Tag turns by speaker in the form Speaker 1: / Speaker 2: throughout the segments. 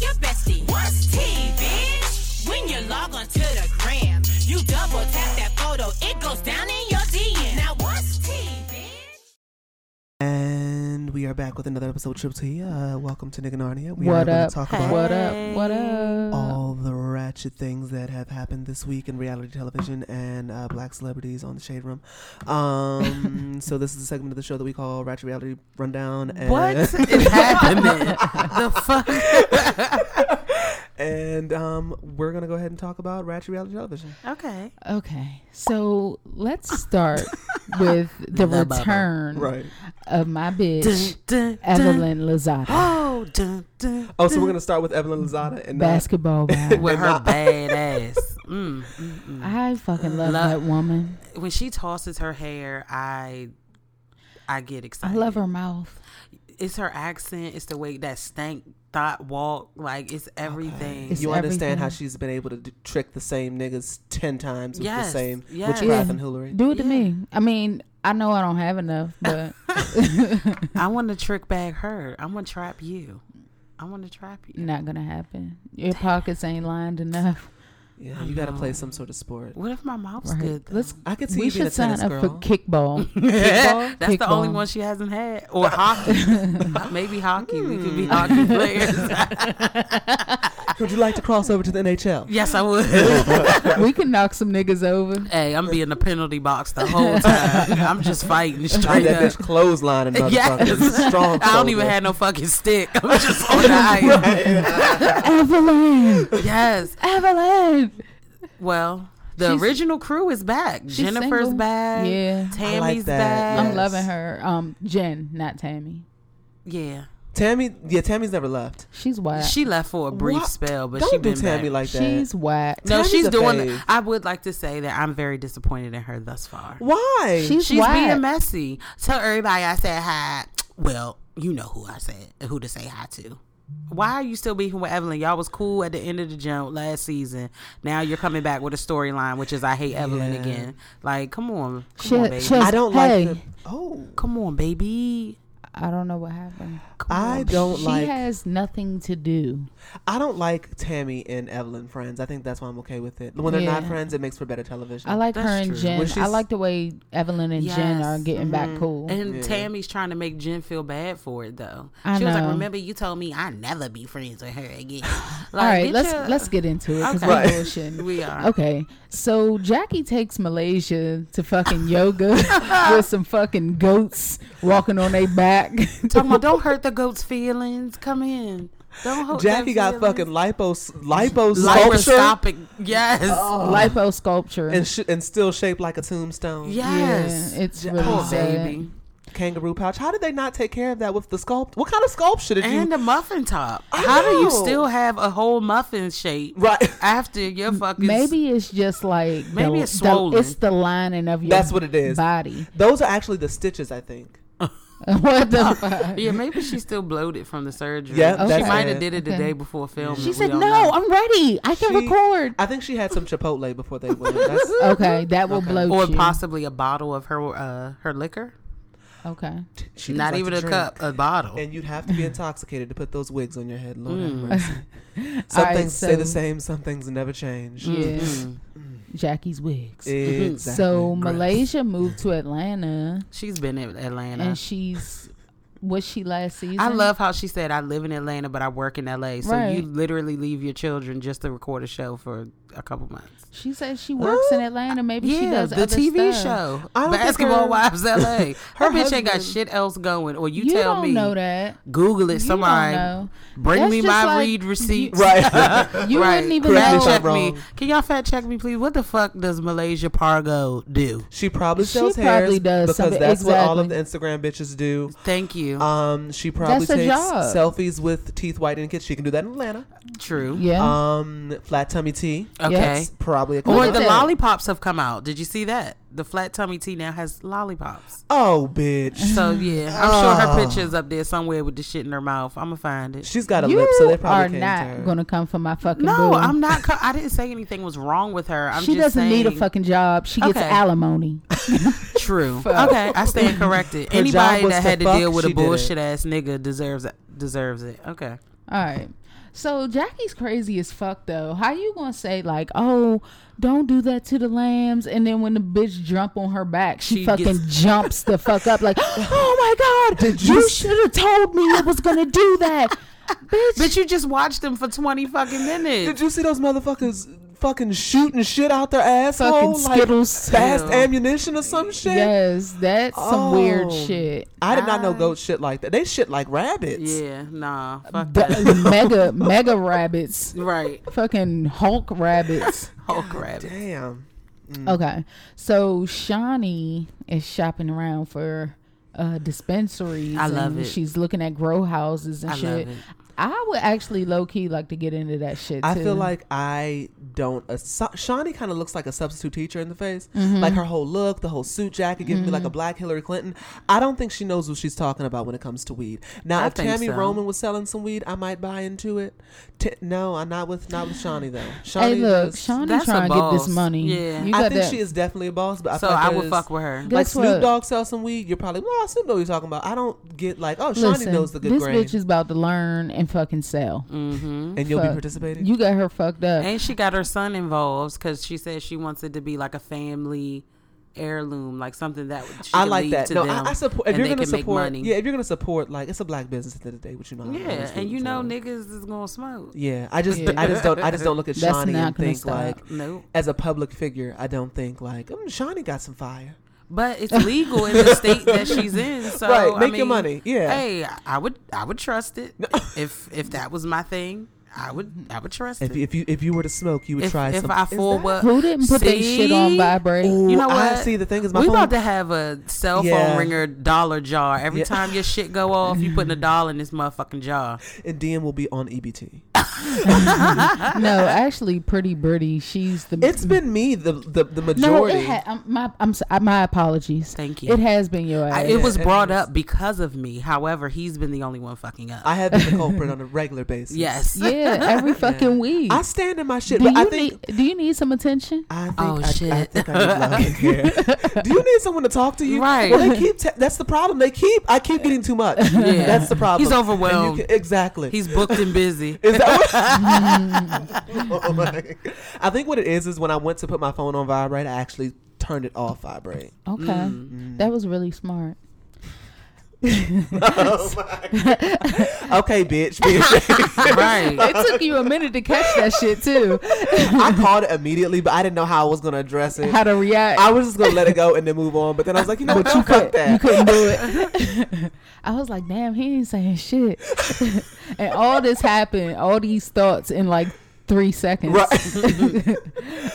Speaker 1: your bestie. What's tea, bitch? When you log on to the gram, you double tap that photo, it goes down in your DM. Now what's tea, bitch?
Speaker 2: And we are back with another episode of Trip Tea. Uh, welcome to Nick and Narnia. We are
Speaker 3: What
Speaker 2: gonna
Speaker 3: up?
Speaker 2: talk about
Speaker 3: What up? What up?
Speaker 2: all the ratchet things that have happened this week in reality television and uh, black celebrities on the Shade Room. Um, so this is a segment of the show that we call Ratchet Reality Rundown. And
Speaker 4: What is happening? the fuck?
Speaker 2: and um, we're gonna go ahead and talk about ratchet reality television.
Speaker 4: Okay.
Speaker 3: Okay, so let's start with the
Speaker 4: La Baba.
Speaker 3: return of my bitch,
Speaker 4: Dun, dun,
Speaker 3: Evelyn Lozada,
Speaker 4: Oh, dun, dun,
Speaker 2: Oh, so we're gonna start with Evelyn Lozada and uh, not-
Speaker 3: basketball guy.
Speaker 4: with her bad ass. Mm, mm, mm.
Speaker 3: I fucking love
Speaker 4: Love-
Speaker 3: that woman.
Speaker 4: When she tosses her hair, I I get
Speaker 3: I
Speaker 4: excited.
Speaker 3: love her mouth.
Speaker 4: It's her accent. It's the way that stank thought walk. Like it's everything.
Speaker 3: It's-
Speaker 2: you understand how
Speaker 3: everything.
Speaker 2: she's been able to d- trick the same niggas ten times with the
Speaker 4: Yes,
Speaker 2: same
Speaker 4: yes.
Speaker 2: witchcraft
Speaker 3: Yeah.
Speaker 2: and hoolery.
Speaker 3: Do it to me. I mean, I know I don't have enough, but
Speaker 4: I want to trick bag her. I want to trap you. I want to trap you.
Speaker 3: not gonna happen. Your pockets ain't lined enough.
Speaker 2: Yeah, you gotta play some sort of sport.
Speaker 4: What if my mouth's
Speaker 3: Right.
Speaker 4: good? though?
Speaker 3: Let's.
Speaker 2: I could see
Speaker 3: We
Speaker 2: you being a
Speaker 3: should sign
Speaker 2: tennis
Speaker 3: up for
Speaker 2: girl.
Speaker 3: kickball. kickball?
Speaker 4: That's the only
Speaker 3: Kickball.
Speaker 4: one she hasn't had, or hockey. Maybe hockey. We could be hockey players.
Speaker 2: Would you like to cross over to the NHL?
Speaker 4: yes, I would.
Speaker 3: we can knock some niggas over.
Speaker 4: Hey, I'm being a penalty box the whole time. I'm just fighting
Speaker 2: I'm
Speaker 4: straight
Speaker 2: that
Speaker 4: up.
Speaker 2: bitch clothesline and motherfucker.
Speaker 4: Yes.
Speaker 2: Strong
Speaker 4: I don't even
Speaker 2: shoulder.
Speaker 4: have no fucking stick. I'm just on the iron.
Speaker 3: Evelyn,
Speaker 4: Yes.
Speaker 3: Evelyn.
Speaker 4: Well, the
Speaker 3: She's-
Speaker 4: original crew is back.
Speaker 3: she's
Speaker 4: Jennifer's
Speaker 3: single.
Speaker 4: back.
Speaker 3: Yeah.
Speaker 4: Tammy's
Speaker 2: that,
Speaker 4: back.
Speaker 3: I'm
Speaker 2: Yes.
Speaker 3: loving her. Um, Jen, not Tammy.
Speaker 4: Yeah.
Speaker 2: Tammy, yeah, Tammy's never left.
Speaker 3: She's whack.
Speaker 4: She left for a brief
Speaker 2: What?
Speaker 4: spell, but
Speaker 2: don't
Speaker 4: she
Speaker 2: do
Speaker 4: been
Speaker 2: Tammy
Speaker 4: back.
Speaker 2: like that.
Speaker 3: She's whack.
Speaker 4: no,
Speaker 2: Tammy's
Speaker 4: she's
Speaker 2: a
Speaker 4: doing.
Speaker 2: fave.
Speaker 4: I would like to say that I'm very disappointed in her thus far.
Speaker 2: Why?
Speaker 3: She's,
Speaker 4: She's
Speaker 3: whack.
Speaker 4: being messy. Tell everybody I said hi. Well, you know who I said who to say hi to. Why are you still beefing with Evelyn? Y'all was cool at the end of the jump last season. Now you're coming back with a storyline, which is I hate Evelyn
Speaker 2: Yeah.
Speaker 4: again. Like, come on, come
Speaker 3: She-
Speaker 4: on, baby,
Speaker 3: she-
Speaker 2: I don't
Speaker 3: Hey.
Speaker 2: like the. Oh,
Speaker 4: come on, baby.
Speaker 3: I don't know what happened.
Speaker 4: Come on,
Speaker 2: I
Speaker 4: baby.
Speaker 2: don't
Speaker 3: she
Speaker 2: like.
Speaker 3: has nothing to do.
Speaker 2: I don't like Tammy and Evelyn friends. I think that's why I'm okay with it. When they're not
Speaker 3: Yeah.
Speaker 2: friends, it makes for better television.
Speaker 3: I like her
Speaker 4: That's
Speaker 3: and
Speaker 4: true.
Speaker 3: Jen.
Speaker 2: When
Speaker 3: I
Speaker 2: she's-
Speaker 3: like the way Evelyn and Jen are
Speaker 4: Yes. Mm-hmm.
Speaker 3: getting back cool.
Speaker 4: And Tammy's trying to make Jen feel bad for it though.
Speaker 3: I
Speaker 4: she was
Speaker 3: know.
Speaker 4: like, "Remember, you told me I never be friends with her again." Like,
Speaker 3: All right,
Speaker 4: get
Speaker 3: let's
Speaker 4: your-
Speaker 3: let's get into it because
Speaker 4: Okay.
Speaker 3: we're
Speaker 4: Right.
Speaker 3: bullshitting.
Speaker 4: We are.
Speaker 3: Okay, so Jackie takes Malaysia to fucking yoga with some fucking goats walking on their back.
Speaker 4: Talking about don't hurt the goat's feelings. Come in. Don't hurt. their
Speaker 2: Oh, Jackie got
Speaker 4: feelings.
Speaker 2: fucking lipos lipo sculpture
Speaker 4: Laparoscopic. Yes.
Speaker 3: Oh, Lipo sculpture.
Speaker 2: and sh- and still shaped like a tombstone.
Speaker 4: yes.
Speaker 3: Yeah, it's
Speaker 4: Ja-
Speaker 3: really
Speaker 4: poor
Speaker 3: sad.
Speaker 4: baby.
Speaker 2: Kangaroo pouch. How did they not take care of that with the sculpt? What kind of sculpture did
Speaker 4: And
Speaker 2: you?
Speaker 4: the muffin top.
Speaker 2: I
Speaker 4: How do you
Speaker 2: know.
Speaker 4: still have a whole muffin shape
Speaker 2: Right.
Speaker 4: after your fucking?
Speaker 3: Maybe it's just like
Speaker 4: Maybe
Speaker 3: the,
Speaker 4: it's
Speaker 3: the-
Speaker 4: swollen.
Speaker 3: it's the lining of your
Speaker 2: That's what it is.
Speaker 3: body.
Speaker 2: Those are actually the stitches, I think.
Speaker 3: what
Speaker 4: Uh,
Speaker 3: the fuck?
Speaker 4: Yeah, maybe she's still bloated from the surgery.
Speaker 2: Yeah,
Speaker 3: that's
Speaker 4: she might
Speaker 2: it.
Speaker 4: have did it the
Speaker 3: Okay.
Speaker 4: day before filming.
Speaker 3: She
Speaker 4: We
Speaker 3: said, "No,
Speaker 4: don't know.
Speaker 3: I'm ready. I can
Speaker 2: She-
Speaker 3: record."
Speaker 2: I think she had some Chipotle before they went. That's,
Speaker 3: okay, that will blow
Speaker 4: Or
Speaker 3: you.
Speaker 4: possibly a bottle of her uh, her liquor.
Speaker 3: okay,
Speaker 2: she just
Speaker 4: Not
Speaker 2: liked
Speaker 4: even
Speaker 2: to
Speaker 4: a
Speaker 2: drink.
Speaker 4: cup, a bottle.
Speaker 2: And you'd have to be intoxicated to put those wigs on your head. Lord have mercy. Some
Speaker 3: Mm. right,
Speaker 2: things stay the
Speaker 3: so- Mm-hmm.
Speaker 2: same. Some things never change.
Speaker 3: yeah, Jackie's wigs.
Speaker 2: Exactly.
Speaker 3: So
Speaker 2: Gross.
Speaker 3: Malaysia moved to Atlanta,
Speaker 4: She's been in Atlanta.
Speaker 3: and she's was she last season?
Speaker 4: I love how she said, "I live in Atlanta, but I work in LA." So you
Speaker 3: Right.
Speaker 4: literally leave your children just to record a show for a couple months.
Speaker 3: She said she works in Atlanta. Maybe she
Speaker 4: yeah,
Speaker 3: does
Speaker 4: the
Speaker 3: other
Speaker 4: TV
Speaker 3: stuff.
Speaker 4: show,
Speaker 2: I don't think
Speaker 4: Basketball
Speaker 2: her-
Speaker 4: Wives LA. Her, bitch ain't got
Speaker 2: husband-
Speaker 4: shit else going. Or you,
Speaker 3: You
Speaker 4: tell
Speaker 3: don't
Speaker 4: me,
Speaker 3: know that.
Speaker 4: Google it.
Speaker 3: You
Speaker 4: somebody
Speaker 3: don't know.
Speaker 4: bring
Speaker 3: That's
Speaker 4: me
Speaker 3: just
Speaker 4: my
Speaker 3: like-
Speaker 4: read receipts.
Speaker 2: Right.
Speaker 3: You
Speaker 4: Right.
Speaker 3: wouldn't even
Speaker 2: Correct me if I'm
Speaker 3: know.
Speaker 4: Fact check me.
Speaker 2: wrong.
Speaker 4: Can y'all fact check me, please? What the fuck does Malaysia Pargo do?
Speaker 2: she probably
Speaker 3: She
Speaker 2: sells
Speaker 3: probably
Speaker 2: hairs
Speaker 3: does
Speaker 2: because
Speaker 3: something-
Speaker 2: that's what all of the
Speaker 3: exactly.
Speaker 2: Instagram bitches do.
Speaker 4: Thank you. you.
Speaker 2: Um, she probably
Speaker 3: That's her
Speaker 2: takes
Speaker 3: job.
Speaker 2: selfies with teeth whitening kids. She can do that in Atlanta.
Speaker 4: True.
Speaker 3: Yeah.
Speaker 2: Um, flat tummy tea.
Speaker 4: Okay.
Speaker 3: yes.
Speaker 2: Probably a
Speaker 4: Or
Speaker 3: at
Speaker 4: the
Speaker 3: that.
Speaker 4: lollipops have come out. Did you see that? The flat tummy tea now has lollipops.
Speaker 2: Oh, bitch.
Speaker 4: So yeah, I'm sure her
Speaker 2: Ah.
Speaker 4: picture's up there somewhere with the shit in her mouth. I'm gonna find it.
Speaker 2: She's got a
Speaker 3: you
Speaker 2: lip, so they
Speaker 3: are
Speaker 2: probably can't.
Speaker 3: not going to come for my fucking
Speaker 4: No,
Speaker 3: boo.
Speaker 4: I'm not. Co- I didn't say anything was wrong with her. I'm
Speaker 3: she
Speaker 4: just
Speaker 3: doesn't need a
Speaker 4: saying-
Speaker 3: fucking job. She gets
Speaker 4: Okay.
Speaker 3: alimony.
Speaker 4: True. Okay, I stand corrected.
Speaker 2: Her job
Speaker 4: Anybody
Speaker 2: was
Speaker 4: that
Speaker 2: to
Speaker 4: had to
Speaker 2: fuck,
Speaker 4: deal with
Speaker 2: she
Speaker 4: a
Speaker 2: did it.
Speaker 4: bullshit ass nigga deserves deserves it. Okay.
Speaker 3: All right. So Jackie's crazy as fuck though. How you gonna say like, oh, don't do that to the lambs, and then when the bitch jump on her back, she,
Speaker 4: She
Speaker 3: fucking
Speaker 4: gets-
Speaker 3: jumps the fuck up like, oh my god,
Speaker 2: Did
Speaker 3: you,
Speaker 2: you-
Speaker 3: should have told me it was gonna do that, bitch.
Speaker 4: But you just watched them for 20 fucking
Speaker 2: Did
Speaker 4: minutes.
Speaker 2: you see those motherfuckers fucking shooting shit out their asshole?
Speaker 3: fucking skittles.
Speaker 2: Like fast
Speaker 4: Ew.
Speaker 2: ammunition or some shit?
Speaker 3: yes, that's some weird
Speaker 2: Oh.
Speaker 3: shit.
Speaker 2: I did not know
Speaker 4: I-
Speaker 2: goats shit like that. They shit like rabbits.
Speaker 4: Yeah, nah. Fuck
Speaker 3: Da-
Speaker 4: that.
Speaker 3: mega mega rabbits,
Speaker 4: Right. Oh,
Speaker 3: fucking Hulk rabbits.
Speaker 4: Hulk rabbit.
Speaker 2: Damn.
Speaker 4: Mm-hmm.
Speaker 3: Okay. So Shawnee is shopping around for uh dispensaries.
Speaker 4: I love
Speaker 3: and
Speaker 4: it.
Speaker 3: She's looking at grow houses and
Speaker 4: I love
Speaker 3: shit.
Speaker 4: it.
Speaker 3: I would actually low key like to get into that shit.
Speaker 2: I
Speaker 3: too.
Speaker 2: feel like I don't. Uh, Shawnee kind of looks like a substitute teacher in the face.
Speaker 3: Mm-hmm.
Speaker 2: Like her whole look, the whole suit jacket, giving me like a black Hillary Clinton. I don't think she knows what she's talking about when it comes to weed. Now,
Speaker 4: I
Speaker 2: if
Speaker 4: think
Speaker 2: Tammy
Speaker 4: so.
Speaker 2: Roman was selling some weed, I might buy into it. T- no, I'm not with not with Shawnee though. Shawnee
Speaker 3: Hey look,
Speaker 2: is-
Speaker 3: Shawnee
Speaker 4: that's a
Speaker 3: trying to get this
Speaker 4: boss.
Speaker 3: money.
Speaker 4: Yeah.
Speaker 3: You got
Speaker 2: I think
Speaker 3: that.
Speaker 2: she is definitely a boss, but I
Speaker 4: So
Speaker 2: feel like
Speaker 4: I
Speaker 2: there
Speaker 4: would
Speaker 2: is-
Speaker 4: fuck with her.
Speaker 3: Guess
Speaker 2: Like
Speaker 3: what?
Speaker 2: Snoop Dogg sells some weed, you're probably well, Snoop Dogg you're talking about. I don't get like, oh, Shawnee
Speaker 3: Listen,
Speaker 2: knows the good
Speaker 3: this
Speaker 2: grain,
Speaker 3: bitch is about to learn and fucking sell.
Speaker 4: Mm-hmm.
Speaker 2: and you'll be
Speaker 3: fuck.
Speaker 2: participating.
Speaker 3: You got her fucked up.
Speaker 4: And she got her son involved because she said she wants it to be like a family heirloom, like something that she
Speaker 2: I
Speaker 4: can
Speaker 2: like
Speaker 4: leave
Speaker 2: that.
Speaker 4: to
Speaker 2: No,
Speaker 4: them
Speaker 2: I, I support. If
Speaker 4: and
Speaker 2: you're
Speaker 4: they
Speaker 2: gonna
Speaker 4: can make
Speaker 2: support,
Speaker 4: money.
Speaker 2: yeah, if you're gonna support, like it's a black business at the end of the day, which you know. how it
Speaker 4: Yeah,
Speaker 2: is,
Speaker 4: and you
Speaker 2: so-
Speaker 4: know niggas is gonna smoke.
Speaker 2: Yeah, I just,
Speaker 3: Yeah.
Speaker 2: I just don't, I just don't look at
Speaker 3: That's
Speaker 2: Shawnee
Speaker 3: not
Speaker 2: and
Speaker 3: gonna
Speaker 2: think
Speaker 3: stop.
Speaker 2: like,
Speaker 4: Nope.
Speaker 2: as a public figure, I don't think like, mm, Shawnee got some fire.
Speaker 4: But it's legal in the state that she's in. So
Speaker 2: Right,
Speaker 4: I
Speaker 2: make your
Speaker 4: mean,
Speaker 2: money, yeah.
Speaker 4: Hey, I would I would trust it. if if that was my thing, I would I would trust
Speaker 2: If,
Speaker 4: it.
Speaker 2: you- if you, if you were to smoke, you would
Speaker 4: if
Speaker 2: try
Speaker 4: if
Speaker 2: some.
Speaker 4: I
Speaker 2: Is that-
Speaker 4: forward
Speaker 3: Who didn't put that shit on
Speaker 4: See?
Speaker 3: vibrate?
Speaker 2: Ooh,
Speaker 4: You know what?
Speaker 2: I see. The thing is, my
Speaker 4: we
Speaker 2: phone.
Speaker 4: about to have a cell phone
Speaker 2: Yeah.
Speaker 4: ringer dollar jar. Every
Speaker 2: Yeah.
Speaker 4: time your shit go off, you putting a dollar in this motherfucking jar.
Speaker 2: and DM will be on E EBT.
Speaker 3: No, actually, Pretty Birdie, she's the
Speaker 2: It's been me the the, the
Speaker 3: no.
Speaker 2: majority.
Speaker 3: It ha- um, my I'm s- uh, my apologies.
Speaker 4: Thank you.
Speaker 3: It has been your ass.
Speaker 4: I, it was
Speaker 2: it
Speaker 4: brought
Speaker 2: is.
Speaker 4: up because of me. However, he's been the only one fucking up.
Speaker 2: I have been the culprit on a regular basis.
Speaker 4: yes.
Speaker 3: yeah, every fucking week.
Speaker 2: I stand in my shit,
Speaker 3: do you
Speaker 2: but I think
Speaker 3: need Do you need some attention?
Speaker 2: I think
Speaker 4: Oh,
Speaker 2: I, I
Speaker 4: shit.
Speaker 2: think I need love and care. Do you need someone to talk to you?
Speaker 4: Right.
Speaker 2: Well, they keep. Te- that's the problem. They keep. I keep getting too much.
Speaker 4: Yeah.
Speaker 2: That's the problem.
Speaker 4: He's
Speaker 2: And you
Speaker 4: overwhelmed.
Speaker 2: can- exactly.
Speaker 4: He's booked and busy.
Speaker 2: Is that what? Oh my- I think what it is is when I went to put my phone on vibrate, I actually turned it off vibrate.
Speaker 3: Okay, Mm. that was really smart.
Speaker 2: Okay, bitch, bitch.
Speaker 4: right.
Speaker 3: It took you a minute to catch that shit too.
Speaker 2: I caught it immediately, but I didn't know how I was gonna address it.
Speaker 3: How to react?
Speaker 2: I was just gonna let it go and then move on. But then I was like, you know what?
Speaker 3: but you
Speaker 2: Don't fuck
Speaker 3: could
Speaker 2: that.
Speaker 3: you couldn't do it. I was like, damn, he ain't saying shit. and all this happened, all these thoughts in like three seconds. Oh,
Speaker 2: Right.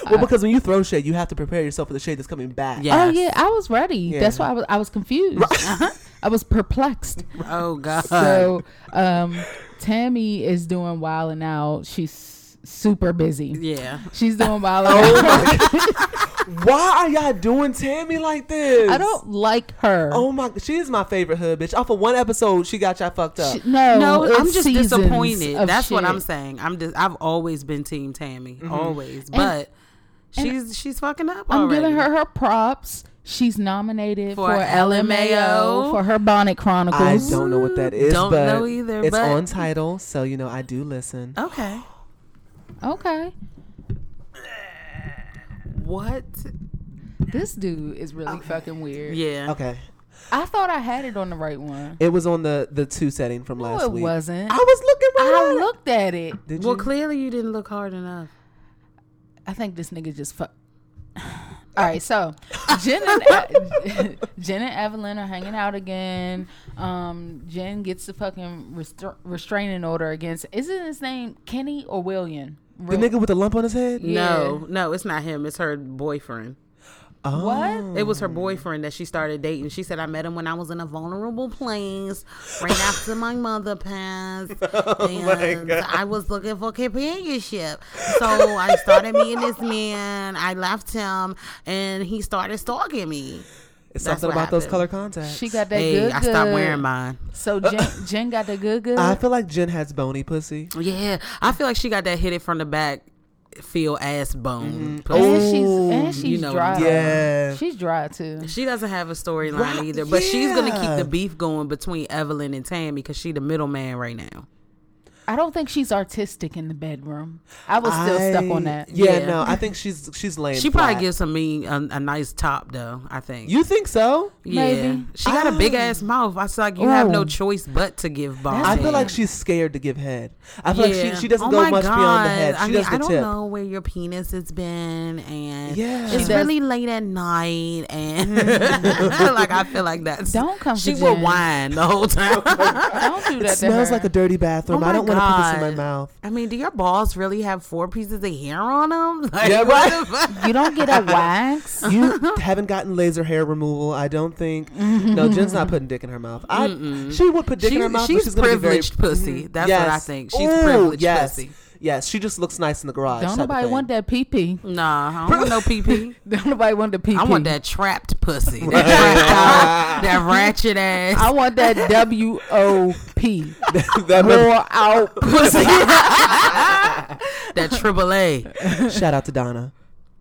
Speaker 2: well, because when you throw shade, you have to prepare yourself for the shade that's coming back.
Speaker 4: Yeah.
Speaker 3: Oh yeah, I was ready. That's
Speaker 2: Yeah.
Speaker 3: why I was I was confused. I was perplexed.
Speaker 4: Oh god.
Speaker 3: So um, Tammy is doing wild and out. She's super busy.
Speaker 4: yeah.
Speaker 3: She's doing wild and out.
Speaker 2: Why are y'all doing Tammy like this?
Speaker 3: I don't like her.
Speaker 2: Oh my, she is my favorite hood bitch. Off of one episode, she got y'all fucked up.
Speaker 3: She- no,
Speaker 4: No,
Speaker 3: it's
Speaker 4: I'm just
Speaker 3: seasons
Speaker 4: disappointed.
Speaker 3: of
Speaker 4: That's what
Speaker 3: shit. Mm-hmm.
Speaker 4: I'm saying. I'm just I've always been team Tammy, always. But she's she's fucking up
Speaker 3: I'm
Speaker 4: already.
Speaker 3: giving her her props. She's nominated
Speaker 4: For
Speaker 3: for, LMAO
Speaker 4: LMAO.
Speaker 3: for her Bonnet
Speaker 2: I
Speaker 3: Chronicles.
Speaker 2: don't know what that is,
Speaker 4: Don't
Speaker 2: but
Speaker 4: know either,
Speaker 2: it's
Speaker 4: but-
Speaker 2: on title, so you know I do listen.
Speaker 4: Okay.
Speaker 3: Okay,
Speaker 4: What?
Speaker 3: this dude is
Speaker 2: Oh.
Speaker 3: really fucking weird.
Speaker 4: Yeah.
Speaker 2: Okay,
Speaker 3: I thought I had it on the right one.
Speaker 2: it was on the the two setting from
Speaker 3: No,
Speaker 2: last
Speaker 3: it
Speaker 2: week.
Speaker 3: wasn't.
Speaker 2: I was looking right
Speaker 3: I
Speaker 2: at it.
Speaker 3: looked at it.
Speaker 2: Did
Speaker 4: Well,
Speaker 2: you?
Speaker 4: clearly you didn't look hard enough.
Speaker 3: I think this nigga just fuck. All right, so Jen and Jen and Evelyn are hanging out again. Um, Jen gets the fucking restra- restraining order against. Isn't his name Kenny or William?
Speaker 2: the
Speaker 3: Real-
Speaker 2: nigga with the lump on his head.
Speaker 4: No, no, it's not him. It's her boyfriend.
Speaker 2: Oh.
Speaker 3: What?
Speaker 4: It was her boyfriend that she started dating. She said, I met him when I was in a vulnerable place right after my mother passed.
Speaker 3: Oh
Speaker 4: and I was looking for companionship. So I started meeting this man. I left him and he started stalking me.
Speaker 2: It's
Speaker 4: That's
Speaker 2: something
Speaker 4: what
Speaker 2: about those
Speaker 4: happened.
Speaker 2: color contacts.
Speaker 3: She got that
Speaker 4: Hey,
Speaker 3: good.
Speaker 4: I stopped
Speaker 3: good.
Speaker 4: wearing mine.
Speaker 3: So Jen, Jen got the good good.
Speaker 2: I feel like Jen has bony pussy.
Speaker 4: Yeah. I feel like she got that hit it from the back feel ass bone.
Speaker 3: and
Speaker 4: pussy.
Speaker 3: she's and she's
Speaker 4: know what
Speaker 3: dry.
Speaker 4: I'm
Speaker 2: Yeah.
Speaker 3: She's dry too.
Speaker 4: She doesn't have a storyline
Speaker 2: Oh. Right,
Speaker 4: either, but she's gonna
Speaker 2: yeah.
Speaker 4: keep the beef going between Evelyn and Tammy because she the middleman right now.
Speaker 3: I don't think she's artistic in the bedroom. I was still stuck on
Speaker 2: I-
Speaker 3: that.
Speaker 2: Yeah,
Speaker 4: Yeah.
Speaker 2: no, I think she's she's laying.
Speaker 4: She probably
Speaker 2: flat.
Speaker 4: gives some mean a, a nice top though. I think.
Speaker 2: You think so?
Speaker 4: yeah,
Speaker 3: Maybe.
Speaker 4: she got a big ass mouth. I feel like you have no choice but to give bomb.
Speaker 2: Oh. I
Speaker 4: head.
Speaker 2: feel like she's scared to give head. I feel like she,
Speaker 4: Yeah.
Speaker 2: she doesn't
Speaker 4: Oh
Speaker 2: go
Speaker 4: my
Speaker 2: much beyond the
Speaker 4: God.
Speaker 2: head. She
Speaker 4: I mean,
Speaker 2: does the
Speaker 4: I don't
Speaker 2: tip.
Speaker 4: know where your penis has been, and
Speaker 2: Yeah. She
Speaker 4: it's
Speaker 3: does.
Speaker 4: really late at night, and like I feel like that's
Speaker 3: Don't come
Speaker 4: She
Speaker 3: for
Speaker 4: will
Speaker 3: Jen.
Speaker 4: whine the whole time.
Speaker 3: Don't do that.
Speaker 2: It smells like a dirty bathroom. I don't want to put this in my
Speaker 4: Oh God.
Speaker 2: mouth.
Speaker 4: I mean, do your balls really have four pieces of hair on them? Like,
Speaker 2: Yeah,
Speaker 4: what
Speaker 2: right.
Speaker 4: the fuck?
Speaker 3: You don't get a wax.
Speaker 2: You haven't gotten laser hair removal, I don't think. No, Jen's not putting dick in her mouth. I she would put dick in her
Speaker 4: She's-
Speaker 2: mouth.
Speaker 4: she's
Speaker 2: but she's gonna be very-
Speaker 4: privileged pussy.
Speaker 2: Mhm.
Speaker 4: That's what I think. She's privileged
Speaker 2: yes.
Speaker 4: pussy.
Speaker 2: Yes, she just looks nice in the garage.
Speaker 3: Don't nobody want that pee pee.
Speaker 4: Nah, I don't want no PP.
Speaker 3: Don't nobody want the pee pee.
Speaker 4: I want that trapped pussy. That, trapped out, that ratchet ass.
Speaker 3: I want that W O P.
Speaker 2: that.
Speaker 3: Pour out pussy.
Speaker 4: that triple A.
Speaker 2: Shout out to Donna.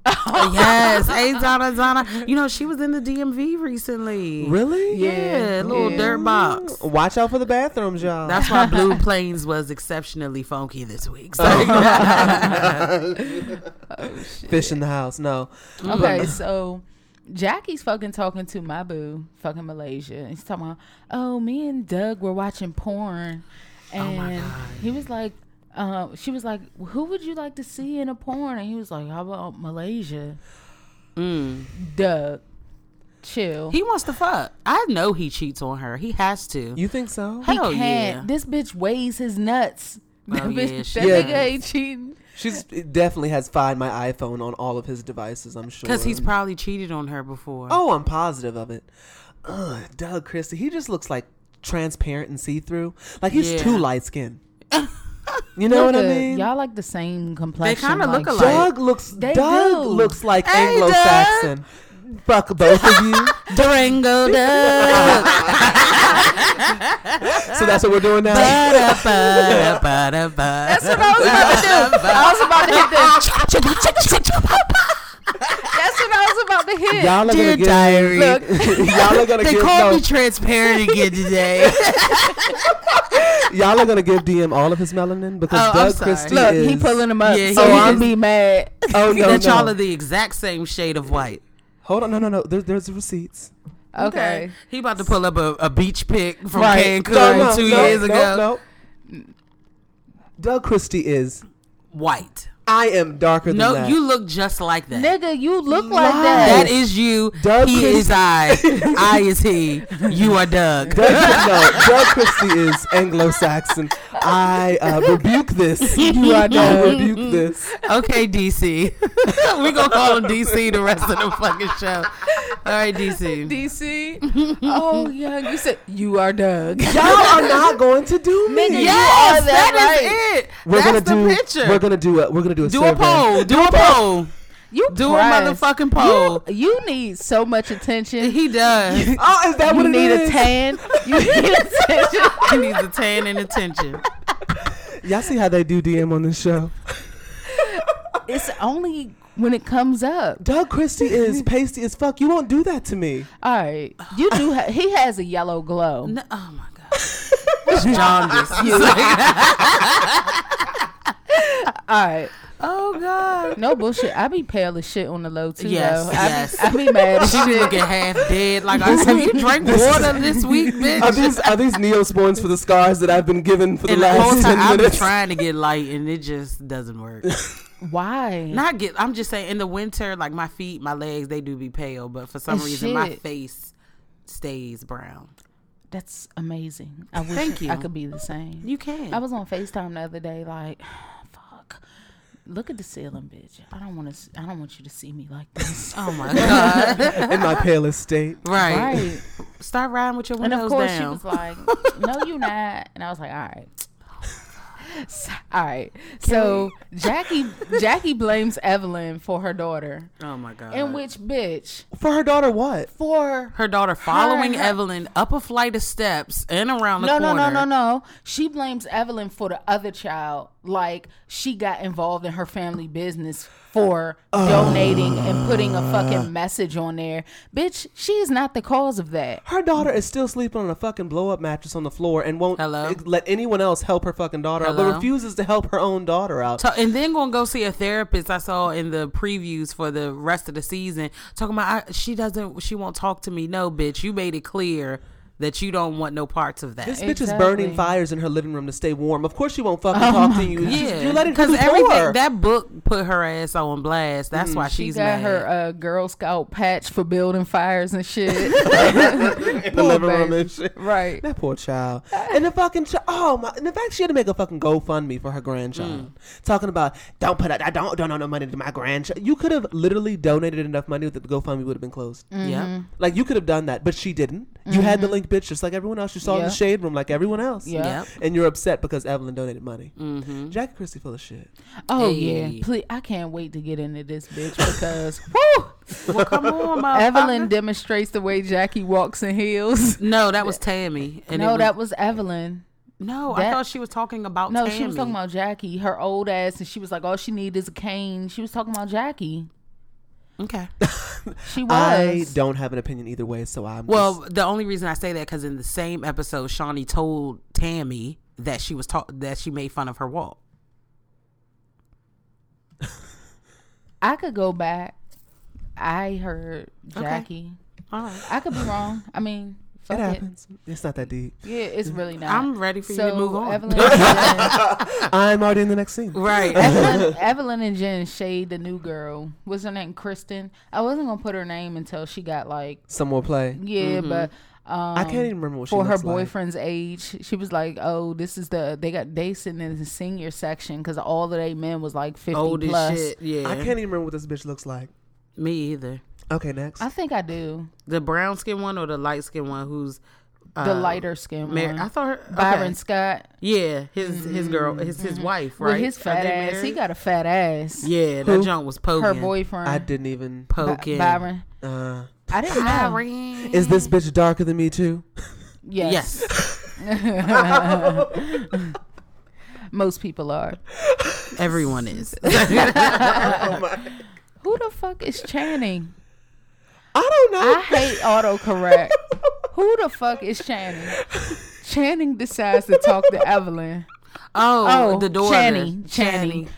Speaker 4: yes. Hey, Donna, Donna. You know, she was in the DMV recently.
Speaker 2: Really?
Speaker 4: Yeah, little dirt box.
Speaker 2: Watch out for the bathrooms, y'all.
Speaker 4: That's why Blue Plains was exceptionally funky this week. So.
Speaker 2: Oh. Fish in the house. No.
Speaker 3: Okay, so Jackie's fucking talking to my boo, fucking Malaysia. And he's talking about, oh, me and Doug were watching porn. And he was like, uh, she was like, who would you like to see in a porn? And he was like, how about Malaysia? Mm. Doug, chill.
Speaker 4: He wants to fuck. I know he cheats on her. He has to.
Speaker 2: You think so?
Speaker 3: He can't.
Speaker 4: Hell yeah.
Speaker 3: This bitch weighs his nuts. That,
Speaker 4: Oh,
Speaker 3: bitch,
Speaker 4: yeah, she
Speaker 3: that
Speaker 2: does.
Speaker 3: nigga ain't cheating.
Speaker 2: She's definitely has Find My iPhone on all of his devices, I'm sure.
Speaker 4: Because he's probably cheated on her before.
Speaker 2: Oh, I'm positive of it. Ugh, Doug Christie, he just looks like transparent and see through. Like he's
Speaker 4: Yeah.
Speaker 2: too light skinned. You know what I
Speaker 3: Nigga,
Speaker 2: mean?
Speaker 3: Y'all like the same complexion.
Speaker 4: kinda
Speaker 3: like,
Speaker 4: look alike.
Speaker 2: Doug looks
Speaker 3: They
Speaker 2: Doug
Speaker 3: do.
Speaker 2: looks like
Speaker 4: Hey,
Speaker 2: Anglo Saxon. Fuck both of you.
Speaker 4: Durango Doug.
Speaker 2: so that's what we're doing now.
Speaker 4: That's
Speaker 3: That's what I was about to do. I was about to hit the. That's what I was about to hit.
Speaker 2: Y'all are
Speaker 4: Dear
Speaker 2: gonna get
Speaker 4: diary.
Speaker 2: Look, y'all are gonna
Speaker 4: They
Speaker 2: give
Speaker 4: called
Speaker 2: no,
Speaker 4: me transparent again today.
Speaker 2: y'all are gonna give DM all of his melanin because
Speaker 4: Oh, I'm
Speaker 2: Doug
Speaker 4: sorry.
Speaker 2: Christie
Speaker 3: Look,
Speaker 2: is
Speaker 3: he pulling him up,
Speaker 4: Yeah,
Speaker 3: so
Speaker 4: he
Speaker 3: he
Speaker 4: is.
Speaker 3: can be mad.
Speaker 2: Oh no,
Speaker 4: that
Speaker 2: no.
Speaker 4: y'all are the exact same shade of white.
Speaker 2: Hold on, no, no, no. There, there's receipts.
Speaker 3: Okay.
Speaker 4: He about to pull up a, a beach pic from
Speaker 3: Right.
Speaker 4: Cancun
Speaker 2: No, no,
Speaker 4: two
Speaker 2: no,
Speaker 4: years
Speaker 2: no,
Speaker 4: ago.
Speaker 2: no. Doug Christie is
Speaker 4: White.
Speaker 2: I am darker than
Speaker 4: No,
Speaker 2: that.
Speaker 4: you look just like that.
Speaker 3: Nigga, you look
Speaker 2: Lies.
Speaker 3: like that.
Speaker 4: That is you.
Speaker 2: Doug
Speaker 4: he
Speaker 2: Christ-
Speaker 4: is I. I is he. You are Doug.
Speaker 2: Doug, no, Doug Christie is Anglo-Saxon. I uh, rebuke this. You are now rebuke this.
Speaker 4: Okay, DC. we gonna call him DC the rest of the fucking show. All right, DC.
Speaker 3: DC. oh yeah, you said you are Doug.
Speaker 2: Y'all are not going to do me.
Speaker 4: Yes,
Speaker 3: are that
Speaker 4: that is it.
Speaker 2: We're
Speaker 4: That's the
Speaker 2: gonna do.
Speaker 4: picture.
Speaker 2: We're gonna do a. We're gonna do a.
Speaker 4: do a
Speaker 2: survey.
Speaker 4: poll. Do a poll.
Speaker 3: You
Speaker 4: Do a
Speaker 3: Christ.
Speaker 4: motherfucking poll.
Speaker 3: You, you need so much attention.
Speaker 4: He does.
Speaker 2: Oh, is that what
Speaker 3: you
Speaker 2: it
Speaker 3: need a
Speaker 2: is?
Speaker 3: tan. You need attention.
Speaker 4: he needs a tan and attention.
Speaker 2: Y'all see how they do DM on this show?
Speaker 3: It's only when it comes up.
Speaker 2: Doug Christie is pasty as fuck. You won't do that to me.
Speaker 3: All right, you do. Ha- he has a yellow glow.
Speaker 4: No, oh my god. It's jaundice. He's like,
Speaker 3: All right,
Speaker 4: oh god.
Speaker 3: no bullshit. I be pale as shit on the low too.
Speaker 4: Yes,
Speaker 3: though.
Speaker 4: yes.
Speaker 3: I be, I be mad as
Speaker 4: She be
Speaker 3: shit.
Speaker 4: looking half dead. Like, I said, you drank water this week,
Speaker 2: Are
Speaker 4: bitch.
Speaker 2: these are these neosporins for the scars that I've been given for the
Speaker 4: And the whole
Speaker 2: last
Speaker 4: time
Speaker 2: ten
Speaker 4: I've been
Speaker 2: minutes?
Speaker 4: trying to get light, and it just doesn't work.
Speaker 3: Why?
Speaker 4: Not get. I'm just saying, in the winter, like my feet, my legs, they do be pale, but for some
Speaker 3: Oh,
Speaker 4: reason, my
Speaker 3: shit.
Speaker 4: face stays brown.
Speaker 3: That's amazing. I wish
Speaker 4: Thank
Speaker 3: I
Speaker 4: you.
Speaker 3: could be the same.
Speaker 4: You can.
Speaker 3: I was on FaceTime the other day, like, fuck. Look at the ceiling, bitch. I don't want to. I don't want you to see me like this.
Speaker 4: Oh my god!
Speaker 2: in my palest state.
Speaker 4: right.
Speaker 3: right.
Speaker 4: Start riding with your
Speaker 3: And
Speaker 4: windows
Speaker 3: of course,
Speaker 4: down.
Speaker 3: she was like, "No, you not." And I was like, "All right." So- All right. so Jackie Jackie blames Evelyn for her daughter.
Speaker 4: oh my god!
Speaker 3: In which bitch
Speaker 2: For her daughter, what?
Speaker 3: for
Speaker 4: her daughter following
Speaker 3: her-
Speaker 4: Evelyn up a flight of steps and around the
Speaker 3: no,
Speaker 4: corner.
Speaker 3: No, no, no, no. She blames Evelyn for the other child. Like she got involved in her family business for
Speaker 4: Oh.
Speaker 3: donating and putting a fucking message on there. Bitch, she is not the cause of that.
Speaker 2: Her daughter is still sleeping on a fucking blow up mattress on the floor and won't
Speaker 4: Hello?
Speaker 2: ex- let anyone else help her fucking daughter out,
Speaker 4: Hello?
Speaker 2: but refuses to help her own daughter out.
Speaker 4: Ta- and then gonna go see a therapist. I saw in the previews for the rest of the season talking about I, she doesn't, she won't talk to me. No, bitch, you made it clear that you don't want no parts of that.
Speaker 2: This bitch is burning
Speaker 3: Exactly.
Speaker 2: fires in her living room to stay warm. Of course she won't fucking talk to you. She's- You're letting her
Speaker 4: Oh because
Speaker 2: do
Speaker 4: everything
Speaker 2: more.
Speaker 4: that book put her ass on blast. That's why
Speaker 3: Mm, She
Speaker 4: she's
Speaker 3: got
Speaker 4: mad.
Speaker 3: her uh, Girl Scout patch for building fires and shit.
Speaker 2: the
Speaker 3: Poor
Speaker 2: living room
Speaker 3: baby.
Speaker 2: and shit.
Speaker 3: Right.
Speaker 2: That poor child. And the fucking child. Oh my! And the fact she had to make a fucking GoFundMe for her grandchild,
Speaker 3: Mm.
Speaker 2: talking about don't put out, I don't don't no money to my grandchild. You could have literally donated enough money that the GoFundMe would have been closed.
Speaker 3: Mm.
Speaker 4: Yeah,
Speaker 3: mm-hmm.
Speaker 2: Like you could have done that, but she didn't. You had the link, bitch, just like everyone else. You saw in
Speaker 3: Yeah.
Speaker 2: the shade room, like everyone else.
Speaker 3: Yeah.
Speaker 4: Yep.
Speaker 2: And you're upset because Evelyn donated money. Mm-hmm. Jackie Christie full of shit.
Speaker 3: Oh
Speaker 4: Hey.
Speaker 3: yeah. Please, I can't wait to get into this bitch because whew,
Speaker 4: Well, come on, motherfucker.
Speaker 3: Evelyn demonstrates the way Jackie walks in heels.
Speaker 4: No, that was Tammy. And
Speaker 3: no,
Speaker 4: it
Speaker 3: that was Evelyn.
Speaker 4: no. I
Speaker 3: that-
Speaker 4: thought she was talking about
Speaker 3: No,
Speaker 4: Tammy.
Speaker 3: she was talking about Jackie, her old ass, and she was like, "All she need is a cane." She was talking about Jackie.
Speaker 4: okay.
Speaker 3: She
Speaker 2: I
Speaker 3: was.
Speaker 2: don't have an opinion either way, so I'm
Speaker 4: Well, the only reason I say that because in the same episode, Shawnee told Tammy that she was ta- that she made fun of her walk.
Speaker 3: I could go back. I heard Jackie.
Speaker 4: All right,
Speaker 3: I could be wrong. I mean, fuck
Speaker 2: Just,
Speaker 3: it.
Speaker 2: it happens. It's not that deep.
Speaker 3: Yeah, it's really not.
Speaker 4: I'm ready for you to move on.
Speaker 3: Evelyn, and
Speaker 2: I'm already in the next scene.
Speaker 4: right.
Speaker 3: Jen, Evelyn, Evelyn and Jen shade the new girl. What's her name? Kristen. I wasn't gonna put her name until she got like
Speaker 2: Some more play.
Speaker 3: yeah,
Speaker 4: Mm-hmm.
Speaker 3: but um,
Speaker 2: I can't even remember what she
Speaker 3: for her
Speaker 2: looks like.
Speaker 3: boyfriend's age. She was like, "Oh, this is the they got they sitting in the senior section because all of they men was like fifty
Speaker 4: Old
Speaker 3: plus."
Speaker 4: as shit. Yeah,
Speaker 2: I can't even remember what this bitch looks like.
Speaker 4: me either.
Speaker 2: Okay, next.
Speaker 3: I think I do
Speaker 4: The brown skin one or the light skin one? Who's uh,
Speaker 3: the lighter skin
Speaker 4: Mar-
Speaker 3: one.
Speaker 4: I thought her, okay.
Speaker 3: Byron Scott
Speaker 4: Yeah, his his girl, his his wife, right?
Speaker 3: with his
Speaker 4: Are
Speaker 3: fat
Speaker 4: they
Speaker 3: ass. He
Speaker 4: married?
Speaker 3: got a fat ass.
Speaker 4: Yeah, that
Speaker 2: Who?
Speaker 4: junk was poking.
Speaker 3: Her boyfriend.
Speaker 2: I didn't even.
Speaker 3: By-
Speaker 4: poking.
Speaker 3: Byron.
Speaker 2: Uh,
Speaker 3: I didn't know.
Speaker 2: is this bitch darker than me too?
Speaker 3: Yes.
Speaker 4: Yes,
Speaker 3: Most people are.
Speaker 4: everyone is.
Speaker 3: Oh, Who the fuck is Channing?
Speaker 2: I don't know.
Speaker 3: I hate autocorrect. Who the fuck is Channing? Channing decides to talk to Evelyn.
Speaker 4: Oh,
Speaker 3: Oh,
Speaker 4: the daughter.
Speaker 3: Channy, Channy.
Speaker 4: Channy.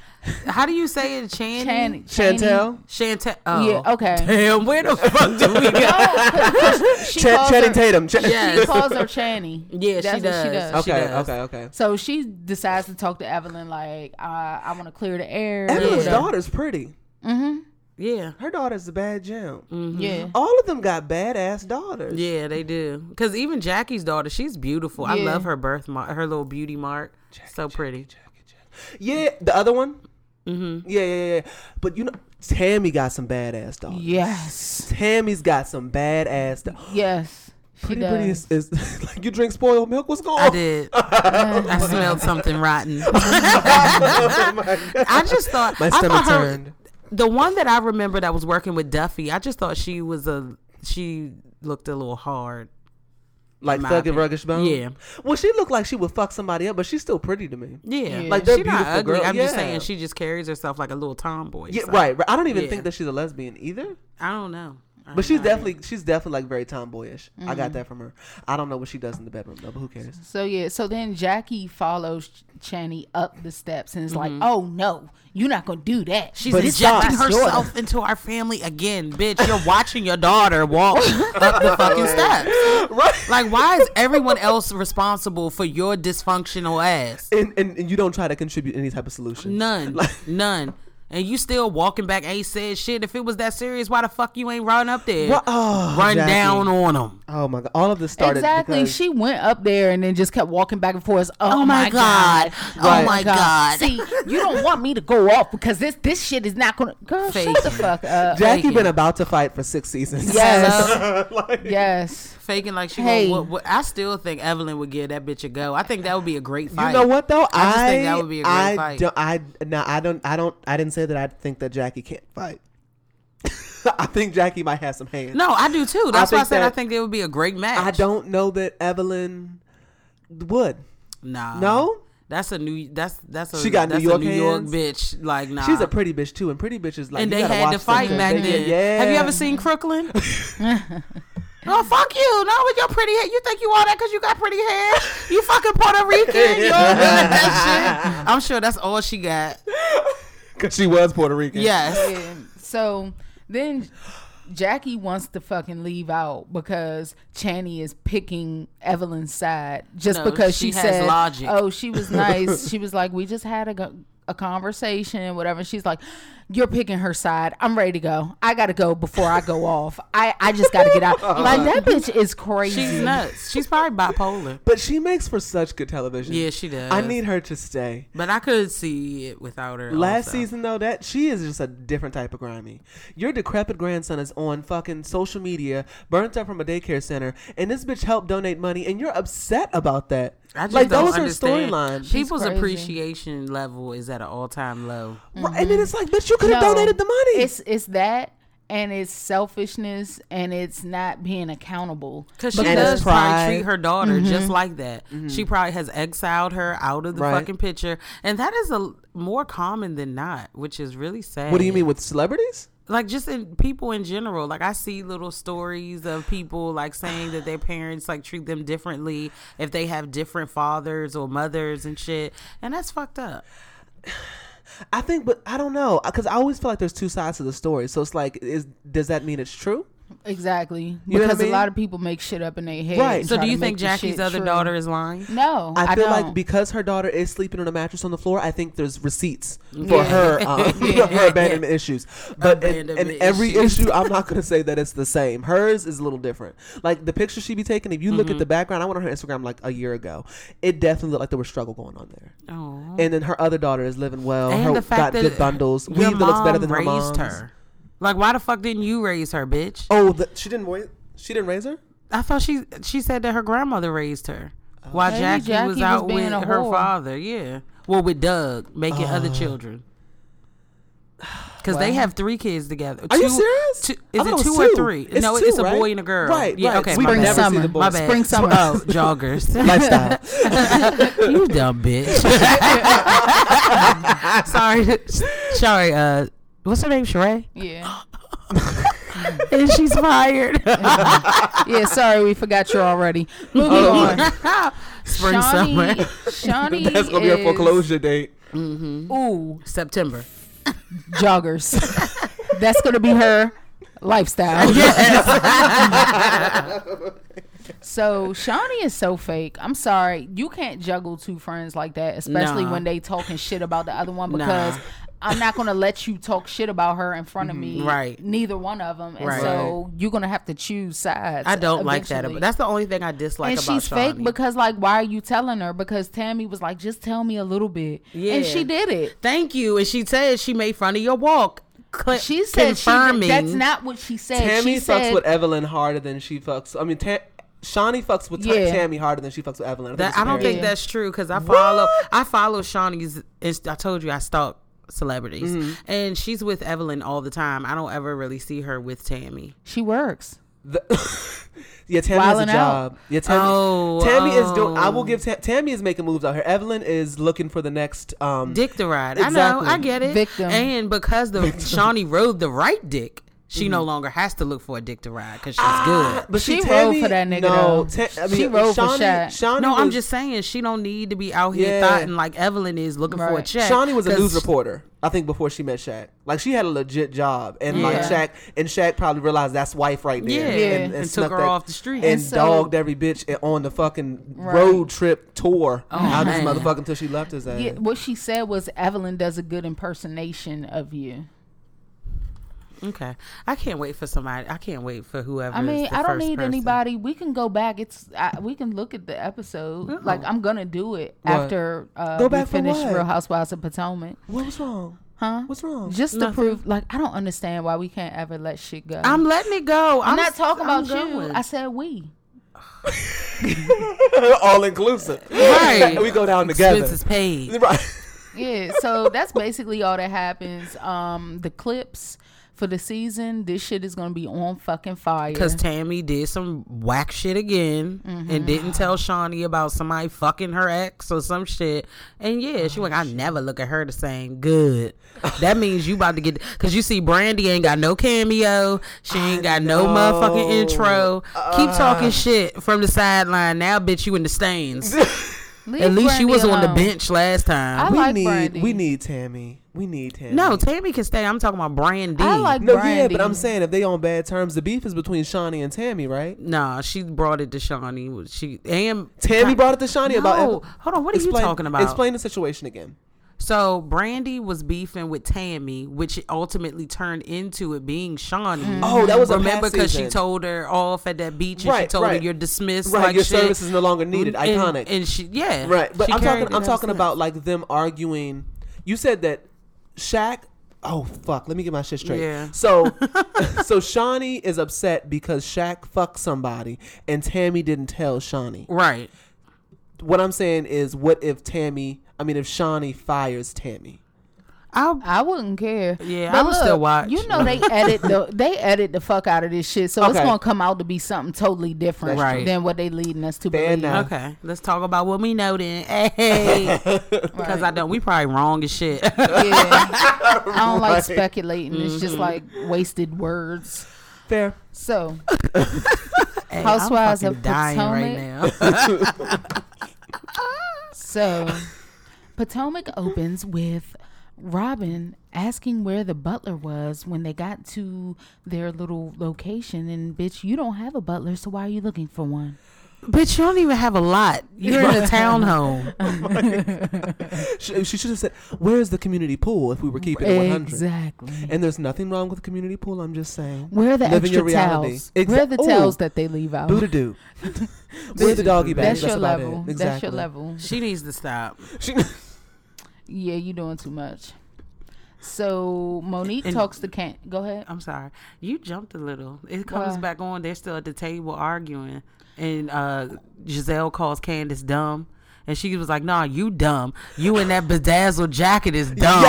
Speaker 4: How do you say it? Channy.
Speaker 3: Channing. Channing-
Speaker 2: Chantel,
Speaker 4: Chantel. Oh.
Speaker 3: Yeah, okay.
Speaker 4: Damn, where the fuck do we go?
Speaker 3: She
Speaker 2: Ch-
Speaker 3: calls
Speaker 2: Channing
Speaker 3: her-
Speaker 2: Tatum. Ch-
Speaker 3: She
Speaker 4: Yes.
Speaker 3: calls her Channy.
Speaker 4: Yeah,
Speaker 3: That's
Speaker 4: she
Speaker 3: what she
Speaker 4: does.
Speaker 3: does.
Speaker 4: she
Speaker 2: Okay,
Speaker 4: does.
Speaker 2: okay, okay.
Speaker 3: So she decides to talk to Evelyn like, uh, I want to clear the air.
Speaker 2: Evelyn's
Speaker 4: Yeah.
Speaker 2: daughter's pretty.
Speaker 4: Yeah.
Speaker 2: Her daughter's a bad gem.
Speaker 3: Mm-hmm. Mm.
Speaker 4: Mm-hmm.
Speaker 3: Yeah.
Speaker 2: All of them got badass daughters.
Speaker 4: Yeah, they do. Because even Jackie's daughter, she's beautiful. I
Speaker 3: Yeah.
Speaker 4: love her birthmark, her little beauty mark. so pretty.
Speaker 2: Yeah, the other one. Mm-hmm. Yeah, yeah, yeah. But you know, Tammy got some badass daughters.
Speaker 3: Yes.
Speaker 2: Tammy's got some badass. Da-
Speaker 3: Yes. She
Speaker 2: pretty
Speaker 3: does.
Speaker 2: pretty is, is like you drink spoiled milk. What's going
Speaker 4: I
Speaker 2: on?
Speaker 4: did. I smelled something rotten. I just thought
Speaker 2: My
Speaker 4: I thought
Speaker 2: stomach
Speaker 4: her-
Speaker 2: turned.
Speaker 4: The one that I remember that was working with Duffy, I just thought she was a she looked a little hard.
Speaker 2: Like
Speaker 4: my
Speaker 2: thug and
Speaker 4: opinion.
Speaker 2: ruggish bone.
Speaker 4: Yeah.
Speaker 2: Well, she looked like she would fuck somebody up, but she's still pretty to me.
Speaker 4: Yeah,
Speaker 3: Yeah.
Speaker 4: like
Speaker 3: Like,
Speaker 4: they're
Speaker 2: they're
Speaker 4: she not
Speaker 2: beautiful
Speaker 4: ugly.
Speaker 2: girl-
Speaker 4: I'm just
Speaker 2: yeah.
Speaker 4: saying she just carries herself like a little tomboy.
Speaker 2: Yeah,
Speaker 4: so
Speaker 2: right, right. I don't even
Speaker 4: yeah.
Speaker 2: think that she's a lesbian either.
Speaker 4: I don't know, I Mm-hmm.
Speaker 2: But
Speaker 4: have
Speaker 2: she's
Speaker 4: no idea.
Speaker 2: definitely she's definitely like very tomboyish. I got that from her. I don't know what she does in the bedroom though, but who cares?
Speaker 3: So yeah, so then Jackie follows Channy up the steps and is like,
Speaker 4: Mm-hmm.
Speaker 3: "Oh no, you're not gonna do that."
Speaker 4: She's
Speaker 2: But it's not
Speaker 4: injecting
Speaker 2: my
Speaker 4: herself into our family again, bitch. You're watching your daughter walk up the fucking steps.
Speaker 2: Right.
Speaker 4: Like, why is everyone else responsible for your dysfunctional ass?
Speaker 2: And, and and you don't try to contribute any type of solution.
Speaker 4: None. None. And you still walking back ain't said shit. If it was that serious, why the fuck you ain't run up there?
Speaker 2: Wha- oh,
Speaker 4: run
Speaker 2: Jackie.
Speaker 4: down on them.
Speaker 2: Oh my god! All of this started
Speaker 3: exactly.
Speaker 2: because-
Speaker 3: She went up there and then just kept walking back and forth. Oh,
Speaker 4: Oh my
Speaker 3: my god.
Speaker 4: God. Oh my God.
Speaker 3: See, you don't want me to go off because this this shit is not gonna. Girl,
Speaker 4: Fake.
Speaker 3: shut the fuck up.
Speaker 2: Jackie
Speaker 4: Thank
Speaker 2: been
Speaker 4: you.
Speaker 2: about to fight for six seasons.
Speaker 3: Yes.
Speaker 2: Like-
Speaker 3: yes.
Speaker 4: Faking like she
Speaker 3: Hey.
Speaker 4: gonna, what, what, I still think Evelyn would give that bitch a go. I think that would be a great
Speaker 2: You
Speaker 4: fight.
Speaker 2: know what though?
Speaker 4: I just think that would be a great
Speaker 2: I
Speaker 4: fight.
Speaker 2: Don't, I no, I don't. I don't. I didn't say that. I think that Jackie can't fight. I think Jackie might have some hands.
Speaker 4: No, I do too. That's why I
Speaker 2: think
Speaker 4: said I
Speaker 2: that-
Speaker 4: think it would be a great match.
Speaker 2: I don't know that Evelyn would.
Speaker 4: Nah.
Speaker 2: No?
Speaker 4: That's a new. That's that's a.
Speaker 2: She got New
Speaker 4: that's
Speaker 2: York
Speaker 4: a New York
Speaker 2: hands?
Speaker 4: bitch. Like Uh, nah.
Speaker 2: She's a pretty bitch too, and pretty bitches like
Speaker 4: and
Speaker 2: you
Speaker 4: they
Speaker 2: gotta
Speaker 4: had to
Speaker 2: watch
Speaker 4: fight
Speaker 2: them, 'cause
Speaker 4: back
Speaker 2: they
Speaker 4: then.
Speaker 2: get- Yeah.
Speaker 4: Have you ever seen Crooklyn? oh fuck you! No, with your pretty hair, you think you all that because you got pretty hair? You fucking Puerto Rican? You all that shit? I'm sure that's all she got.
Speaker 2: Cause she was Puerto Rican.
Speaker 4: Yes.
Speaker 3: Yeah. So then Jackie wants to fucking leave out because Channy is picking Evelyn's side just
Speaker 4: No,
Speaker 3: because she,
Speaker 4: she has
Speaker 3: said,
Speaker 4: logic.
Speaker 3: "Oh, she was nice. she was like, we just had a." go- a conversation and whatever. And she's like, You're picking her side. I'm ready to go. I gotta go before I go off. I, I just gotta get out. Like that bitch is crazy.
Speaker 4: She's nuts. She's probably bipolar.
Speaker 2: But she makes for such good television.
Speaker 4: Yeah, she does.
Speaker 2: I need her to stay.
Speaker 4: But I could see it without her.
Speaker 2: Last
Speaker 4: also.
Speaker 2: season though, that she is just a different type of grimy. Your decrepit grandson is on fucking social media, burnt up from a daycare center, and this bitch helped donate money, and you're upset about that.
Speaker 4: I just
Speaker 2: like that
Speaker 4: don't
Speaker 2: was her
Speaker 4: understand.
Speaker 2: storyline.
Speaker 4: People's
Speaker 3: crazy.
Speaker 4: appreciation level is at an all time low.
Speaker 2: Right, And then it's like, bitch, you could have
Speaker 3: Mm-hmm. No,
Speaker 2: donated the money.
Speaker 3: It's it's that and it's selfishness and it's not being accountable.
Speaker 4: Because she
Speaker 2: Because-
Speaker 4: does
Speaker 2: pride. Mm-hmm.
Speaker 4: probably treat her daughter just like that. She probably has exiled her out of the
Speaker 2: Right.
Speaker 4: fucking picture. And that is a more common than not, which is really sad.
Speaker 2: what do you mean with celebrities?
Speaker 4: Like just in people in general. Like I see little stories of people like saying that their parents like treat them differently if they have different fathers or mothers and shit. And that's fucked up.
Speaker 2: I think, but I don't know, because I always feel like there's two sides to the story. So it's like, is does that mean it's true?
Speaker 3: Exactly.
Speaker 2: You know what I
Speaker 3: because
Speaker 2: mean?
Speaker 3: a lot of people make shit up in their head.
Speaker 2: Right.
Speaker 3: and
Speaker 4: So
Speaker 3: try
Speaker 4: do
Speaker 3: to
Speaker 4: you think
Speaker 3: make the
Speaker 4: Jackie's
Speaker 3: shit
Speaker 4: other
Speaker 3: true.
Speaker 4: daughter is lying?
Speaker 3: No,
Speaker 2: I feel like
Speaker 3: don't.
Speaker 2: because her daughter is sleeping on a mattress on the floor, I think there's receipts for
Speaker 3: Yeah.
Speaker 2: her um, her abandonment issues. But in, in
Speaker 4: Abandonment
Speaker 2: every
Speaker 4: issues.
Speaker 2: issue, I'm not going to say that it's the same. Hers is a little different. Like the picture she be taking, if you look
Speaker 4: Mm-hmm.
Speaker 2: at the background, I went on her Instagram like a year ago. It definitely looked like there was struggle going on there.
Speaker 4: Oh.
Speaker 2: And then her other daughter is living well.
Speaker 4: And
Speaker 2: her
Speaker 4: the fact
Speaker 2: got
Speaker 4: that
Speaker 2: good bundles.
Speaker 4: your
Speaker 2: Weave that looks better
Speaker 4: mom
Speaker 2: than her mom's.
Speaker 4: Like, why the fuck didn't you raise her, bitch?
Speaker 2: Oh, the, she didn't wait. She didn't raise her.
Speaker 4: I thought she she said that her grandmother raised her while
Speaker 3: Maybe
Speaker 4: Jackie,
Speaker 3: Jackie
Speaker 4: was
Speaker 3: was
Speaker 4: out
Speaker 3: being
Speaker 4: with
Speaker 3: a
Speaker 4: her
Speaker 3: whore.
Speaker 4: father. Yeah, well, with Doug making
Speaker 2: Uh.
Speaker 4: other children. Because they have three kids together.
Speaker 2: Are you
Speaker 4: Two-
Speaker 2: serious?
Speaker 4: two-
Speaker 2: I
Speaker 4: is
Speaker 2: thought
Speaker 4: it two, or three?
Speaker 2: It's
Speaker 4: no,
Speaker 2: two,
Speaker 4: it's a
Speaker 2: right?
Speaker 4: boy and a girl.
Speaker 2: Right.
Speaker 4: Yeah.
Speaker 2: right.
Speaker 4: Okay.
Speaker 2: We've
Speaker 4: my bad.
Speaker 2: never seen
Speaker 3: Summer.
Speaker 2: the boys.
Speaker 4: My bad.
Speaker 3: Spring, summer.
Speaker 4: Oh, joggers.
Speaker 2: Lifestyle.
Speaker 4: you dumb bitch. sorry, sorry. Uh, what's her name? Sheree.
Speaker 3: Yeah.
Speaker 4: And she's fired.
Speaker 3: Yeah, sorry, we forgot you already. Moving on.
Speaker 4: Spring,
Speaker 3: Shawnee,
Speaker 4: summer,
Speaker 3: Shawnee
Speaker 2: That's gonna be her
Speaker 3: is-
Speaker 2: foreclosure date.
Speaker 3: Ooh,
Speaker 4: September.
Speaker 3: joggers. That's going to be her lifestyle. So Shawnee is so fake. I'm sorry. You can't juggle two friends like that, especially
Speaker 4: Nah.
Speaker 3: when they talking shit about the other one because
Speaker 4: Nah.
Speaker 3: I'm not gonna let you talk shit about her in front of me.
Speaker 4: Mm-hmm. right.
Speaker 3: Neither one of them, and
Speaker 4: Right.
Speaker 3: so you're gonna have to choose sides.
Speaker 4: I don't like that.
Speaker 3: eventually.
Speaker 4: About, that's the only thing I dislike
Speaker 3: and
Speaker 4: about
Speaker 3: she's
Speaker 4: Shawnee.
Speaker 3: fake because like, why are you telling her? Because Tammy was like, just tell me a little bit,
Speaker 4: Yeah.
Speaker 3: and she did it.
Speaker 4: Thank you. And she said she made fun of your walk. Cl-
Speaker 3: She said she,
Speaker 4: confirming.
Speaker 3: that's not what she said.
Speaker 2: Tammy
Speaker 3: she
Speaker 2: fucks
Speaker 3: said,
Speaker 2: with Evelyn harder than she fucks. I mean, Ta- Shawnee fucks with Ta-
Speaker 3: Yeah.
Speaker 2: Tammy harder than she fucks with Evelyn. I, think
Speaker 4: That-
Speaker 2: it's
Speaker 4: I don't
Speaker 2: apparent.
Speaker 4: think that's true because I follow I follow Shawnee's. Inst- I told you I stalk celebrities,
Speaker 3: Mm-hmm.
Speaker 4: and she's with Evelyn all the time. I don't ever really see her with Tammy.
Speaker 3: she works.
Speaker 2: The- yeah, Tammy has a
Speaker 3: Wildin' out.
Speaker 2: job. Yeah, Tammy,
Speaker 4: Oh,
Speaker 2: Tammy is doing. I will
Speaker 4: oh.
Speaker 2: give Ta- Tammy is making moves out here. Evelyn is looking for the next. Um,
Speaker 4: Dick the ride. I know.
Speaker 2: Exactly.
Speaker 4: I get it.
Speaker 3: Victim.
Speaker 4: And because the Shawnee rode the right dick. She
Speaker 3: Mm-hmm.
Speaker 4: no longer has to look for a dick to ride because she's good.
Speaker 2: Ah, But
Speaker 3: She
Speaker 2: see,
Speaker 3: rolled
Speaker 2: Tammy-
Speaker 3: for that nigga,
Speaker 2: No,
Speaker 3: though.
Speaker 2: Ta- I
Speaker 3: She
Speaker 2: mean,
Speaker 3: rolled for
Speaker 2: Shawnee-
Speaker 3: Shaq.
Speaker 2: Shawnee
Speaker 4: No, I'm
Speaker 2: was-
Speaker 4: just saying she don't need to be out here
Speaker 2: Yeah.
Speaker 4: thoughting like Evelyn is looking for a
Speaker 3: Right.
Speaker 4: check.
Speaker 2: Shawnee was a
Speaker 4: 'cause
Speaker 2: news reporter, I think, before she met Shaq. Like she had a legit job, and like
Speaker 3: Yeah.
Speaker 2: Shaq, and Shaq probably realized that's wife right there,
Speaker 4: Yeah.
Speaker 3: Yeah.
Speaker 2: and,
Speaker 4: And took
Speaker 2: snuck
Speaker 4: her off the
Speaker 2: and,
Speaker 4: street. And
Speaker 3: so-
Speaker 2: dogged every bitch a- on the fucking
Speaker 3: Right.
Speaker 2: road trip tour out this
Speaker 4: man.
Speaker 2: motherfucker until she left his ass.
Speaker 3: Yeah, what she said was Evelyn does a good impersonation of you.
Speaker 4: Okay, I can't wait for somebody. I can't wait for whoever.
Speaker 3: I mean,
Speaker 4: is the
Speaker 3: I don't
Speaker 4: first
Speaker 3: need
Speaker 4: person.
Speaker 3: anybody. We can go back. It's I, we can look at the episode. Like I'm gonna do it
Speaker 2: What?
Speaker 3: after uh,
Speaker 2: Go
Speaker 3: we
Speaker 2: back for
Speaker 3: finish
Speaker 2: what?
Speaker 3: Real Housewives of Potomac.
Speaker 2: What was wrong?
Speaker 3: Huh?
Speaker 2: What's wrong?
Speaker 3: Just to prove, like I don't understand why we can't ever let shit go.
Speaker 4: I'm letting it go. I'm,
Speaker 3: I'm not talking
Speaker 4: I'm
Speaker 3: about you.
Speaker 4: going.
Speaker 3: I said we.
Speaker 2: All inclusive.
Speaker 4: Right.
Speaker 2: we go down together.
Speaker 4: Expenses paid.
Speaker 2: Right.
Speaker 3: Yeah. So that's basically all that happens. Um, the clips for the season. This shit is gonna be on fucking fire.
Speaker 4: Because Tammy did some whack shit again
Speaker 3: Mm-hmm.
Speaker 4: and didn't tell Shawnee about somebody fucking her ex or some shit. And yeah,
Speaker 3: Oh,
Speaker 4: she went, I never look at her the same. Good. That means you about to get. Because you see, Brandy ain't got no cameo. She ain't got no motherfucking intro. Keep
Speaker 3: Uh.
Speaker 4: talking shit from the sideline. Now, bitch, you in the stains.
Speaker 3: Leave
Speaker 4: at least you
Speaker 3: Brandy
Speaker 4: was on the
Speaker 3: alone.
Speaker 4: bench last time.
Speaker 3: I
Speaker 2: we
Speaker 3: like
Speaker 2: need
Speaker 3: Brandy.
Speaker 2: we need Tammy. We need Tammy.
Speaker 4: no, Tammy can stay. I'm talking about Brandy.
Speaker 3: I like
Speaker 2: No,
Speaker 3: Brandy.
Speaker 2: yeah, but I'm saying if they on bad terms, the beef is between Shawnee and Tammy, right?
Speaker 4: Nah, she brought it to Shawnee. She and
Speaker 2: Tammy brought it to Shawnee about.
Speaker 4: No. Hold on, what are you
Speaker 2: Explain-
Speaker 4: talking about?
Speaker 2: Explain the situation again.
Speaker 4: So Brandy was beefing with Tammy, which ultimately turned into it being Shawnee.
Speaker 3: Mm-hmm.
Speaker 2: Oh, that was a
Speaker 4: remember
Speaker 2: past
Speaker 4: because she
Speaker 2: season.
Speaker 4: told her off at that beach, and she
Speaker 2: Right,
Speaker 4: told her
Speaker 2: right.
Speaker 4: you're dismissed.
Speaker 2: Right,
Speaker 4: like
Speaker 2: your
Speaker 4: shit.
Speaker 2: service is no longer needed.
Speaker 4: Mm, and-
Speaker 2: Iconic.
Speaker 4: And, she, yeah,
Speaker 2: Right, but
Speaker 4: she
Speaker 2: I'm
Speaker 4: carried
Speaker 2: talking.
Speaker 4: it.
Speaker 2: I'm
Speaker 4: That
Speaker 2: talking
Speaker 4: was
Speaker 2: about like them arguing. You said that Shaq. Oh fuck! Let me get my shit straight.
Speaker 4: Yeah.
Speaker 2: So, so Shawnee is upset because Shaq fucked somebody, and Tammy didn't tell Shawnee.
Speaker 4: nice. right.
Speaker 2: What I'm saying is, what if Tammy? I mean, if Shawnee fires Tammy?
Speaker 4: I'll,
Speaker 3: I wouldn't care.
Speaker 4: Yeah, I would still watch.
Speaker 3: You know they edit the they edit the fuck out of this shit, so it's
Speaker 2: Okay.
Speaker 3: gonna come out to be something totally different
Speaker 4: That's true.
Speaker 3: than what they leading us to
Speaker 2: Fair
Speaker 3: believe.
Speaker 2: enough.
Speaker 4: okay, let's talk about what we know then. Hey, because I don't. We probably wrong as shit.
Speaker 3: Yeah. I don't like
Speaker 2: Right.
Speaker 3: speculating. It's
Speaker 4: Mm-hmm.
Speaker 3: just like wasted words.
Speaker 2: Fair.
Speaker 3: So
Speaker 4: Hey, I'm
Speaker 3: Housewives
Speaker 4: fucking
Speaker 3: of
Speaker 4: dying right now.
Speaker 3: so Potomac opens with Robin asking where the butler was when they got to their little location and bitch, you don't have a butler, so why are you looking for one?
Speaker 4: Bitch, you don't even have a lot. You're in a townhome.
Speaker 2: She, she should have said, "Where is the community pool?" If we were keeping it 100.
Speaker 3: Exactly.
Speaker 2: And there's nothing wrong with the community pool. I'm just saying.
Speaker 3: Where are the
Speaker 2: Living your
Speaker 3: extra
Speaker 2: reality.
Speaker 3: towels?
Speaker 2: Exa-
Speaker 3: Where are the
Speaker 2: Ooh.
Speaker 3: towels that they leave out?
Speaker 2: Boo to do. Where's the doggy bag?
Speaker 3: That's, your
Speaker 2: about
Speaker 3: level.
Speaker 2: it.
Speaker 3: That's your level.
Speaker 4: She needs to stop.
Speaker 2: She-
Speaker 3: Yeah, you doing too much. So Monique
Speaker 4: And-
Speaker 3: talks to Kent. Go ahead.
Speaker 4: I'm sorry. You jumped a little. It comes
Speaker 3: Why?
Speaker 4: back on. They're still at the table arguing. And uh, Giselle calls Candace dumb. And she was like, nah, you dumb. You in that bedazzled jacket is dumb.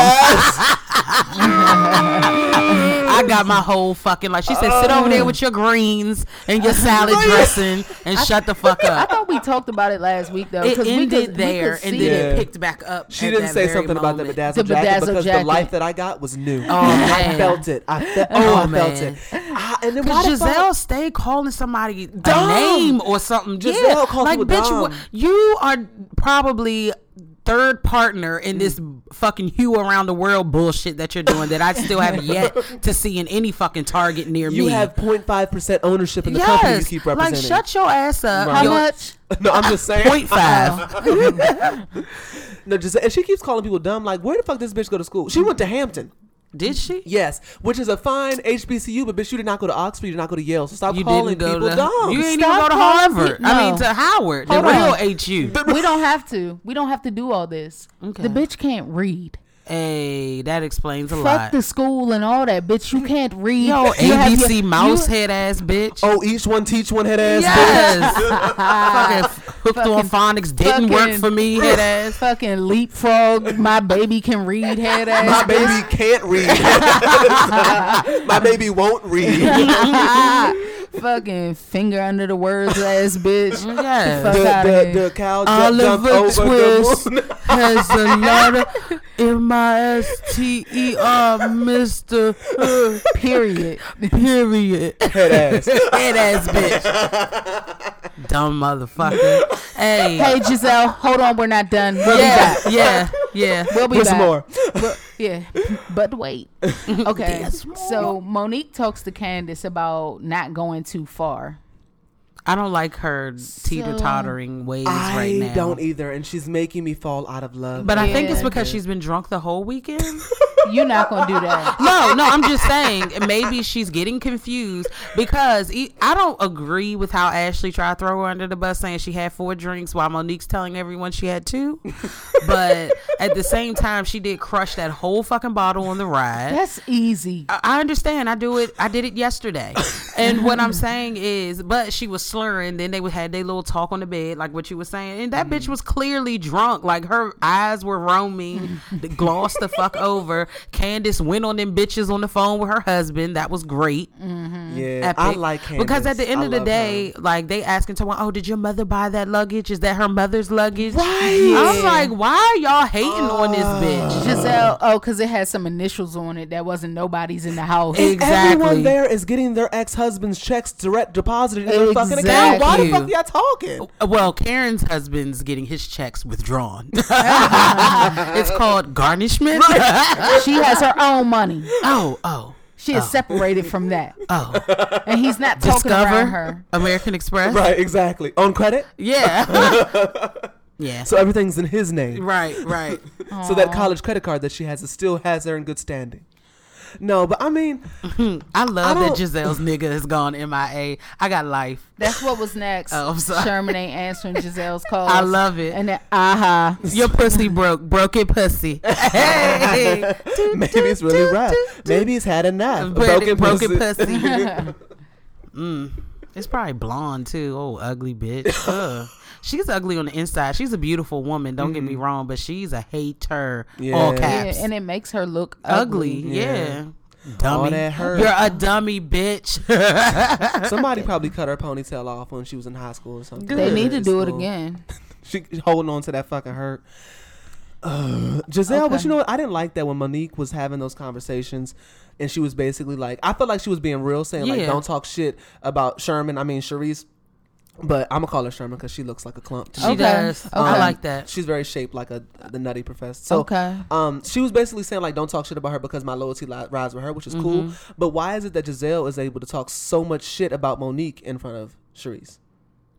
Speaker 4: I got my whole fucking life. She said, sit over there with your greens and your salad dressing and shut the fuck
Speaker 3: Oh. I
Speaker 4: up.
Speaker 3: thought we talked about it last week though.
Speaker 4: It
Speaker 3: 'cause we
Speaker 4: ended
Speaker 3: could- we could
Speaker 4: there
Speaker 3: see
Speaker 4: and then
Speaker 3: it.
Speaker 4: it
Speaker 2: Yeah.
Speaker 4: picked back up.
Speaker 2: She
Speaker 4: at
Speaker 2: didn't
Speaker 4: that
Speaker 2: say
Speaker 4: very
Speaker 2: something about the
Speaker 4: moment.
Speaker 2: bedazzled
Speaker 3: The
Speaker 2: jacket
Speaker 3: bedazzled
Speaker 2: because
Speaker 3: jacket.
Speaker 2: the life that I got was new.
Speaker 4: Oh,
Speaker 2: I
Speaker 4: man.
Speaker 2: felt it. I felt.
Speaker 4: Oh,
Speaker 2: Oh, I
Speaker 4: man.
Speaker 2: felt it. I, and then why
Speaker 4: Because
Speaker 2: the fuck-
Speaker 4: Giselle stay calling somebody
Speaker 2: Dumb.
Speaker 4: a name or something.
Speaker 2: Giselle
Speaker 4: yeah.
Speaker 2: calls
Speaker 4: like,
Speaker 2: you a
Speaker 4: bitch,
Speaker 2: dumb.
Speaker 4: wha- you are probably third partner in this fucking hue around the world bullshit that you're doing that I still have yet to see in any fucking Target near
Speaker 2: you
Speaker 4: me.
Speaker 2: have 0.5 percent ownership in the company you
Speaker 4: yes,
Speaker 2: keep
Speaker 4: like
Speaker 2: representing.
Speaker 4: shut your ass up.
Speaker 2: Right.
Speaker 3: How
Speaker 4: Your-
Speaker 3: much?
Speaker 2: no, I'm just saying.
Speaker 4: Point five.
Speaker 2: No, Giselle, and she keeps calling people dumb. Like, where the fuck this bitch go to school? She went to Hampton.
Speaker 4: Did she?
Speaker 2: Yes, which is a fine HBCU, but bitch, you did not go to Oxford. You did not go to Yale. So stop
Speaker 4: You
Speaker 2: calling
Speaker 4: didn't go
Speaker 2: people
Speaker 4: to.
Speaker 2: dumb.
Speaker 4: You didn't even
Speaker 3: Stop
Speaker 4: go to
Speaker 3: calling
Speaker 4: Harvard.
Speaker 3: pe-
Speaker 4: I mean
Speaker 3: no.
Speaker 4: to Howard. The
Speaker 3: Hold
Speaker 4: real
Speaker 3: on.
Speaker 4: HU.
Speaker 3: we don't have to. We don't have to do all this.
Speaker 4: Okay.
Speaker 3: The bitch can't read.
Speaker 4: Hey, that explains a
Speaker 3: Fuck
Speaker 4: lot.
Speaker 3: the school and all that, bitch. You can't read.
Speaker 4: Yo,
Speaker 3: You have your-
Speaker 4: ABC
Speaker 3: you-
Speaker 4: mouse head ass bitch.
Speaker 2: oh, each one teach one head ass.
Speaker 4: Yes. fucking hooked on phonics didn't work
Speaker 3: fucking-
Speaker 4: for me. Head ass.
Speaker 3: Fucking leapfrog. My baby can read. Head ass.
Speaker 2: My baby can't read. My baby won't read.
Speaker 3: fucking finger under the words, ass bitch.
Speaker 4: Yes.
Speaker 3: Fuck
Speaker 2: The,
Speaker 3: outta
Speaker 2: the,
Speaker 3: here.
Speaker 2: the cow ju- jumped
Speaker 4: Oliver
Speaker 2: over
Speaker 4: Twist
Speaker 2: the moon.
Speaker 4: has a letter M I S T E R, Mister.
Speaker 3: Period.
Speaker 4: Period.
Speaker 2: Head ass.
Speaker 4: Head ass bitch. Dumb motherfucker. Hey.
Speaker 3: Hey Giselle, hold on, we're not done. We'll
Speaker 4: yeah,
Speaker 3: be back.
Speaker 4: yeah, yeah.
Speaker 3: We'll be
Speaker 2: With
Speaker 3: back.
Speaker 2: some more.
Speaker 3: Well, yeah, but wait. Okay, so Monique talks to Candace about not going too far.
Speaker 4: I don't like her teeter tottering ways right
Speaker 2: I
Speaker 4: now.
Speaker 2: don't either, and she's making me fall out of love.
Speaker 4: but I think
Speaker 3: Yeah,
Speaker 4: it's because she's been drunk the whole weekend.
Speaker 3: You're not gonna do that.
Speaker 4: no, no, I'm just saying maybe she's getting confused because e- I don't agree with how Ashley tried to throw her under the bus saying she had four drinks while Monique's telling everyone she had two. but at the same time, she did crush that whole fucking bottle on the ride.
Speaker 3: That's easy.
Speaker 4: I- I understand. I do it. I did it yesterday. and what I'm saying is, but she was slurring. Then they had their little talk on the bed, like what you were saying. And that bitch was clearly drunk. Like her eyes were roaming, th- glossed the fuck over. Candace went on them bitches on the phone with her husband. That was great.
Speaker 2: yeah,
Speaker 4: Epic.
Speaker 2: Mm-hmm. I like Candace.
Speaker 4: because at the end
Speaker 2: I
Speaker 4: of the
Speaker 2: love
Speaker 4: day,
Speaker 2: her.
Speaker 4: like they asking someone, "Oh, did your mother buy that luggage? Is that her mother's luggage?"
Speaker 2: Right. Uh,
Speaker 4: I'm like, why are y'all hating on this bitch?
Speaker 3: Giselle, oh, because it had some initials on it that wasn't nobody's in the house.
Speaker 4: Ex- exactly.
Speaker 2: everyone there is getting their ex husband's checks direct deposited in their fucking account. Why the
Speaker 4: Exactly.
Speaker 2: fuck y'all talking?
Speaker 4: Well, Karen's husband's getting his checks withdrawn. it's called garnishment.
Speaker 3: she has her own money.
Speaker 4: oh, oh,
Speaker 3: She is separated from that,
Speaker 4: oh.
Speaker 3: and he's not talking
Speaker 4: Discover
Speaker 3: around her.
Speaker 4: American Express.
Speaker 2: Right, exactly. On credit,
Speaker 4: Yeah. yeah.
Speaker 2: so everything's in his name.
Speaker 4: right, right.
Speaker 2: So that college credit card that she has is still has her in good standing. No, but I mean,
Speaker 4: I love
Speaker 2: I
Speaker 4: that
Speaker 2: don't-
Speaker 4: Giselle's nigga has gone MIA. I got life.
Speaker 3: That's what was next.
Speaker 4: Oh, I'm sorry.
Speaker 3: Sherman ain't answering Giselle's calls.
Speaker 4: I love it.
Speaker 3: And uh-huh. then, aha.
Speaker 4: Your pussy broke. Broke it pussy. Hey.
Speaker 2: maybe it's really rough. Maybe he's had enough.
Speaker 4: Broken, broken
Speaker 2: pussy.
Speaker 4: pussy. mm. It's probably blonde too. Oh, ugly bitch. Ugh. She's ugly on the inside. She's a beautiful woman. Don't get me wrong, but she's a hater. All
Speaker 2: Mm-hmm. Yeah.
Speaker 3: Yeah,
Speaker 4: caps.
Speaker 3: and it makes her look
Speaker 4: ugly.
Speaker 3: ugly.
Speaker 4: Yeah.
Speaker 2: All
Speaker 4: Dummy.
Speaker 2: that hurt.
Speaker 4: You're a dummy bitch.
Speaker 2: Somebody probably cut her ponytail off when she was in high school or something.
Speaker 3: They need to
Speaker 2: Good
Speaker 3: do it
Speaker 2: school.
Speaker 3: again.
Speaker 2: She holding on to that fucking hurt. Ugh. Giselle, but
Speaker 3: Okay.
Speaker 2: you know what? I didn't like that when Monique was having those conversations, and she was basically like, I felt like she was being real, saying like,
Speaker 4: Yeah.
Speaker 2: "Don't talk shit about Sherman." I mean, Sharice, but I'm gonna call her Sherman because she looks like a clump. to
Speaker 4: she
Speaker 2: me.
Speaker 3: Okay.
Speaker 4: does. I
Speaker 3: Okay.
Speaker 4: like that.
Speaker 2: She's very shaped like a the nutty professor. So,
Speaker 3: Okay.
Speaker 2: um, she was basically saying like, don't talk shit about her because my loyalty li- rides with her, which is cool.
Speaker 4: Mm-hmm.
Speaker 2: But why is it that Giselle is able to talk so much shit about Monique in front of Sharice?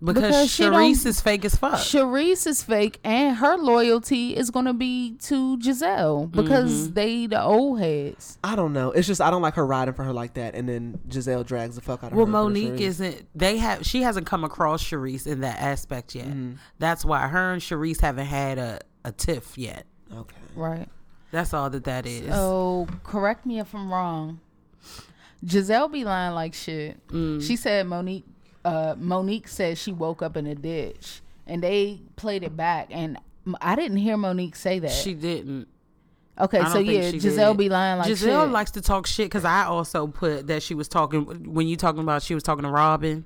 Speaker 4: Because,
Speaker 3: Because she
Speaker 4: Sharice
Speaker 3: don't-
Speaker 4: is fake as fuck.
Speaker 3: Sharice is fake, and her loyalty is going to be to Giselle because
Speaker 4: Mm-hmm.
Speaker 3: they the old heads.
Speaker 2: I don't know. It's just I don't like her riding for her like that, and then Giselle drags the fuck out of
Speaker 4: Well,
Speaker 2: her. in front of
Speaker 4: Monique
Speaker 2: Sharice.
Speaker 4: isn't. They have. She hasn't come across Sharice in that aspect yet.
Speaker 2: Mm-hmm.
Speaker 4: That's why her and Sharice haven't had a a tiff yet.
Speaker 2: okay.
Speaker 3: Right.
Speaker 4: That's all that that is.
Speaker 3: Oh, correct me if I'm wrong. Giselle be lying like shit.
Speaker 4: Mm.
Speaker 3: She said Monique. Uh, Monique said she woke up in a ditch, and they played it back. And m- I didn't hear Monique say that.
Speaker 4: She didn't.
Speaker 3: okay, Eh,
Speaker 4: I
Speaker 3: so
Speaker 4: don't think
Speaker 3: yeah,
Speaker 4: she
Speaker 3: Giselle
Speaker 4: did.
Speaker 3: be lying like
Speaker 4: Giselle
Speaker 3: shit.
Speaker 4: likes to talk shit because I also put that she was talking when you talking about she was talking to Robin.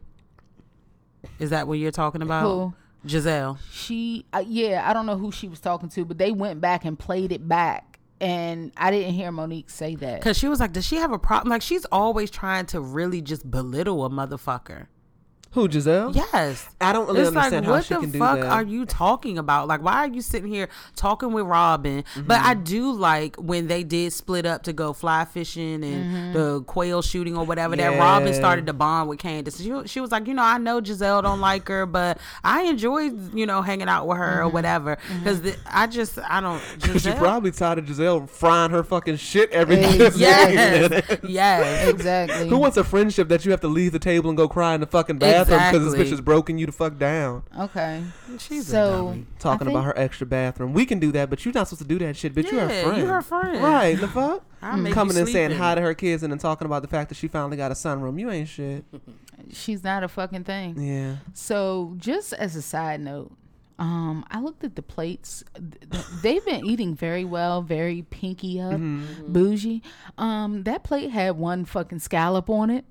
Speaker 4: Is that what you're talking about?
Speaker 3: Who?
Speaker 4: Giselle.
Speaker 3: she uh, yeah i don't know who she was talking to but they went back and played it back and i didn't hear monique say that
Speaker 4: Because she was like, does she have a problem? Like she's always trying to really just belittle a motherfucker.
Speaker 2: Who Giselle?
Speaker 4: Yes.
Speaker 2: I don't really understand how
Speaker 4: what
Speaker 2: she
Speaker 4: the
Speaker 2: can do
Speaker 4: fuck
Speaker 2: that.
Speaker 4: are you talking about? Like, why are you sitting here talking with Robin? But
Speaker 2: Mm-hmm.
Speaker 4: I do like when they did split up to go fly fishing and the quail shooting or whatever. That Robin
Speaker 2: Mm-hmm. Yeah.
Speaker 4: started to bond with Candace. She, she was like, you know, I know Giselle don't like her, but I enjoy you know hanging out with her or whatever. Because I just I don't.
Speaker 2: Mm-hmm. she
Speaker 4: Giselle,
Speaker 2: probably tired of Giselle frying her fucking shit every
Speaker 3: Hey,
Speaker 2: day.
Speaker 4: yes, yes.
Speaker 3: exactly
Speaker 2: Who wants a friendship that you have to leave the table and go cry in the fucking bathroom because this
Speaker 4: Exactly.
Speaker 2: bitch is broken you the fuck down?
Speaker 3: okay
Speaker 4: She's a
Speaker 3: so
Speaker 4: dummy.
Speaker 2: Talking
Speaker 3: I
Speaker 2: about
Speaker 3: think-
Speaker 2: her extra bathroom. We can do that, but you're not supposed to do that shit, bitch. you're
Speaker 4: Yeah,
Speaker 2: her
Speaker 4: you
Speaker 2: friend.
Speaker 4: her friend.
Speaker 2: Right, the fuck?
Speaker 4: I make you
Speaker 2: Coming and saying
Speaker 4: sleeping.
Speaker 2: hi to her kids and then talking about the fact that she finally got a sunroom. You ain't shit.
Speaker 3: she's not a fucking thing
Speaker 2: Yeah.
Speaker 3: so just as a side note um i looked at the plates Th- th- they've been eating very well very pinky up bougie um that plate had one fucking scallop on it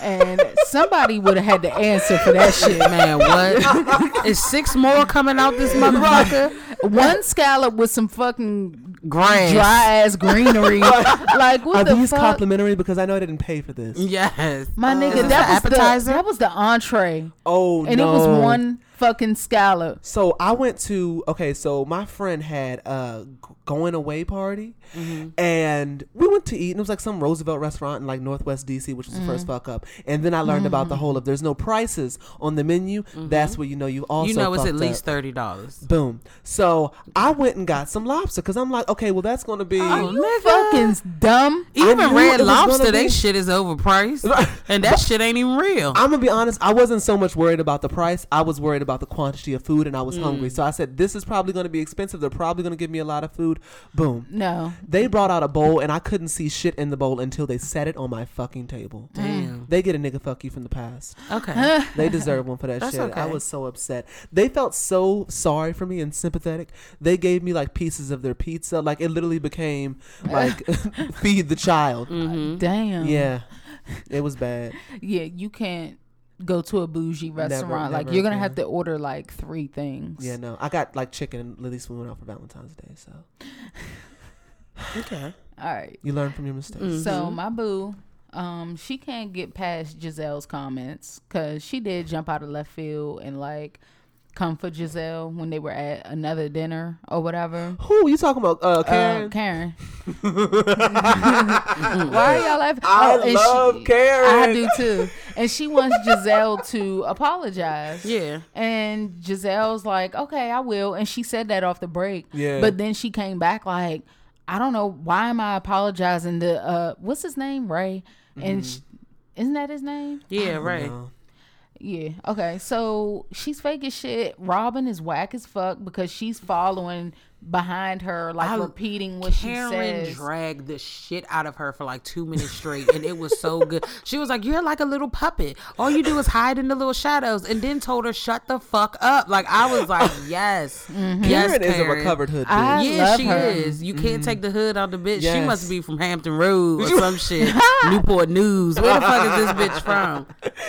Speaker 3: and somebody would have had to answer for that shit.
Speaker 4: Man, what? Is six more coming out this motherfucker?
Speaker 3: One scallop with some fucking
Speaker 4: Grass.
Speaker 3: dry ass greenery. like what
Speaker 2: Are
Speaker 3: the
Speaker 2: these
Speaker 3: fuck?
Speaker 2: complimentary? Because I know I didn't pay for this.
Speaker 4: Yes.
Speaker 3: My
Speaker 4: Is
Speaker 3: nigga,
Speaker 4: this
Speaker 3: that
Speaker 4: the
Speaker 3: was
Speaker 4: appetizer.
Speaker 3: the that was the entree,
Speaker 2: Oh
Speaker 3: and
Speaker 2: no!
Speaker 3: it was one fucking scallop.
Speaker 2: So I went to okay. So my friend had a g- going away party,
Speaker 4: Mm-hmm.
Speaker 2: and we went to eat, and it was like some Roosevelt restaurant in like Northwest DC, which was the
Speaker 4: Mm-hmm.
Speaker 2: first fuck up. And then I learned about the whole of there's no prices on the menu. That's where you know you also
Speaker 4: Mm-hmm. you know it's
Speaker 2: fucked
Speaker 4: at least
Speaker 2: up.
Speaker 4: thirty dollars.
Speaker 2: Boom. So I went and got some lobster because I'm like, okay, well that's gonna
Speaker 4: Oh,
Speaker 2: be.
Speaker 3: You fucking dumb.
Speaker 4: Even
Speaker 2: knew it
Speaker 4: Red
Speaker 2: was gonna
Speaker 4: Lobster, they
Speaker 2: be-
Speaker 4: shit is overpriced, and that shit ain't even real.
Speaker 2: I'm gonna be honest. I wasn't so much worried about the price. I was worried about the quantity of food, and I was hungry.
Speaker 4: Mm.
Speaker 2: So I said, "This is probably gonna be expensive. They're probably gonna give me a lot of food." Boom.
Speaker 3: No,
Speaker 2: They brought out a bowl and I couldn't see shit in the bowl until they set it on my fucking table.
Speaker 4: Damn.
Speaker 2: They get a nigga fuck you from the past.
Speaker 4: Okay.
Speaker 2: They deserve one for that
Speaker 4: That's
Speaker 2: shit. I
Speaker 4: okay.
Speaker 2: was so upset. They felt so sorry for me and sympathetic. They gave me like pieces of their pizza. Like it literally became like feed the child.
Speaker 4: Mm.
Speaker 3: damn.
Speaker 2: Yeah. It was bad.
Speaker 3: yeah, you can't go to a bougie restaurant. like
Speaker 2: never
Speaker 3: you're gonna have
Speaker 2: again.
Speaker 3: to order like three things.
Speaker 2: Yeah, no. I got like chicken and Lily's we went out for Valentine's Day, so
Speaker 4: okay. Mm.
Speaker 3: All right.
Speaker 2: you learn from your mistakes.
Speaker 3: So my boo, um, she can't get past Giselle's comments because she did jump out of left field and like come for Giselle when they were at another dinner or whatever.
Speaker 2: Who you talking about? Uh Karen.
Speaker 3: Uh, Karen. Why are y'all laughing?
Speaker 4: Oh,
Speaker 3: Oh,
Speaker 2: I
Speaker 3: and
Speaker 2: love Karen.
Speaker 3: I do too. And she wants Giselle to apologize.
Speaker 4: Yeah.
Speaker 3: And Giselle's like, okay, I will. And she said that off the break.
Speaker 2: Yeah.
Speaker 3: But then she came back like, I don't know why am I apologizing to uh what's his name Ray? And
Speaker 4: Mm-hmm.
Speaker 3: sh isn't that his name?
Speaker 4: Yeah. Right.
Speaker 3: Yeah. Okay. So she's fake as shit. Robin is whack as fuck because she's following behind her, like
Speaker 4: I-
Speaker 3: repeating what
Speaker 4: Karen
Speaker 3: she says.
Speaker 4: dragged the shit out of her for like two minutes straight, and it was so good. She was like, "You're like a little puppet. All you do is hide in the little shadows," and then told her, "Shut the fuck up." Like I was like, "Yes,
Speaker 2: Mm-hmm.
Speaker 4: yes,
Speaker 2: Karen is a recovered hood.
Speaker 3: I-
Speaker 2: bitch.
Speaker 4: Yeah,
Speaker 3: love
Speaker 4: she
Speaker 3: her. Mm-hmm.
Speaker 4: is. You can't take the hood out the bitch. She
Speaker 2: Yes.
Speaker 4: must be from Hampton Road or some shit. Newport News. Where the fuck is this bitch from?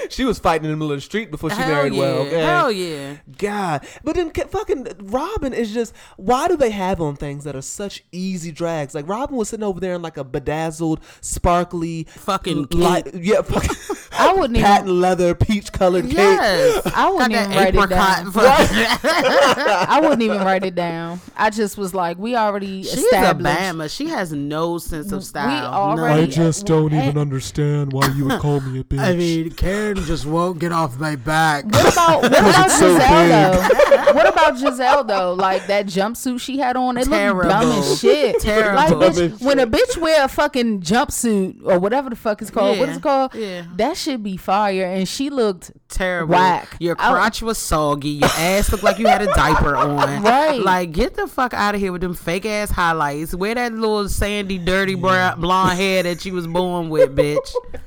Speaker 2: She was fighting in the middle of the street before she
Speaker 4: Hell
Speaker 2: married
Speaker 4: yeah.
Speaker 2: well. okay?
Speaker 4: Hell yeah.
Speaker 2: God. But then ca- fucking Robin is just, why do they have on things that are such easy drags? Like Robin was sitting over there in like a bedazzled, sparkly,
Speaker 4: Fucking
Speaker 2: light, yeah, fucking
Speaker 3: I wouldn't even-
Speaker 2: patent leather, peach colored cake.
Speaker 4: Yes.
Speaker 3: I wouldn't
Speaker 4: Got
Speaker 3: even
Speaker 4: that
Speaker 3: write it down.
Speaker 4: apricot. fucking-
Speaker 3: I wouldn't even write it down. I just was like, we already
Speaker 4: She's a
Speaker 3: established.
Speaker 4: Bama. She has no sense of
Speaker 3: We
Speaker 4: style.
Speaker 3: already.
Speaker 5: I just don't
Speaker 2: Eh.
Speaker 3: and
Speaker 5: even understand why you would call me a bitch.
Speaker 4: Karen just won't get off my back.
Speaker 3: What about what about
Speaker 5: it's so
Speaker 3: Giselle though? What about Giselle though? Like that jumpsuit she had on, it looked dumb
Speaker 4: Terrible.
Speaker 3: as shit.
Speaker 4: Terrible.
Speaker 3: Like
Speaker 5: Dumb as
Speaker 3: bitch, when a bitch wear a fucking jumpsuit or whatever the fuck it's called, what
Speaker 4: Yeah.
Speaker 3: is it called?
Speaker 4: Yeah.
Speaker 3: That should be fire. And she looked
Speaker 4: Terrible.
Speaker 3: Whack. Oh.
Speaker 4: Your
Speaker 3: I-
Speaker 4: crotch was soggy. Your ass looked like you had a diaper on.
Speaker 3: Right.
Speaker 4: Like, get the fuck out of here with them fake ass highlights. Wear that little sandy, dirty brown, blonde hair that you was born with, bitch.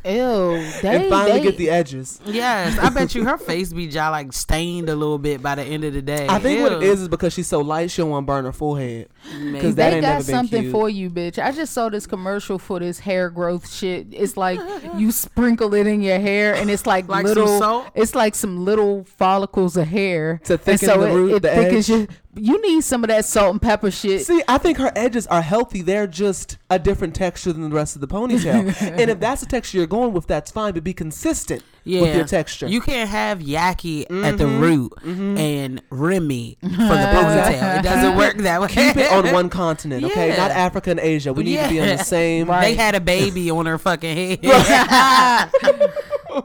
Speaker 3: ew. They,
Speaker 2: And finally
Speaker 3: they-
Speaker 2: get the edges.
Speaker 4: Yes, I bet you her face be jaw like stained a little bit by the end of the day.
Speaker 2: I think what it
Speaker 4: Ew.
Speaker 2: is is because she's so light, she don't want to burn her forehead. Because that
Speaker 3: they
Speaker 2: ain't
Speaker 3: got
Speaker 2: never been
Speaker 3: something
Speaker 2: cute.
Speaker 3: for you, bitch. I just saw this commercial for this hair growth shit. It's like you sprinkle it in your hair, and it's like,
Speaker 4: Like some
Speaker 3: little.
Speaker 4: salt?
Speaker 3: It's like some little follicles of hair
Speaker 2: To
Speaker 3: And
Speaker 2: thicken the root, the edge?
Speaker 3: thickens Your, you need some of that salt and pepper shit.
Speaker 2: See, I think her edges are healthy. They're just a different texture than the rest of the ponytail. and if that's the texture you're going with, that's fine. But be consistent with your texture. Mm-hmm.
Speaker 4: You can't have Yaki at the root and Remy for the ponytail. It doesn't work that way.
Speaker 2: keep it on one continent, okay?
Speaker 4: Yeah.
Speaker 2: Not Africa and Asia. We need to be on
Speaker 4: Yeah.
Speaker 2: the same.
Speaker 4: They had a baby on her fucking head.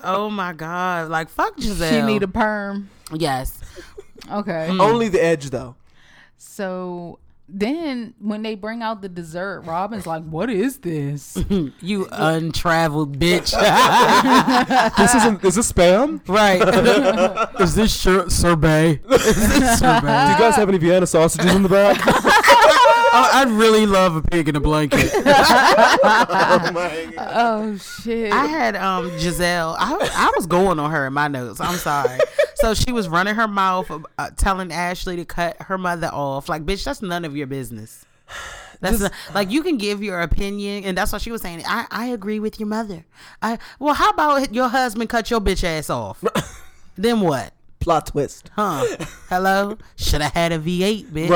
Speaker 4: oh my god! Like fuck Giselle.
Speaker 3: She need a perm.
Speaker 4: yes.
Speaker 3: Okay,
Speaker 4: Hmm.
Speaker 2: Only the edge, though.
Speaker 3: so. Then when they bring out the dessert, Robin's like, "What is this?"
Speaker 4: You untraveled bitch.
Speaker 5: This isn't. Is this spam?
Speaker 4: right.
Speaker 5: Is this shir- sorbet? Is this sorbet?
Speaker 2: Do you guys have any Vienna sausages in the back?
Speaker 4: Oh,
Speaker 5: I, I'd really love a pig in a blanket.
Speaker 3: oh shit!
Speaker 4: I had um Giselle. I I was going on her in my notes. I'm sorry. so she was running her mouth, uh, telling Ashley to cut her mother off. Like, bitch, that's none of your business. That's not- like you can give your opinion, and that's what she was saying. I, I agree with your mother. I well, how about your husband cut your bitch ass off? then what?
Speaker 2: Plot twist.
Speaker 4: Huh? Hello? Should have had a V eight, bitch.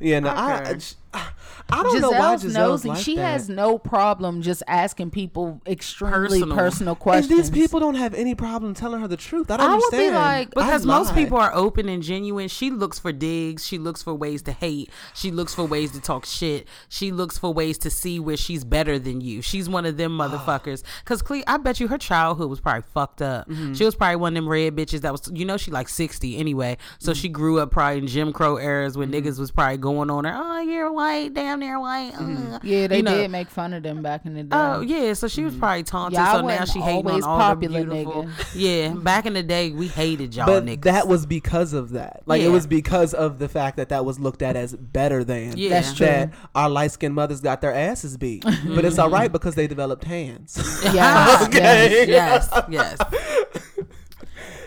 Speaker 2: Yeah, no, I,
Speaker 4: Okay.
Speaker 2: I, I don't know why
Speaker 3: Giselle's
Speaker 2: Giselle's
Speaker 3: nosy.
Speaker 2: like
Speaker 3: she
Speaker 2: that.
Speaker 3: has no problem just asking people extremely
Speaker 4: Personal.
Speaker 3: personal,
Speaker 2: And
Speaker 3: questions.
Speaker 2: these people don't have any problem telling her the truth. I don't
Speaker 3: I would be
Speaker 2: understand.
Speaker 3: like-
Speaker 2: I
Speaker 4: Because most
Speaker 2: lied.
Speaker 4: people are open and genuine. She looks for digs. She looks for ways to hate. She looks for ways to talk shit. She looks for ways to see where she's better than you. She's one of them motherfuckers. Because Cle, I bet you her childhood was probably fucked up.
Speaker 3: Mm-hmm.
Speaker 4: She was probably one of them red bitches that was, you know, she like 60 anyway.
Speaker 3: Mm.
Speaker 4: So she grew up probably in Jim Crow eras when
Speaker 3: Mm-hmm.
Speaker 4: niggas was probably going on her, oh, you're white, damn near white. uh,"
Speaker 3: Mm-hmm. yeah, they
Speaker 4: you know.
Speaker 3: did make fun of them back in the day.
Speaker 4: Oh yeah, so she was probably taunted.
Speaker 3: Y'all
Speaker 4: so now
Speaker 3: wasn't
Speaker 4: she hating on
Speaker 3: always
Speaker 4: all the
Speaker 3: popular,
Speaker 4: beautiful.
Speaker 3: nigga.
Speaker 4: Yeah, back in the day we hated y'all
Speaker 2: But
Speaker 4: niggas.
Speaker 2: that was because of that. Like
Speaker 4: Yeah.
Speaker 2: it was because of the fact that that was looked at as better than.
Speaker 4: Yeah. That's
Speaker 3: true.
Speaker 2: That our light skinned mothers got their asses beat, but it's all right because they developed hands.
Speaker 3: Yes, yes.
Speaker 4: yes, yes.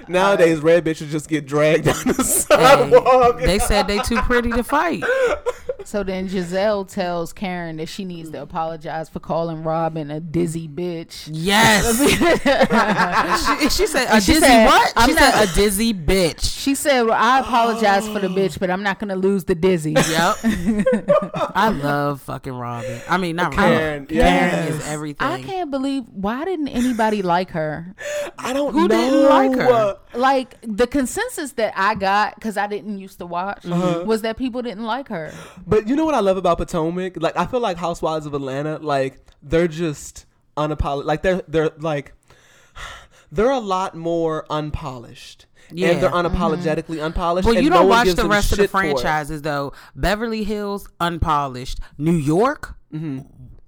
Speaker 2: Nowadays, red bitches just get dragged down the sidewalk.
Speaker 4: They said they too pretty to fight.
Speaker 3: So then Giselle tells Karen that she needs to apologize for calling Robin a dizzy bitch.
Speaker 4: Yes. she, she said a
Speaker 3: She
Speaker 4: dizzy
Speaker 3: said,
Speaker 4: what? She
Speaker 3: I'm
Speaker 4: said
Speaker 3: not-
Speaker 4: a dizzy bitch.
Speaker 3: She said, well, I apologize for the
Speaker 4: Oh.
Speaker 3: bitch, but I'm not going to lose the dizzy.
Speaker 4: Yep. I love fucking Robin. I mean, not
Speaker 2: Karen,
Speaker 4: Robin. Karen
Speaker 2: yes.
Speaker 4: is everything.
Speaker 3: I can't believe why didn't anybody like her?
Speaker 2: I don't
Speaker 4: Who
Speaker 2: know.
Speaker 4: didn't like her?
Speaker 3: Like the consensus that I got because I didn't used to watch
Speaker 4: Uh-huh.
Speaker 3: was that people didn't like her.
Speaker 2: But you know what I love about Potomac? Like I feel like Housewives of Atlanta, like they're just unapologetic. Like they're they're like they're a lot more unpolished.
Speaker 4: Yeah.
Speaker 2: And they're unapologetically unpolished.
Speaker 4: Well,
Speaker 2: and
Speaker 4: you
Speaker 2: no
Speaker 4: don't
Speaker 2: one
Speaker 4: watch
Speaker 2: gives
Speaker 4: the
Speaker 2: them
Speaker 4: rest of the
Speaker 2: shit for it.
Speaker 4: franchises though. Beverly Hills, unpolished. New York,
Speaker 3: Mm-hmm.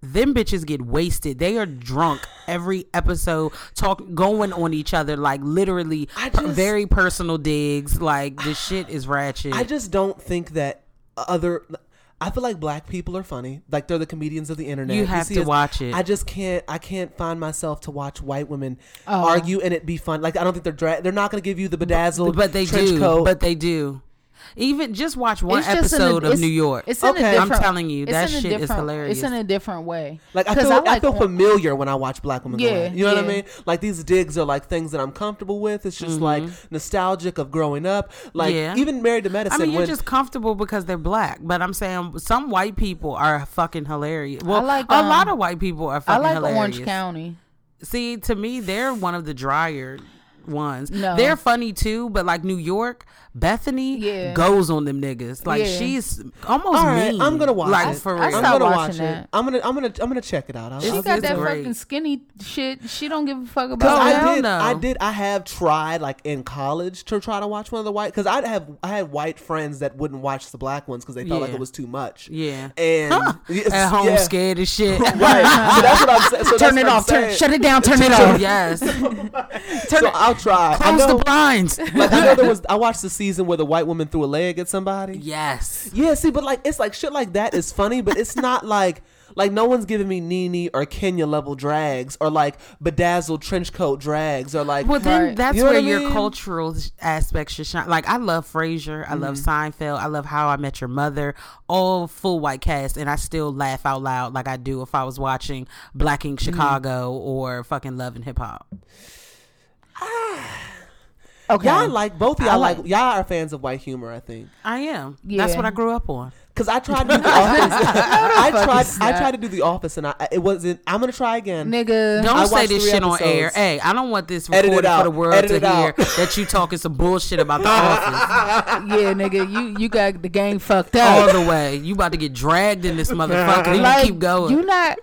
Speaker 4: them bitches get wasted. They are drunk every episode, talk going on each other like literally
Speaker 2: I
Speaker 4: per-
Speaker 2: just-
Speaker 4: very personal digs. Like the shit is ratchet.
Speaker 2: I just don't think that other. I feel like black people are funny. Like they're the comedians of the internet.
Speaker 4: You have
Speaker 2: see
Speaker 4: to
Speaker 2: us-
Speaker 4: watch it.
Speaker 2: I just can't. I can't find myself to watch white women argue and it be fun. Like I don't think they're dra- They're not going to give you the bedazzled
Speaker 4: but they
Speaker 2: trench
Speaker 4: do.
Speaker 2: coat.
Speaker 4: But they do. Even just watch one
Speaker 3: It's just in a-
Speaker 4: episode of
Speaker 3: it's-
Speaker 4: New York.
Speaker 3: It's in a
Speaker 2: Okay. I'm
Speaker 3: different-
Speaker 4: telling you,
Speaker 3: it's
Speaker 4: that
Speaker 3: in a
Speaker 4: shit is
Speaker 3: different-
Speaker 4: hilarious.
Speaker 3: It's in a different way.
Speaker 2: Like I
Speaker 3: 'Cause
Speaker 2: feel, I, feel
Speaker 3: on-
Speaker 2: familiar when I watch black women.
Speaker 3: Yeah,
Speaker 2: Yeah, you know what I
Speaker 3: yeah.
Speaker 2: mean. Like these digs are like things that I'm comfortable with. It's just like nostalgic of growing up. Like
Speaker 4: Mm-hmm. Yeah.
Speaker 2: even married to
Speaker 4: I
Speaker 2: medicine.
Speaker 4: mean, you're
Speaker 2: when,
Speaker 4: just comfortable because they're black, but I'm saying some white people are fucking hilarious. Well,
Speaker 3: like,
Speaker 4: a
Speaker 3: um,
Speaker 4: lot of white people are
Speaker 3: I
Speaker 4: fucking
Speaker 3: like
Speaker 4: hilarious.
Speaker 3: Orange County.
Speaker 4: See, to me, they're one of the drier ones.
Speaker 3: No.
Speaker 4: They're funny too, but like New York, Bethany
Speaker 3: Yeah.
Speaker 4: goes on them niggas. Like
Speaker 3: Yeah.
Speaker 4: she's almost
Speaker 2: all right,
Speaker 4: mean.
Speaker 2: I'm gonna watch
Speaker 4: like,
Speaker 2: it.
Speaker 4: For
Speaker 3: I
Speaker 4: real.
Speaker 2: I'm
Speaker 3: stopped
Speaker 2: gonna watch
Speaker 3: watching that.
Speaker 2: it. I'm gonna, I'm gonna, I'm gonna check it out. I'll,
Speaker 4: She
Speaker 3: She
Speaker 2: I'll
Speaker 3: got
Speaker 2: give it
Speaker 3: that
Speaker 2: a-
Speaker 4: great.
Speaker 3: fucking skinny shit. She don't give a fuck
Speaker 4: Oh,
Speaker 3: about
Speaker 2: I
Speaker 4: hell
Speaker 3: that.
Speaker 2: did.
Speaker 4: no.
Speaker 2: I did. I have tried, like in college, to try to watch one of the white. Because I have. I had white friends that wouldn't watch the black ones because they felt like
Speaker 4: Yeah.
Speaker 2: it was too much.
Speaker 4: Yeah.
Speaker 2: And Yes,
Speaker 4: At home,
Speaker 2: yeah.
Speaker 4: scared as shit.
Speaker 2: Right. so that's what I'm saying. So that's
Speaker 3: Turn it
Speaker 2: what I'm
Speaker 3: off. Turn,
Speaker 2: saying.
Speaker 3: shut it down. Turn it off.
Speaker 4: yes.
Speaker 2: so I'll try. I
Speaker 4: Close the
Speaker 2: know-
Speaker 4: blinds.
Speaker 2: Like I know there was I watched the season where the white woman threw a leg at somebody. Yeah.
Speaker 4: yes.
Speaker 2: see, but like it's like shit like that is funny, but it's not like like no one's giving me Nene or Kenya level drags or like bedazzled trench coat drags or like
Speaker 4: Well, then
Speaker 3: Right.
Speaker 4: that's
Speaker 2: You know
Speaker 4: where
Speaker 2: what I
Speaker 4: your
Speaker 2: mean?
Speaker 4: cultural sh- aspects should shine. Like, I love Frasier. I
Speaker 2: Mm-hmm.
Speaker 4: love Seinfeld. I love How I Met Your Mother. All full white cast. And I still laugh out loud like I do if I was watching Black Ink
Speaker 2: Mm-hmm.
Speaker 4: Chicago or fucking Love and Hip Hop.
Speaker 3: Okay.
Speaker 2: y'all like both of
Speaker 3: I
Speaker 2: y'all
Speaker 3: like-
Speaker 2: like, y'all are fans of white humor, I think.
Speaker 4: I am. That's
Speaker 3: Yeah.
Speaker 4: what I grew up on.
Speaker 2: Cause I tried to do the office. I tried. I
Speaker 3: snap.
Speaker 2: tried to do the office, and I it wasn't. I'm gonna try again.
Speaker 3: nigga.
Speaker 4: Don't
Speaker 2: I
Speaker 4: say
Speaker 2: watched
Speaker 4: this
Speaker 2: three
Speaker 4: shit on air.
Speaker 2: episodes.
Speaker 4: Hey, I don't want this
Speaker 2: Edit it
Speaker 4: recorded for
Speaker 2: out.
Speaker 4: the world
Speaker 2: Edit
Speaker 4: to
Speaker 2: it
Speaker 4: hear
Speaker 2: out.
Speaker 4: that you talking some bullshit about the office
Speaker 3: Yeah, nigga. You you got the game fucked up.
Speaker 4: all the way. You about to get dragged in this motherfucker. and
Speaker 3: like,
Speaker 4: you keep going.
Speaker 3: You not.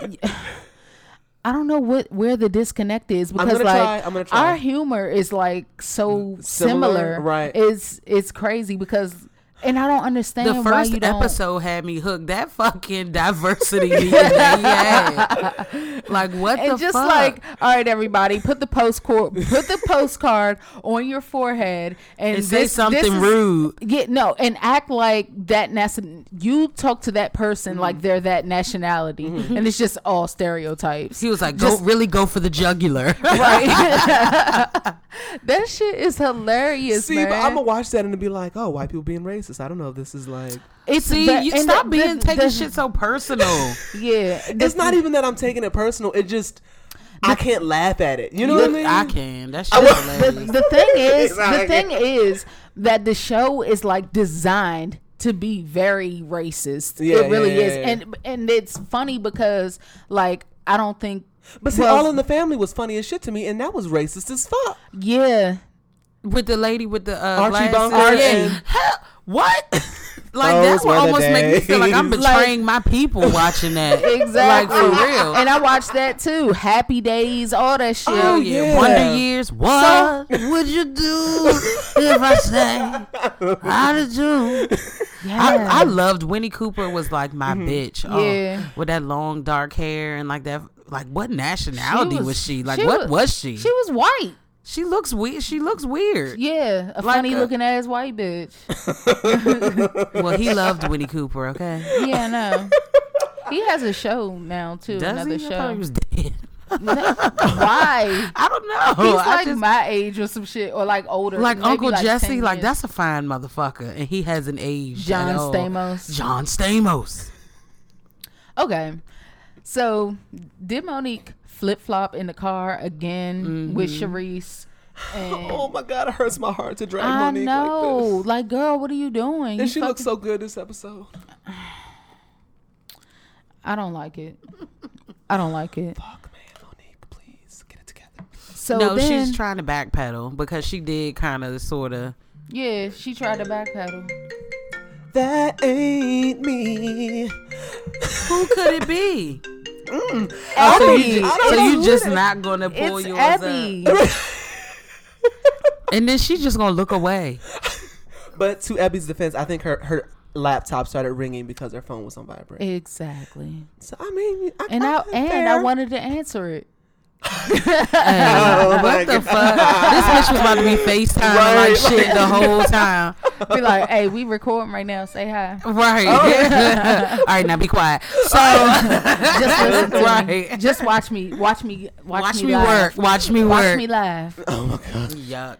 Speaker 3: I don't know what where the disconnect is because
Speaker 2: gonna
Speaker 3: like
Speaker 2: try, I'm gonna try.
Speaker 3: our humor is like so
Speaker 2: Similar,
Speaker 3: similar,
Speaker 2: right.
Speaker 3: It's it's crazy because and I don't understand
Speaker 4: the
Speaker 3: why
Speaker 4: first
Speaker 3: you don't.
Speaker 4: episode had me hooked. That fucking diversity meeting that he had. Like what
Speaker 3: and
Speaker 4: the
Speaker 3: just
Speaker 4: fuck?
Speaker 3: like all right everybody put the postcard put the postcard on your forehead and,
Speaker 4: And say
Speaker 3: this- this
Speaker 4: something
Speaker 3: is-
Speaker 4: rude.
Speaker 3: yeah no and act like that nation you talk to that person
Speaker 4: Mm-hmm.
Speaker 3: like they're that nationality and it's just all stereotypes
Speaker 4: he was like, go really go for the jugular.
Speaker 3: right that shit is hilarious
Speaker 2: See,
Speaker 3: man.
Speaker 2: but I'm gonna watch that and be like, oh, white people being racist. basis. I don't know if this is like.
Speaker 3: It's
Speaker 4: See,
Speaker 3: the-
Speaker 4: you
Speaker 3: and
Speaker 4: stop
Speaker 3: the-
Speaker 4: being
Speaker 3: the-
Speaker 4: taking
Speaker 3: the-
Speaker 4: shit so personal.
Speaker 3: Yeah,
Speaker 2: It's not even that I'm taking it personal. It just I can't laugh at it. You know what I mean?
Speaker 4: I can. That shit is
Speaker 3: the,
Speaker 4: hilarious.
Speaker 3: the thing is,
Speaker 2: not
Speaker 3: the
Speaker 2: like
Speaker 3: thing is that the show is like designed to be very racist.
Speaker 2: Yeah,
Speaker 3: it really
Speaker 2: yeah,
Speaker 3: is,
Speaker 2: yeah, yeah.
Speaker 3: and and it's funny because like I don't think.
Speaker 2: But see,
Speaker 3: well,
Speaker 2: All in the Family was funny as shit to me, and that was racist as fuck.
Speaker 3: yeah,
Speaker 4: with the lady with the uh,
Speaker 2: Archie
Speaker 4: glasses.
Speaker 2: Bunker
Speaker 4: Oh, yeah.
Speaker 2: and-
Speaker 4: Hell, what? like
Speaker 2: Those
Speaker 4: that
Speaker 2: were
Speaker 4: would
Speaker 2: the
Speaker 4: almost make me feel like I'm
Speaker 2: days.
Speaker 4: betraying my people watching that.
Speaker 3: exactly.
Speaker 4: Like for real.
Speaker 3: And I watched that too. Happy Days, all that shit.
Speaker 4: Hell Oh, yeah.
Speaker 2: yeah.
Speaker 4: Wonder Years. What would you do if I say how did you? I, I loved Winnie Cooper was like my bitch.
Speaker 3: Mm-hmm.
Speaker 4: Oh,
Speaker 3: Yeah.
Speaker 4: with that long dark hair and like that. Like what nationality was, she? Like
Speaker 3: she
Speaker 4: what was, she?
Speaker 3: She was white.
Speaker 4: She looks weird. She looks weird.
Speaker 3: Yeah, a
Speaker 4: Like
Speaker 3: funny
Speaker 4: a-
Speaker 3: looking ass white bitch.
Speaker 4: Well, he loved Winnie Cooper. Okay,
Speaker 3: Yeah, no. He has a show now too. another
Speaker 4: I thought
Speaker 3: show.
Speaker 4: he was dead.
Speaker 3: Why?
Speaker 4: I don't know.
Speaker 3: He's
Speaker 4: I
Speaker 3: like
Speaker 4: just-
Speaker 3: my age or some shit, or like older.
Speaker 4: like
Speaker 3: maybe
Speaker 4: Uncle
Speaker 3: 10
Speaker 4: Jesse, like
Speaker 3: years.
Speaker 4: that's a fine motherfucker, and he hasn't aged.
Speaker 3: John
Speaker 4: at all.
Speaker 3: Stamos.
Speaker 4: John Stamos.
Speaker 3: okay. So did Monique flip flop in the car again with
Speaker 4: Mm-hmm.
Speaker 3: Sharice? And
Speaker 2: Oh my god, it hurts my heart to drag
Speaker 3: I
Speaker 2: Monique
Speaker 3: know,
Speaker 2: like
Speaker 3: like,
Speaker 2: this.
Speaker 3: girl, what are you doing?
Speaker 2: And
Speaker 3: You
Speaker 2: she looks
Speaker 3: fucking-
Speaker 2: so good this episode.
Speaker 3: I don't like it. I don't like it.
Speaker 2: Fuck man, Monique, please get it together.
Speaker 3: So
Speaker 4: no,
Speaker 3: then,
Speaker 4: she's trying to backpedal because she did kind of, sort of.
Speaker 3: yeah, she tried to backpedal.
Speaker 2: That ain't me.
Speaker 4: Who could it be? Oh, so
Speaker 3: Mm. Abby,
Speaker 4: you, ju-
Speaker 2: I don't
Speaker 4: so
Speaker 2: know
Speaker 4: you
Speaker 2: who
Speaker 4: just
Speaker 2: it is.
Speaker 4: not gonna pull
Speaker 3: it's
Speaker 4: yours
Speaker 3: Abby.
Speaker 4: up, and then she's just gonna look away.
Speaker 2: But to Abby's defense, I think her her laptop started ringing because her phone was on vibrate.
Speaker 3: Exactly.
Speaker 2: So I mean, I,
Speaker 3: And I
Speaker 2: I'm
Speaker 3: and I
Speaker 2: fair.
Speaker 3: wanted to answer it. Oh
Speaker 4: what the fuck? This bitch was about to be FaceTime like shit the whole time.
Speaker 3: Be like, hey, we recording right now. Say hi.
Speaker 4: Right.
Speaker 3: Oh,
Speaker 4: All right, now be quiet. So,
Speaker 3: Just listen to me.
Speaker 4: right.
Speaker 3: Just watch me. Watch me. Watch,
Speaker 4: Watch
Speaker 3: me,
Speaker 4: me
Speaker 3: live.
Speaker 4: work. Watch me
Speaker 3: Watch
Speaker 4: work.
Speaker 3: me live.
Speaker 4: Yuck.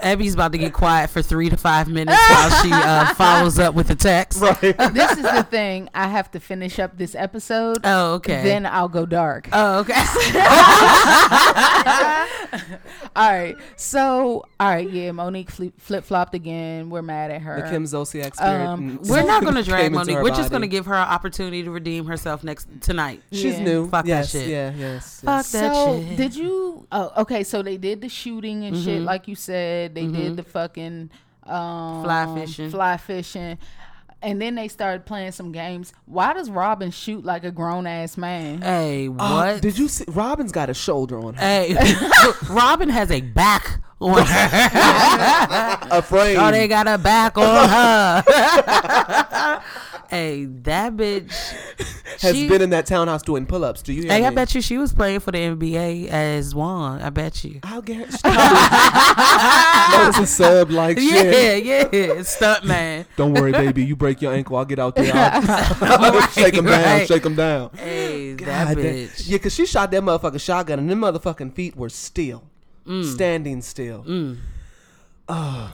Speaker 4: Abby's about to get quiet for three to five minutes while she uh, follows up with the text.
Speaker 3: this is the thing. I have to finish up this episode.
Speaker 4: Oh, okay.
Speaker 3: Then I'll go dark.
Speaker 4: oh, okay.
Speaker 3: all right. So, all right. Yeah, Monique flip flopped again. We're mad at her.
Speaker 2: The Kim Zolciak spirit.
Speaker 3: Um,
Speaker 2: mm,
Speaker 4: We're not going to
Speaker 2: came
Speaker 4: drag
Speaker 2: into
Speaker 4: Monique.
Speaker 2: her
Speaker 4: We're just going
Speaker 2: body.
Speaker 4: to give her an opportunity to redeem herself next tonight.
Speaker 2: She's
Speaker 3: Yeah.
Speaker 2: new.
Speaker 4: Fuck that
Speaker 2: yes,
Speaker 4: shit. Uh,
Speaker 2: Yeah, yes. yes.
Speaker 4: Fuck that
Speaker 3: so
Speaker 4: shit.
Speaker 3: did you? Oh, okay. So they did the shooting and
Speaker 4: Mm-hmm.
Speaker 3: shit, like you said. They did the fucking um,
Speaker 4: Fly fishing.
Speaker 3: fly fishing, and then they started playing some games. Why does Robin shoot like a grown ass man?
Speaker 4: Hey, what?
Speaker 2: Uh, did you see? Robin's got a shoulder on her.
Speaker 4: hey, Robin has a back on her.
Speaker 2: A frame.
Speaker 4: Oh, they got her back on her. hey, that bitch
Speaker 2: has
Speaker 4: she-
Speaker 2: been in that townhouse doing pull-ups. Do you hear
Speaker 4: Hey,
Speaker 2: me?
Speaker 4: I bet you she was playing for the NBA as Juan. I bet you.
Speaker 2: I'll get Notice a sub like
Speaker 4: Yeah,
Speaker 2: shit.
Speaker 4: yeah, stunt man.
Speaker 2: Don't worry, baby. You break your ankle, I'll get out there. I'll,
Speaker 4: Right,
Speaker 2: shake him down,
Speaker 4: right.
Speaker 2: shake him down.
Speaker 4: Hey,
Speaker 2: God
Speaker 4: that
Speaker 2: damn-
Speaker 4: bitch.
Speaker 2: Yeah, because she shot that motherfucking shotgun, and them motherfucking feet were still, standing still. Oh,
Speaker 4: Mm.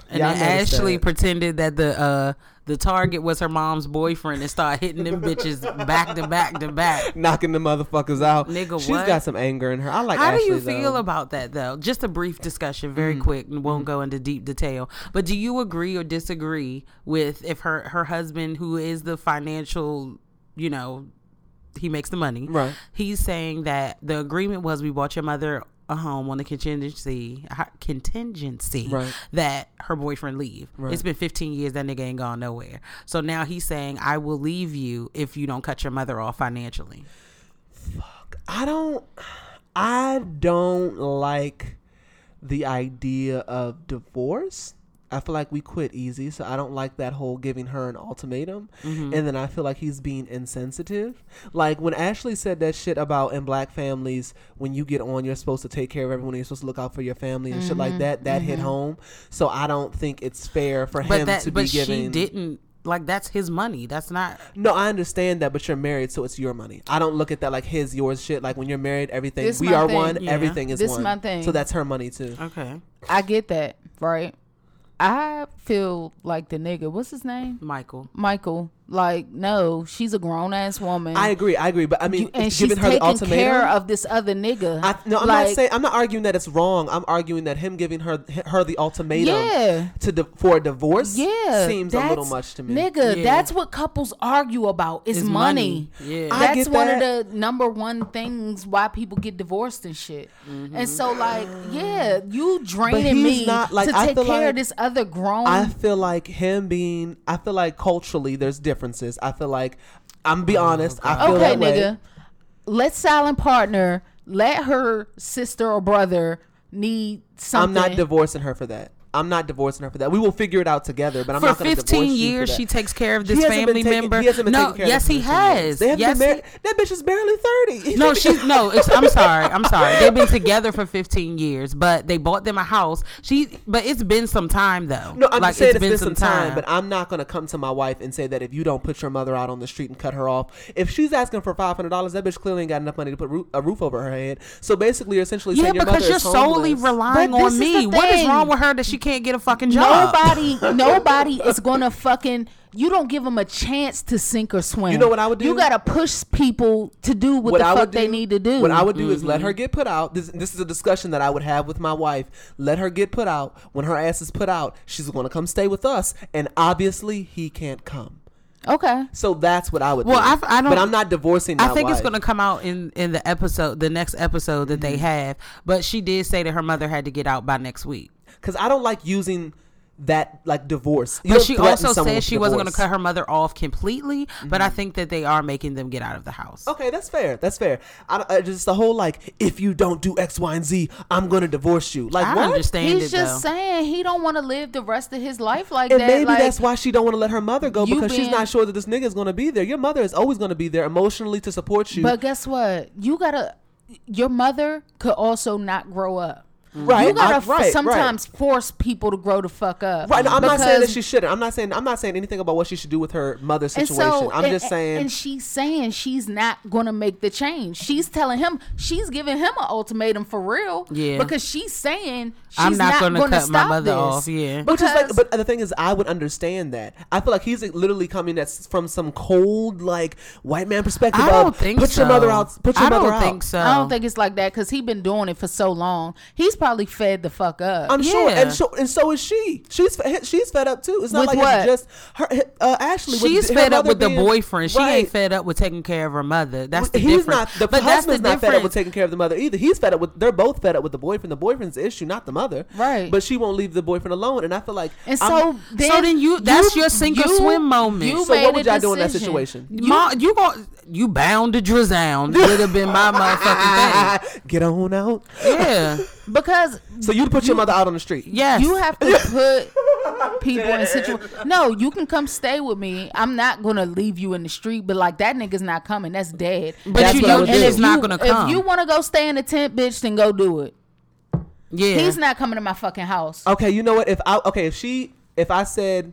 Speaker 4: And
Speaker 2: yeah, I
Speaker 4: then
Speaker 2: noticed
Speaker 4: Ashley
Speaker 2: that.
Speaker 4: pretended that the uh the target was her mom's boyfriend and started hitting them bitches back to back to back.
Speaker 2: knocking the motherfuckers out.
Speaker 4: Nigga,
Speaker 2: she's
Speaker 4: what?
Speaker 2: got some anger in her. I like.
Speaker 4: How do you
Speaker 2: Ashley,
Speaker 4: feel
Speaker 2: though. Mm-hmm.
Speaker 4: about that though? Just a brief discussion, very quick, and won't go into deep detail. But do you agree or disagree with if her her husband, who is the financial, you know, he makes the money,
Speaker 2: Right.
Speaker 4: He's saying that the agreement was we bought your mother a home on the contingency hi- contingency
Speaker 2: Right.
Speaker 4: that her boyfriend leave. It's been 15 years that nigga ain't gone nowhere. So now he's saying I will leave you if you don't cut your mother off financially.
Speaker 2: I don't I don't like the idea of divorce. I feel like we quit easy, so I don't like that whole giving her an ultimatum.
Speaker 4: Mm-hmm.
Speaker 2: And then I feel like he's being insensitive. Like when Ashley said that shit about in black families, when you get on, you're supposed to take care of everyone, you're supposed to look out for your family and shit
Speaker 4: Mm-hmm.
Speaker 2: like that. That hit home. So I don't think it's fair for
Speaker 4: But
Speaker 2: him
Speaker 4: that
Speaker 2: to
Speaker 4: but
Speaker 2: be giving.
Speaker 4: she didn't like that's his money. That's not
Speaker 2: No, I understand that, but you're married, so it's your money. I don't look at that like his, yours shit. Like when you're married, everything
Speaker 3: This
Speaker 2: we
Speaker 3: my
Speaker 2: are
Speaker 3: thing.
Speaker 2: one,
Speaker 4: Yeah.
Speaker 2: everything is
Speaker 3: This
Speaker 2: one.
Speaker 3: my thing.
Speaker 2: So that's her money too.
Speaker 4: okay.
Speaker 3: I get that, right? I feel like the nigga. What's his name?
Speaker 4: Michael.
Speaker 3: Michael. Like, no, she's a grown ass woman.
Speaker 2: I agree. I agree. But I mean,
Speaker 3: You- and she's
Speaker 2: giving her
Speaker 3: taking
Speaker 2: the ultimatum.
Speaker 3: care of this other nigga.
Speaker 2: I, no, I'm
Speaker 3: Like,
Speaker 2: not saying. I'm not arguing that it's wrong. I'm arguing that him giving her her the ultimatum
Speaker 3: Yeah.
Speaker 2: to di- for a divorce.
Speaker 3: Yeah,
Speaker 2: seems a little
Speaker 3: that's-
Speaker 2: much to me.
Speaker 3: nigga.
Speaker 4: Yeah.
Speaker 3: That's what couples argue about is
Speaker 4: Is
Speaker 3: money.
Speaker 4: money. Yeah.
Speaker 2: I
Speaker 3: that's
Speaker 2: get
Speaker 3: one
Speaker 2: that.
Speaker 3: of the number one things why people get divorced and shit.
Speaker 4: Mm-hmm.
Speaker 3: And so, like, yeah, you draining
Speaker 2: he's
Speaker 3: me
Speaker 2: not- like,
Speaker 3: to
Speaker 2: I
Speaker 3: take
Speaker 2: feel
Speaker 3: care
Speaker 2: like-
Speaker 3: of this other grown.
Speaker 2: I feel like him being. I feel like culturally there's differences. I feel like I'm be honest. I feel
Speaker 3: okay,
Speaker 2: that way.
Speaker 3: nigga. Let silent partner. Let her sister or brother need something.
Speaker 2: I'm not divorcing her for that. I'm not divorcing her for that. We will figure it out together. But I'm
Speaker 4: For
Speaker 2: not going to divorce
Speaker 4: 15
Speaker 2: you for
Speaker 4: years,
Speaker 2: that.
Speaker 4: she takes care of
Speaker 2: He
Speaker 4: this
Speaker 2: hasn't been
Speaker 4: family
Speaker 2: taking-
Speaker 4: member.
Speaker 2: He hasn't been
Speaker 4: no,
Speaker 2: taking care
Speaker 4: yes,
Speaker 2: of them
Speaker 4: he
Speaker 2: for 15 years.
Speaker 4: has.
Speaker 2: They haven't
Speaker 4: yes,
Speaker 2: been
Speaker 4: he-
Speaker 2: married. That bitch is barely thirty.
Speaker 4: No, she's no. It's, I'm sorry. I'm sorry. They've been together for 15 years, but they bought them a house. She, but it's been some time though.
Speaker 2: No, I'm just saying it's been, some time, but I'm not gonna come to my wife and say that if you don't put your mother out on the street and cut her off, if she's asking for five hundred dollars, that bitch clearly ain't got enough money to put roo- a roof over her head. So basically, you're essentially
Speaker 4: yeah,
Speaker 2: saying your
Speaker 4: because
Speaker 2: mother
Speaker 4: you're
Speaker 2: is
Speaker 4: solely
Speaker 2: homeless.
Speaker 4: relying
Speaker 3: But this
Speaker 4: on
Speaker 3: is
Speaker 4: me.
Speaker 3: the
Speaker 4: What is
Speaker 3: thing.
Speaker 4: wrong with her that she can't get a fucking job?
Speaker 3: Nobody, nobody is gonna fucking. You don't give them a chance to sink or swim.
Speaker 2: You know what I would do?
Speaker 3: You gotta push people to do what, the
Speaker 2: I
Speaker 3: fuck
Speaker 2: would
Speaker 3: they
Speaker 2: do-
Speaker 3: need to do.
Speaker 2: What I would do is let her get put out. This, this is a discussion that I would have with my wife. Let her get put out. When her ass is put out, she's gonna come stay with us, and obviously he can't come.
Speaker 3: okay.
Speaker 2: So that's what I would.
Speaker 4: Well,
Speaker 2: do.
Speaker 4: I've- I don't-
Speaker 2: But I'm not divorcing.
Speaker 4: I
Speaker 2: my
Speaker 4: think it's
Speaker 2: wife.
Speaker 4: going to come out in in the episode, the next episode that
Speaker 2: Mm-hmm.
Speaker 4: they have. But she did say that her mother had to get out by next week.
Speaker 2: because I don't like using that like divorce. You
Speaker 4: But
Speaker 2: don't
Speaker 4: she
Speaker 2: threaten
Speaker 4: also
Speaker 2: someone
Speaker 4: said
Speaker 2: with
Speaker 4: she wasn't going
Speaker 2: divorce. Mm-hmm.
Speaker 4: to cut her mother off completely. But I think that they are making them get out of the house.
Speaker 2: Okay, that's fair. That's fair. I, don't- uh, just the whole like, if you don't do X, Y, and Z, I'm gonna divorce you. Like,
Speaker 4: I
Speaker 2: what?
Speaker 4: understand
Speaker 3: He's
Speaker 4: it
Speaker 3: just
Speaker 4: though.
Speaker 3: saying he don't want to live the rest of his life like
Speaker 2: And
Speaker 3: that.
Speaker 2: maybe
Speaker 3: like,
Speaker 2: that's why she don't want to let her mother go
Speaker 3: you
Speaker 2: because she's
Speaker 3: being-
Speaker 2: not sure that this nigga is gonna be there. Your mother is always gonna be there emotionally to support you.
Speaker 3: But guess what? You gotta. Your mother could also not grow up.
Speaker 2: right?
Speaker 3: You gotta
Speaker 2: I-
Speaker 3: f-
Speaker 2: right, right.
Speaker 3: sometimes force people to grow the fuck up.
Speaker 2: Right, no, I'm not saying that
Speaker 3: because-
Speaker 2: she shouldn't. I'm not saying I'm not saying anything about what she should do with her mother's
Speaker 3: and
Speaker 2: situation. I'm
Speaker 3: and-
Speaker 2: just saying
Speaker 3: And she's saying she's not going to make the change. She's telling him, she's giving him an ultimatum for real.
Speaker 4: Yeah.
Speaker 3: Because she's saying she's
Speaker 4: I'm not
Speaker 3: not,
Speaker 4: gonna
Speaker 3: going to
Speaker 4: cut my
Speaker 3: stop
Speaker 4: mother
Speaker 3: this.
Speaker 4: off, yeah.
Speaker 2: Which is like,
Speaker 3: Because-
Speaker 2: but the thing is, I would understand that. I feel like he's literally coming at s- from some cold, like white man perspective.
Speaker 4: I don't
Speaker 2: of,
Speaker 4: think
Speaker 2: put
Speaker 4: so.
Speaker 2: your mother out. Put your
Speaker 4: I
Speaker 2: mother
Speaker 4: don't
Speaker 2: out.
Speaker 4: think so.
Speaker 3: I don't think it's like that because he been doing it for so long. He's probably fed the fuck up.
Speaker 2: I'm sure,
Speaker 4: Yeah.
Speaker 2: and so and so is she. She's fe- she's fed up too. It's not
Speaker 3: With
Speaker 2: like
Speaker 3: what?
Speaker 2: it's just her. Uh, Ashley, with
Speaker 4: She's
Speaker 2: her
Speaker 4: fed up
Speaker 2: mother
Speaker 4: with
Speaker 2: being-
Speaker 4: the boyfriend. She
Speaker 2: Right.
Speaker 4: ain't fed up with taking care of her mother. That's the
Speaker 2: he's not the
Speaker 4: difference. but that's the
Speaker 2: husband's not fed up with
Speaker 4: difference.
Speaker 2: taking care of the mother either. He's fed up with they're both fed up with the boyfriend. The boyfriend's the issue, not the mother.
Speaker 3: Right.
Speaker 2: But she won't leave the boyfriend alone. And I feel like
Speaker 3: and so
Speaker 2: I'm-
Speaker 3: then,
Speaker 4: so then you- that's your sink or swim moment.
Speaker 3: You
Speaker 2: So what
Speaker 3: made a
Speaker 2: would y'all do in that
Speaker 3: decision.
Speaker 2: situation?
Speaker 4: You, Ma, you go, you bound to drizound. Would have been my motherfucking
Speaker 2: get on out.
Speaker 4: thing. Yeah,
Speaker 3: Because
Speaker 2: So you'd put your mother out on the street.
Speaker 4: yes.
Speaker 3: You have to put people in situation. No, you can come stay with me. I'm not gonna leave you in the street, but like that nigga's not coming. That's dead.
Speaker 4: But
Speaker 2: That's
Speaker 4: you
Speaker 2: what I
Speaker 4: know
Speaker 2: would
Speaker 4: he's
Speaker 2: do.
Speaker 4: not
Speaker 3: you-
Speaker 4: gonna
Speaker 3: If
Speaker 4: come.
Speaker 3: you want to go stay in a tent, bitch, then go do it.
Speaker 4: yeah, Oh,
Speaker 3: He's not coming to my fucking house.
Speaker 2: Okay, you know what? If I okay, if she if I said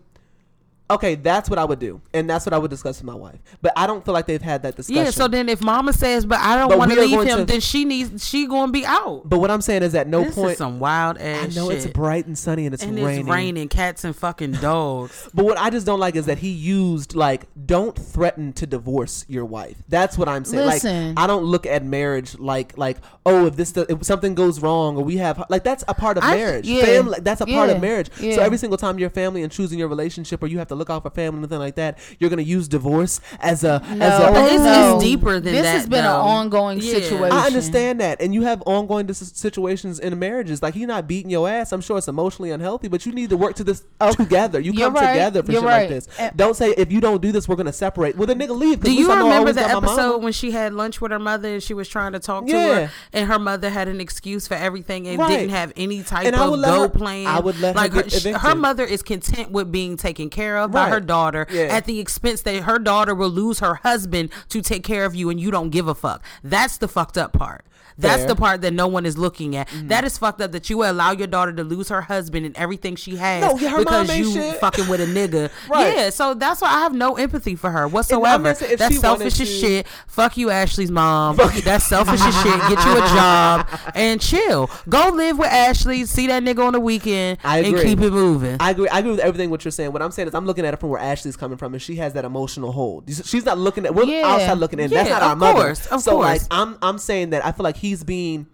Speaker 2: okay, that's what I would do. And that's what I would discuss with my wife. But I don't feel like they've had that discussion.
Speaker 4: Yeah, so then if mama says, but I don't
Speaker 2: But
Speaker 4: want
Speaker 2: we
Speaker 4: to
Speaker 2: are
Speaker 4: leave
Speaker 2: going
Speaker 4: him,
Speaker 2: to-
Speaker 4: then she needs she gonna be out.
Speaker 2: but what I'm saying is at no
Speaker 4: this
Speaker 2: point
Speaker 4: is some wild ass.
Speaker 2: I know it's
Speaker 4: shit.
Speaker 2: bright and sunny and it's
Speaker 4: and
Speaker 2: raining.
Speaker 4: it's raining cats and fucking dogs.
Speaker 2: But what I just don't like is that he used like don't threaten to divorce your wife. That's what I'm saying.
Speaker 3: Listen.
Speaker 2: Like I don't look at marriage like like oh if this if something goes wrong or we have like that's a part of
Speaker 4: I-
Speaker 2: marriage.
Speaker 3: yeah,
Speaker 2: family that's a part
Speaker 3: yeah,
Speaker 2: of marriage.
Speaker 3: yeah.
Speaker 2: So every single time your family and choosing your relationship or you have to look out for family and anything like that, you're gonna use divorce as a as a
Speaker 4: But it's- it's
Speaker 3: Oh, No.
Speaker 4: deeper than
Speaker 3: this
Speaker 4: that,
Speaker 3: has been an
Speaker 4: though.
Speaker 3: ongoing
Speaker 4: Yeah.
Speaker 3: situation.
Speaker 2: I understand that, and you have ongoing dis- situations in marriages. Like you're not beating your ass. I'm sure it's emotionally unhealthy, but you need to work to this together. You
Speaker 3: You're
Speaker 2: come
Speaker 3: right.
Speaker 2: together for
Speaker 3: You're
Speaker 2: shit
Speaker 3: right.
Speaker 2: like this.
Speaker 3: And-
Speaker 2: Don't say if you don't do this, we're gonna separate. Well, the nigga leave. 'cause
Speaker 4: Eh, Do
Speaker 2: at
Speaker 4: you
Speaker 2: least I know I
Speaker 4: remember
Speaker 2: always
Speaker 4: the
Speaker 2: got my mama.
Speaker 4: episode when she had lunch with her mother and she was trying to talk to
Speaker 2: Yeah.
Speaker 4: her and her mother had an excuse for everything and
Speaker 2: Right.
Speaker 4: didn't have any type
Speaker 2: And I
Speaker 4: of
Speaker 2: would let
Speaker 4: go
Speaker 2: her-
Speaker 4: plan?
Speaker 2: I would let her
Speaker 4: like
Speaker 2: get
Speaker 4: sh- her
Speaker 2: evicted.
Speaker 4: mother is content with being taken care of by
Speaker 2: Right.
Speaker 4: her daughter
Speaker 2: Yeah.
Speaker 4: at the expense that her daughter will lose her husband to take care of you and you don't give a fuck. That's the fucked up part. That's
Speaker 2: Fair. Mm-hmm.
Speaker 4: the part that no one is looking at. That is fucked up that you would allow your daughter to lose her husband and everything she has
Speaker 2: No, yeah, her
Speaker 4: because
Speaker 2: mom ain't
Speaker 4: you
Speaker 2: shit.
Speaker 4: fucking with a nigga.
Speaker 2: Right.
Speaker 4: Yeah, so that's why I have no empathy for her
Speaker 2: I'm
Speaker 4: whatsoever.
Speaker 2: gonna say if
Speaker 4: That's
Speaker 2: she wanted
Speaker 4: selfish as
Speaker 2: to-
Speaker 4: shit. Fuck you, Ashley's mom. That's selfish as shit. Get you a job and chill. Go live with Ashley. See that nigga on the weekend
Speaker 2: I
Speaker 4: and
Speaker 2: agree.
Speaker 4: keep it moving.
Speaker 2: I agree. I agree with everything what you're saying. What I'm saying is, I'm looking at it from where Ashley's coming from, and she has that emotional hold. You s- She's not looking at. We're
Speaker 3: Yeah.
Speaker 2: outside looking in. That's
Speaker 4: Yeah,
Speaker 2: not our
Speaker 4: of
Speaker 2: mother.
Speaker 4: course, of
Speaker 2: so like,
Speaker 4: course.
Speaker 2: I'm I'm saying that I feel like he's being,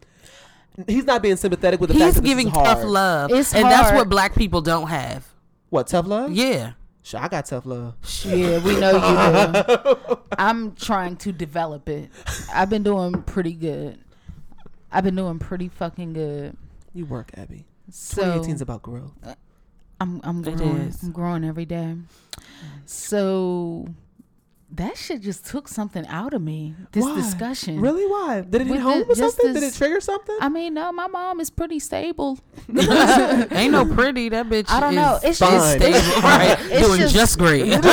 Speaker 2: he's not being sympathetic with the fact
Speaker 4: He's
Speaker 2: that this is
Speaker 4: giving tough
Speaker 2: hard.
Speaker 4: love.
Speaker 3: It's
Speaker 4: and that's
Speaker 3: hard.
Speaker 4: what black people don't have.
Speaker 2: What tough love?
Speaker 4: Yeah.
Speaker 2: Shit, I got tough love.
Speaker 3: Yeah, we know you do. I'm trying to develop it. I've been doing pretty good. I've been doing pretty fucking good.
Speaker 2: You work, Abby.
Speaker 3: So
Speaker 2: 2018's about growth.
Speaker 3: I'm I'm growing.
Speaker 4: is.
Speaker 3: I'm growing every day.
Speaker 2: Mm.
Speaker 3: So that shit just took something out of me. This
Speaker 2: Why?
Speaker 3: discussion.
Speaker 2: Really? Why? Did it
Speaker 3: With
Speaker 2: hit home
Speaker 3: the-
Speaker 2: or
Speaker 3: just
Speaker 2: something? Did it
Speaker 3: this-
Speaker 2: trigger something?
Speaker 3: I mean, no, my mom is pretty stable.
Speaker 4: Ain't no pretty. That bitch
Speaker 3: I don't know.
Speaker 4: is
Speaker 3: It's
Speaker 2: fine.
Speaker 3: just it's,
Speaker 4: right,
Speaker 3: it's
Speaker 4: doing just, great.
Speaker 3: it's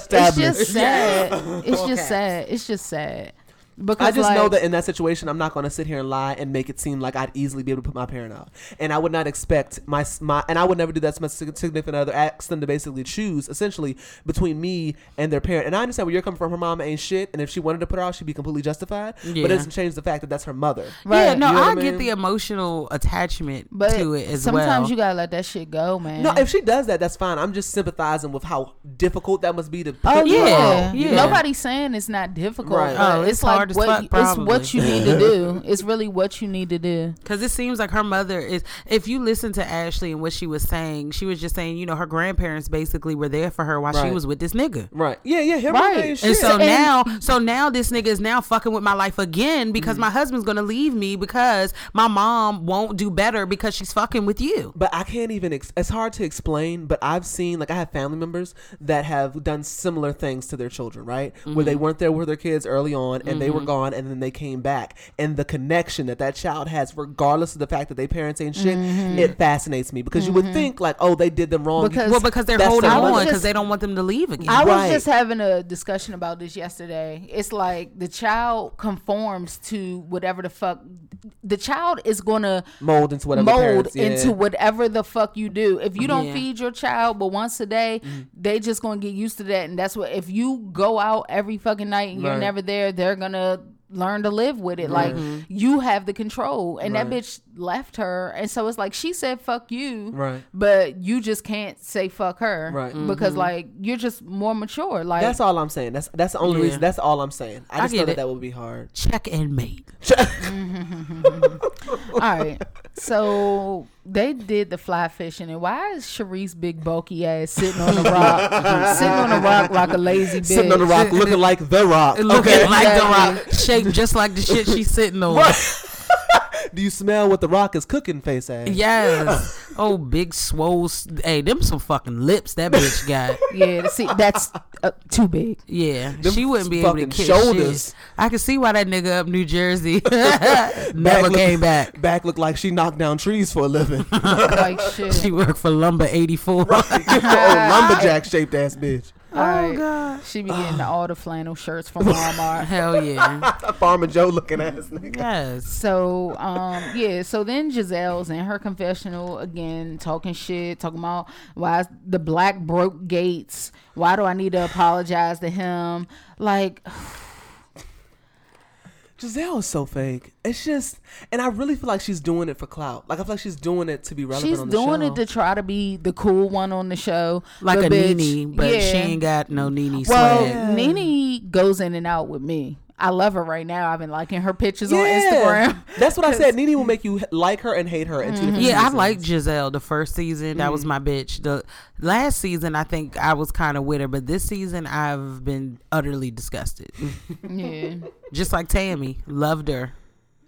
Speaker 2: Established.
Speaker 3: just sad. It's just sad. It's just sad. Because
Speaker 2: I just know
Speaker 3: like,
Speaker 2: that in that situation, I'm not going to sit here and lie and make it seem like I'd easily be able to put my parent out, and I would not expect my my, and I would never do that to my sig- significant other. Ask them to basically choose essentially between me and their parent. And I understand where you're coming from. Her mom ain't shit, and if she wanted to put her out, she'd be completely justified. But
Speaker 4: Yeah.
Speaker 2: it doesn't change the fact that that's her mother.
Speaker 4: Yeah,
Speaker 3: Right.
Speaker 4: no,
Speaker 2: You know what
Speaker 4: I,
Speaker 2: I mean?
Speaker 4: get the emotional attachment
Speaker 3: but
Speaker 4: to it as
Speaker 3: sometimes
Speaker 4: well.
Speaker 3: you gotta let that shit go, man.
Speaker 2: No, if she does that, that's fine. I'm just sympathizing with how difficult that must be to.
Speaker 3: Oh
Speaker 2: put her
Speaker 3: yeah.
Speaker 2: out.
Speaker 4: yeah.
Speaker 3: Nobody's saying it's not difficult.
Speaker 2: Right.
Speaker 3: but
Speaker 4: Oh, it's
Speaker 3: like
Speaker 4: hard as
Speaker 3: what
Speaker 4: fuck,
Speaker 3: you- it's what
Speaker 4: probably.
Speaker 3: you need to do. It's really what you need to do.
Speaker 4: Because it seems like her mother is. If you listen to Ashley and what she was saying, she was just saying, you know, her grandparents basically were there for her while she
Speaker 2: Right.
Speaker 4: was with this nigga.
Speaker 2: Right. Yeah. Yeah. Her
Speaker 3: Right.
Speaker 2: mom ain't shit.
Speaker 4: And so
Speaker 3: And-
Speaker 4: now, so now this nigga is now fucking with my life again because
Speaker 2: Mm.
Speaker 4: my husband's gonna leave me because my mom won't do better because she's fucking with you.
Speaker 2: but I can't even. Ex- it's hard to explain. But I've seen like I have family members that have done similar things to their children, right? Where
Speaker 3: Mm-hmm.
Speaker 2: they weren't there with their kids early on, and they were gone, and then they came back, and the connection that that child has, regardless of the fact that their parents ain't shit, it fascinates me because you would think like, oh, they did them wrong
Speaker 3: Mm-hmm. Because-
Speaker 4: Well, because they're
Speaker 2: That's
Speaker 4: holding
Speaker 2: the
Speaker 4: on
Speaker 3: mother.
Speaker 4: because they don't want them to leave again.
Speaker 3: I
Speaker 2: Right.
Speaker 3: was just having a discussion about this yesterday. It's like the child conforms to whatever the fuck. The child is gonna
Speaker 2: mold into whatever
Speaker 3: mold
Speaker 2: parents, yeah.
Speaker 3: into whatever the fuck you do. If you don't
Speaker 4: Yeah.
Speaker 3: feed your child but once a day,
Speaker 2: Mm-hmm.
Speaker 3: they just gonna get used to that. And that's what if you go out every fucking night and you're
Speaker 2: Right.
Speaker 3: never there, they're gonna learn to live with it. Like you have the control. And that bitch left her. And so it's like she said fuck you.
Speaker 2: Right.
Speaker 3: But you just can't say fuck her.
Speaker 2: Right.
Speaker 3: Because like you're just more mature. Like
Speaker 2: That's all I'm saying. That's that's the only
Speaker 4: Yeah.
Speaker 2: reason. That's all I'm saying. I
Speaker 4: I
Speaker 2: just
Speaker 4: get
Speaker 2: know that
Speaker 4: it.
Speaker 2: that would be hard.
Speaker 4: Check and mate.
Speaker 3: all right. So they did the fly fishing and why is Sharice big bulky ass sitting on the rock sitting on the rock like a lazy bitch?
Speaker 2: Sitting on the rock, looking like the rock.
Speaker 4: Looking
Speaker 2: Okay.
Speaker 4: like
Speaker 3: Exactly.
Speaker 4: the rock, shaped just like the shit she's sitting on.
Speaker 2: Do you smell what the rock is cooking, face ass?
Speaker 4: Yes. oh, big swole. s- Hey, them some fucking lips that bitch got.
Speaker 3: Yeah, see, that's uh, too big.
Speaker 4: Yeah,
Speaker 2: Them
Speaker 4: she wouldn't be able to
Speaker 2: fucking
Speaker 4: kiss
Speaker 2: shoulders.
Speaker 4: shoulders. I can see why that nigga up New Jersey never
Speaker 2: look-
Speaker 4: came back.
Speaker 2: Back looked like she knocked down trees for a living.
Speaker 3: Like shit.
Speaker 4: She worked for Lumber eighty four.
Speaker 2: Old lumberjack shaped ass bitch.
Speaker 3: All right. She be getting all the flannel shirts from Walmart.
Speaker 4: Hell yeah.
Speaker 2: Farmer Joe looking ass nigga.
Speaker 4: Yes.
Speaker 3: So, um, yeah. So then Giselle's in her confessional again, talking shit, talking about why is the black broke Gates. Why do I need to apologize to him? Like,
Speaker 2: Giselle is so fake. It's just, and I really feel like she's doing it for clout. Like I feel like she's doing it to be relevant.
Speaker 3: she's
Speaker 2: on the
Speaker 3: doing
Speaker 2: show.
Speaker 3: it to try to be the cool one on the show,
Speaker 4: Like
Speaker 3: The
Speaker 4: a
Speaker 3: bitch-
Speaker 4: Nene, but
Speaker 3: yeah.
Speaker 4: she ain't got no Nene
Speaker 3: Well,
Speaker 4: swag.
Speaker 3: Nene goes in and out with me. I love her right now. I've been liking her pictures on
Speaker 2: Yeah.
Speaker 3: Instagram.
Speaker 2: That's what I said. Nene will make you h- like her and hate her. in two different
Speaker 4: Mm-hmm. Yeah, I
Speaker 2: seasons.
Speaker 4: liked Giselle the first season. That was
Speaker 3: Mm.
Speaker 4: my bitch. The last season, I think I was kind of with her, but this season, I've been utterly disgusted.
Speaker 3: yeah.
Speaker 4: Just like Tammy, loved her,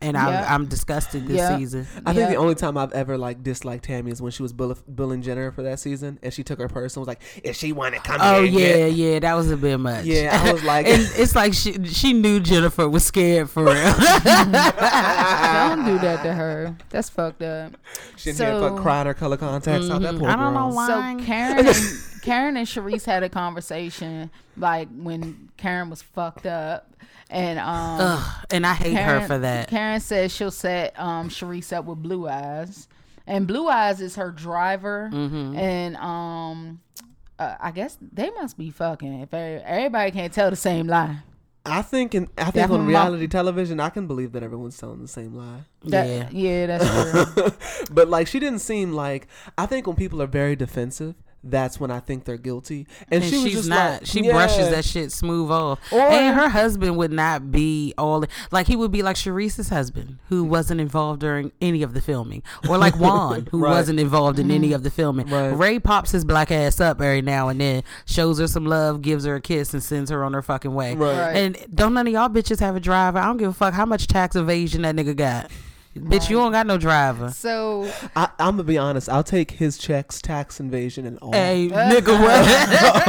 Speaker 4: and I'm,
Speaker 3: Yeah.
Speaker 4: I'm disgusted this
Speaker 3: Yeah.
Speaker 4: season.
Speaker 2: I think
Speaker 3: Yeah.
Speaker 2: the only time I've ever like disliked Tammy is when she was bill- billing Jenner for that season, and she took her purse and was like, "If she want to come
Speaker 4: Oh
Speaker 2: here and get
Speaker 4: yeah, yeah, that was a bit much.
Speaker 2: Yeah, I was like-
Speaker 4: and it's like she she knew Jennifer was scared for real.
Speaker 3: Don't do that to her. That's fucked up.
Speaker 2: She didn't hear
Speaker 3: So-
Speaker 2: fuck crying her color contacts out that poor
Speaker 4: Mm-hmm. I don't know
Speaker 2: girl.
Speaker 4: why.
Speaker 3: So
Speaker 4: Fine.
Speaker 3: Karen and, Karen and Sharice had a conversation like when Karen was fucked up. And um,
Speaker 4: Ugh, and I hate her for that.
Speaker 3: Karen says she'll set um, Sharice up with Blue Eyes, and Blue Eyes is her driver,
Speaker 4: Mm-hmm.
Speaker 3: and um, uh, I guess they must be fucking. If every- everybody can't tell the same lie,
Speaker 2: I think in I think
Speaker 3: That's
Speaker 2: on
Speaker 3: my-
Speaker 2: reality television, I can believe that everyone's telling the same lie.
Speaker 3: That- yeah, that's true.
Speaker 2: but like she didn't seem like I think when people are very defensive, that's when I think they're guilty. And,
Speaker 4: And
Speaker 2: she was
Speaker 4: she's
Speaker 2: just
Speaker 4: not.
Speaker 2: like,
Speaker 4: she
Speaker 2: yeah.
Speaker 4: brushes that shit smooth off. and her husband would not be all like he would be like Sharice's husband, who wasn't involved during any of the filming, or like Juan, who
Speaker 2: Right.
Speaker 4: wasn't involved in any of the filming.
Speaker 2: Right.
Speaker 4: Ray pops his black ass up every now and then, shows her some love, gives her a kiss, and sends her on her fucking way.
Speaker 2: Right.
Speaker 3: Right.
Speaker 4: And don't none of y'all bitches have a driver. I don't give a fuck how much tax evasion that nigga got. Bitch, you don't got no driver.
Speaker 3: so
Speaker 2: I, I'm gonna be honest. I'll take his checks, tax invasion, and all.
Speaker 4: Hey, nigga, what?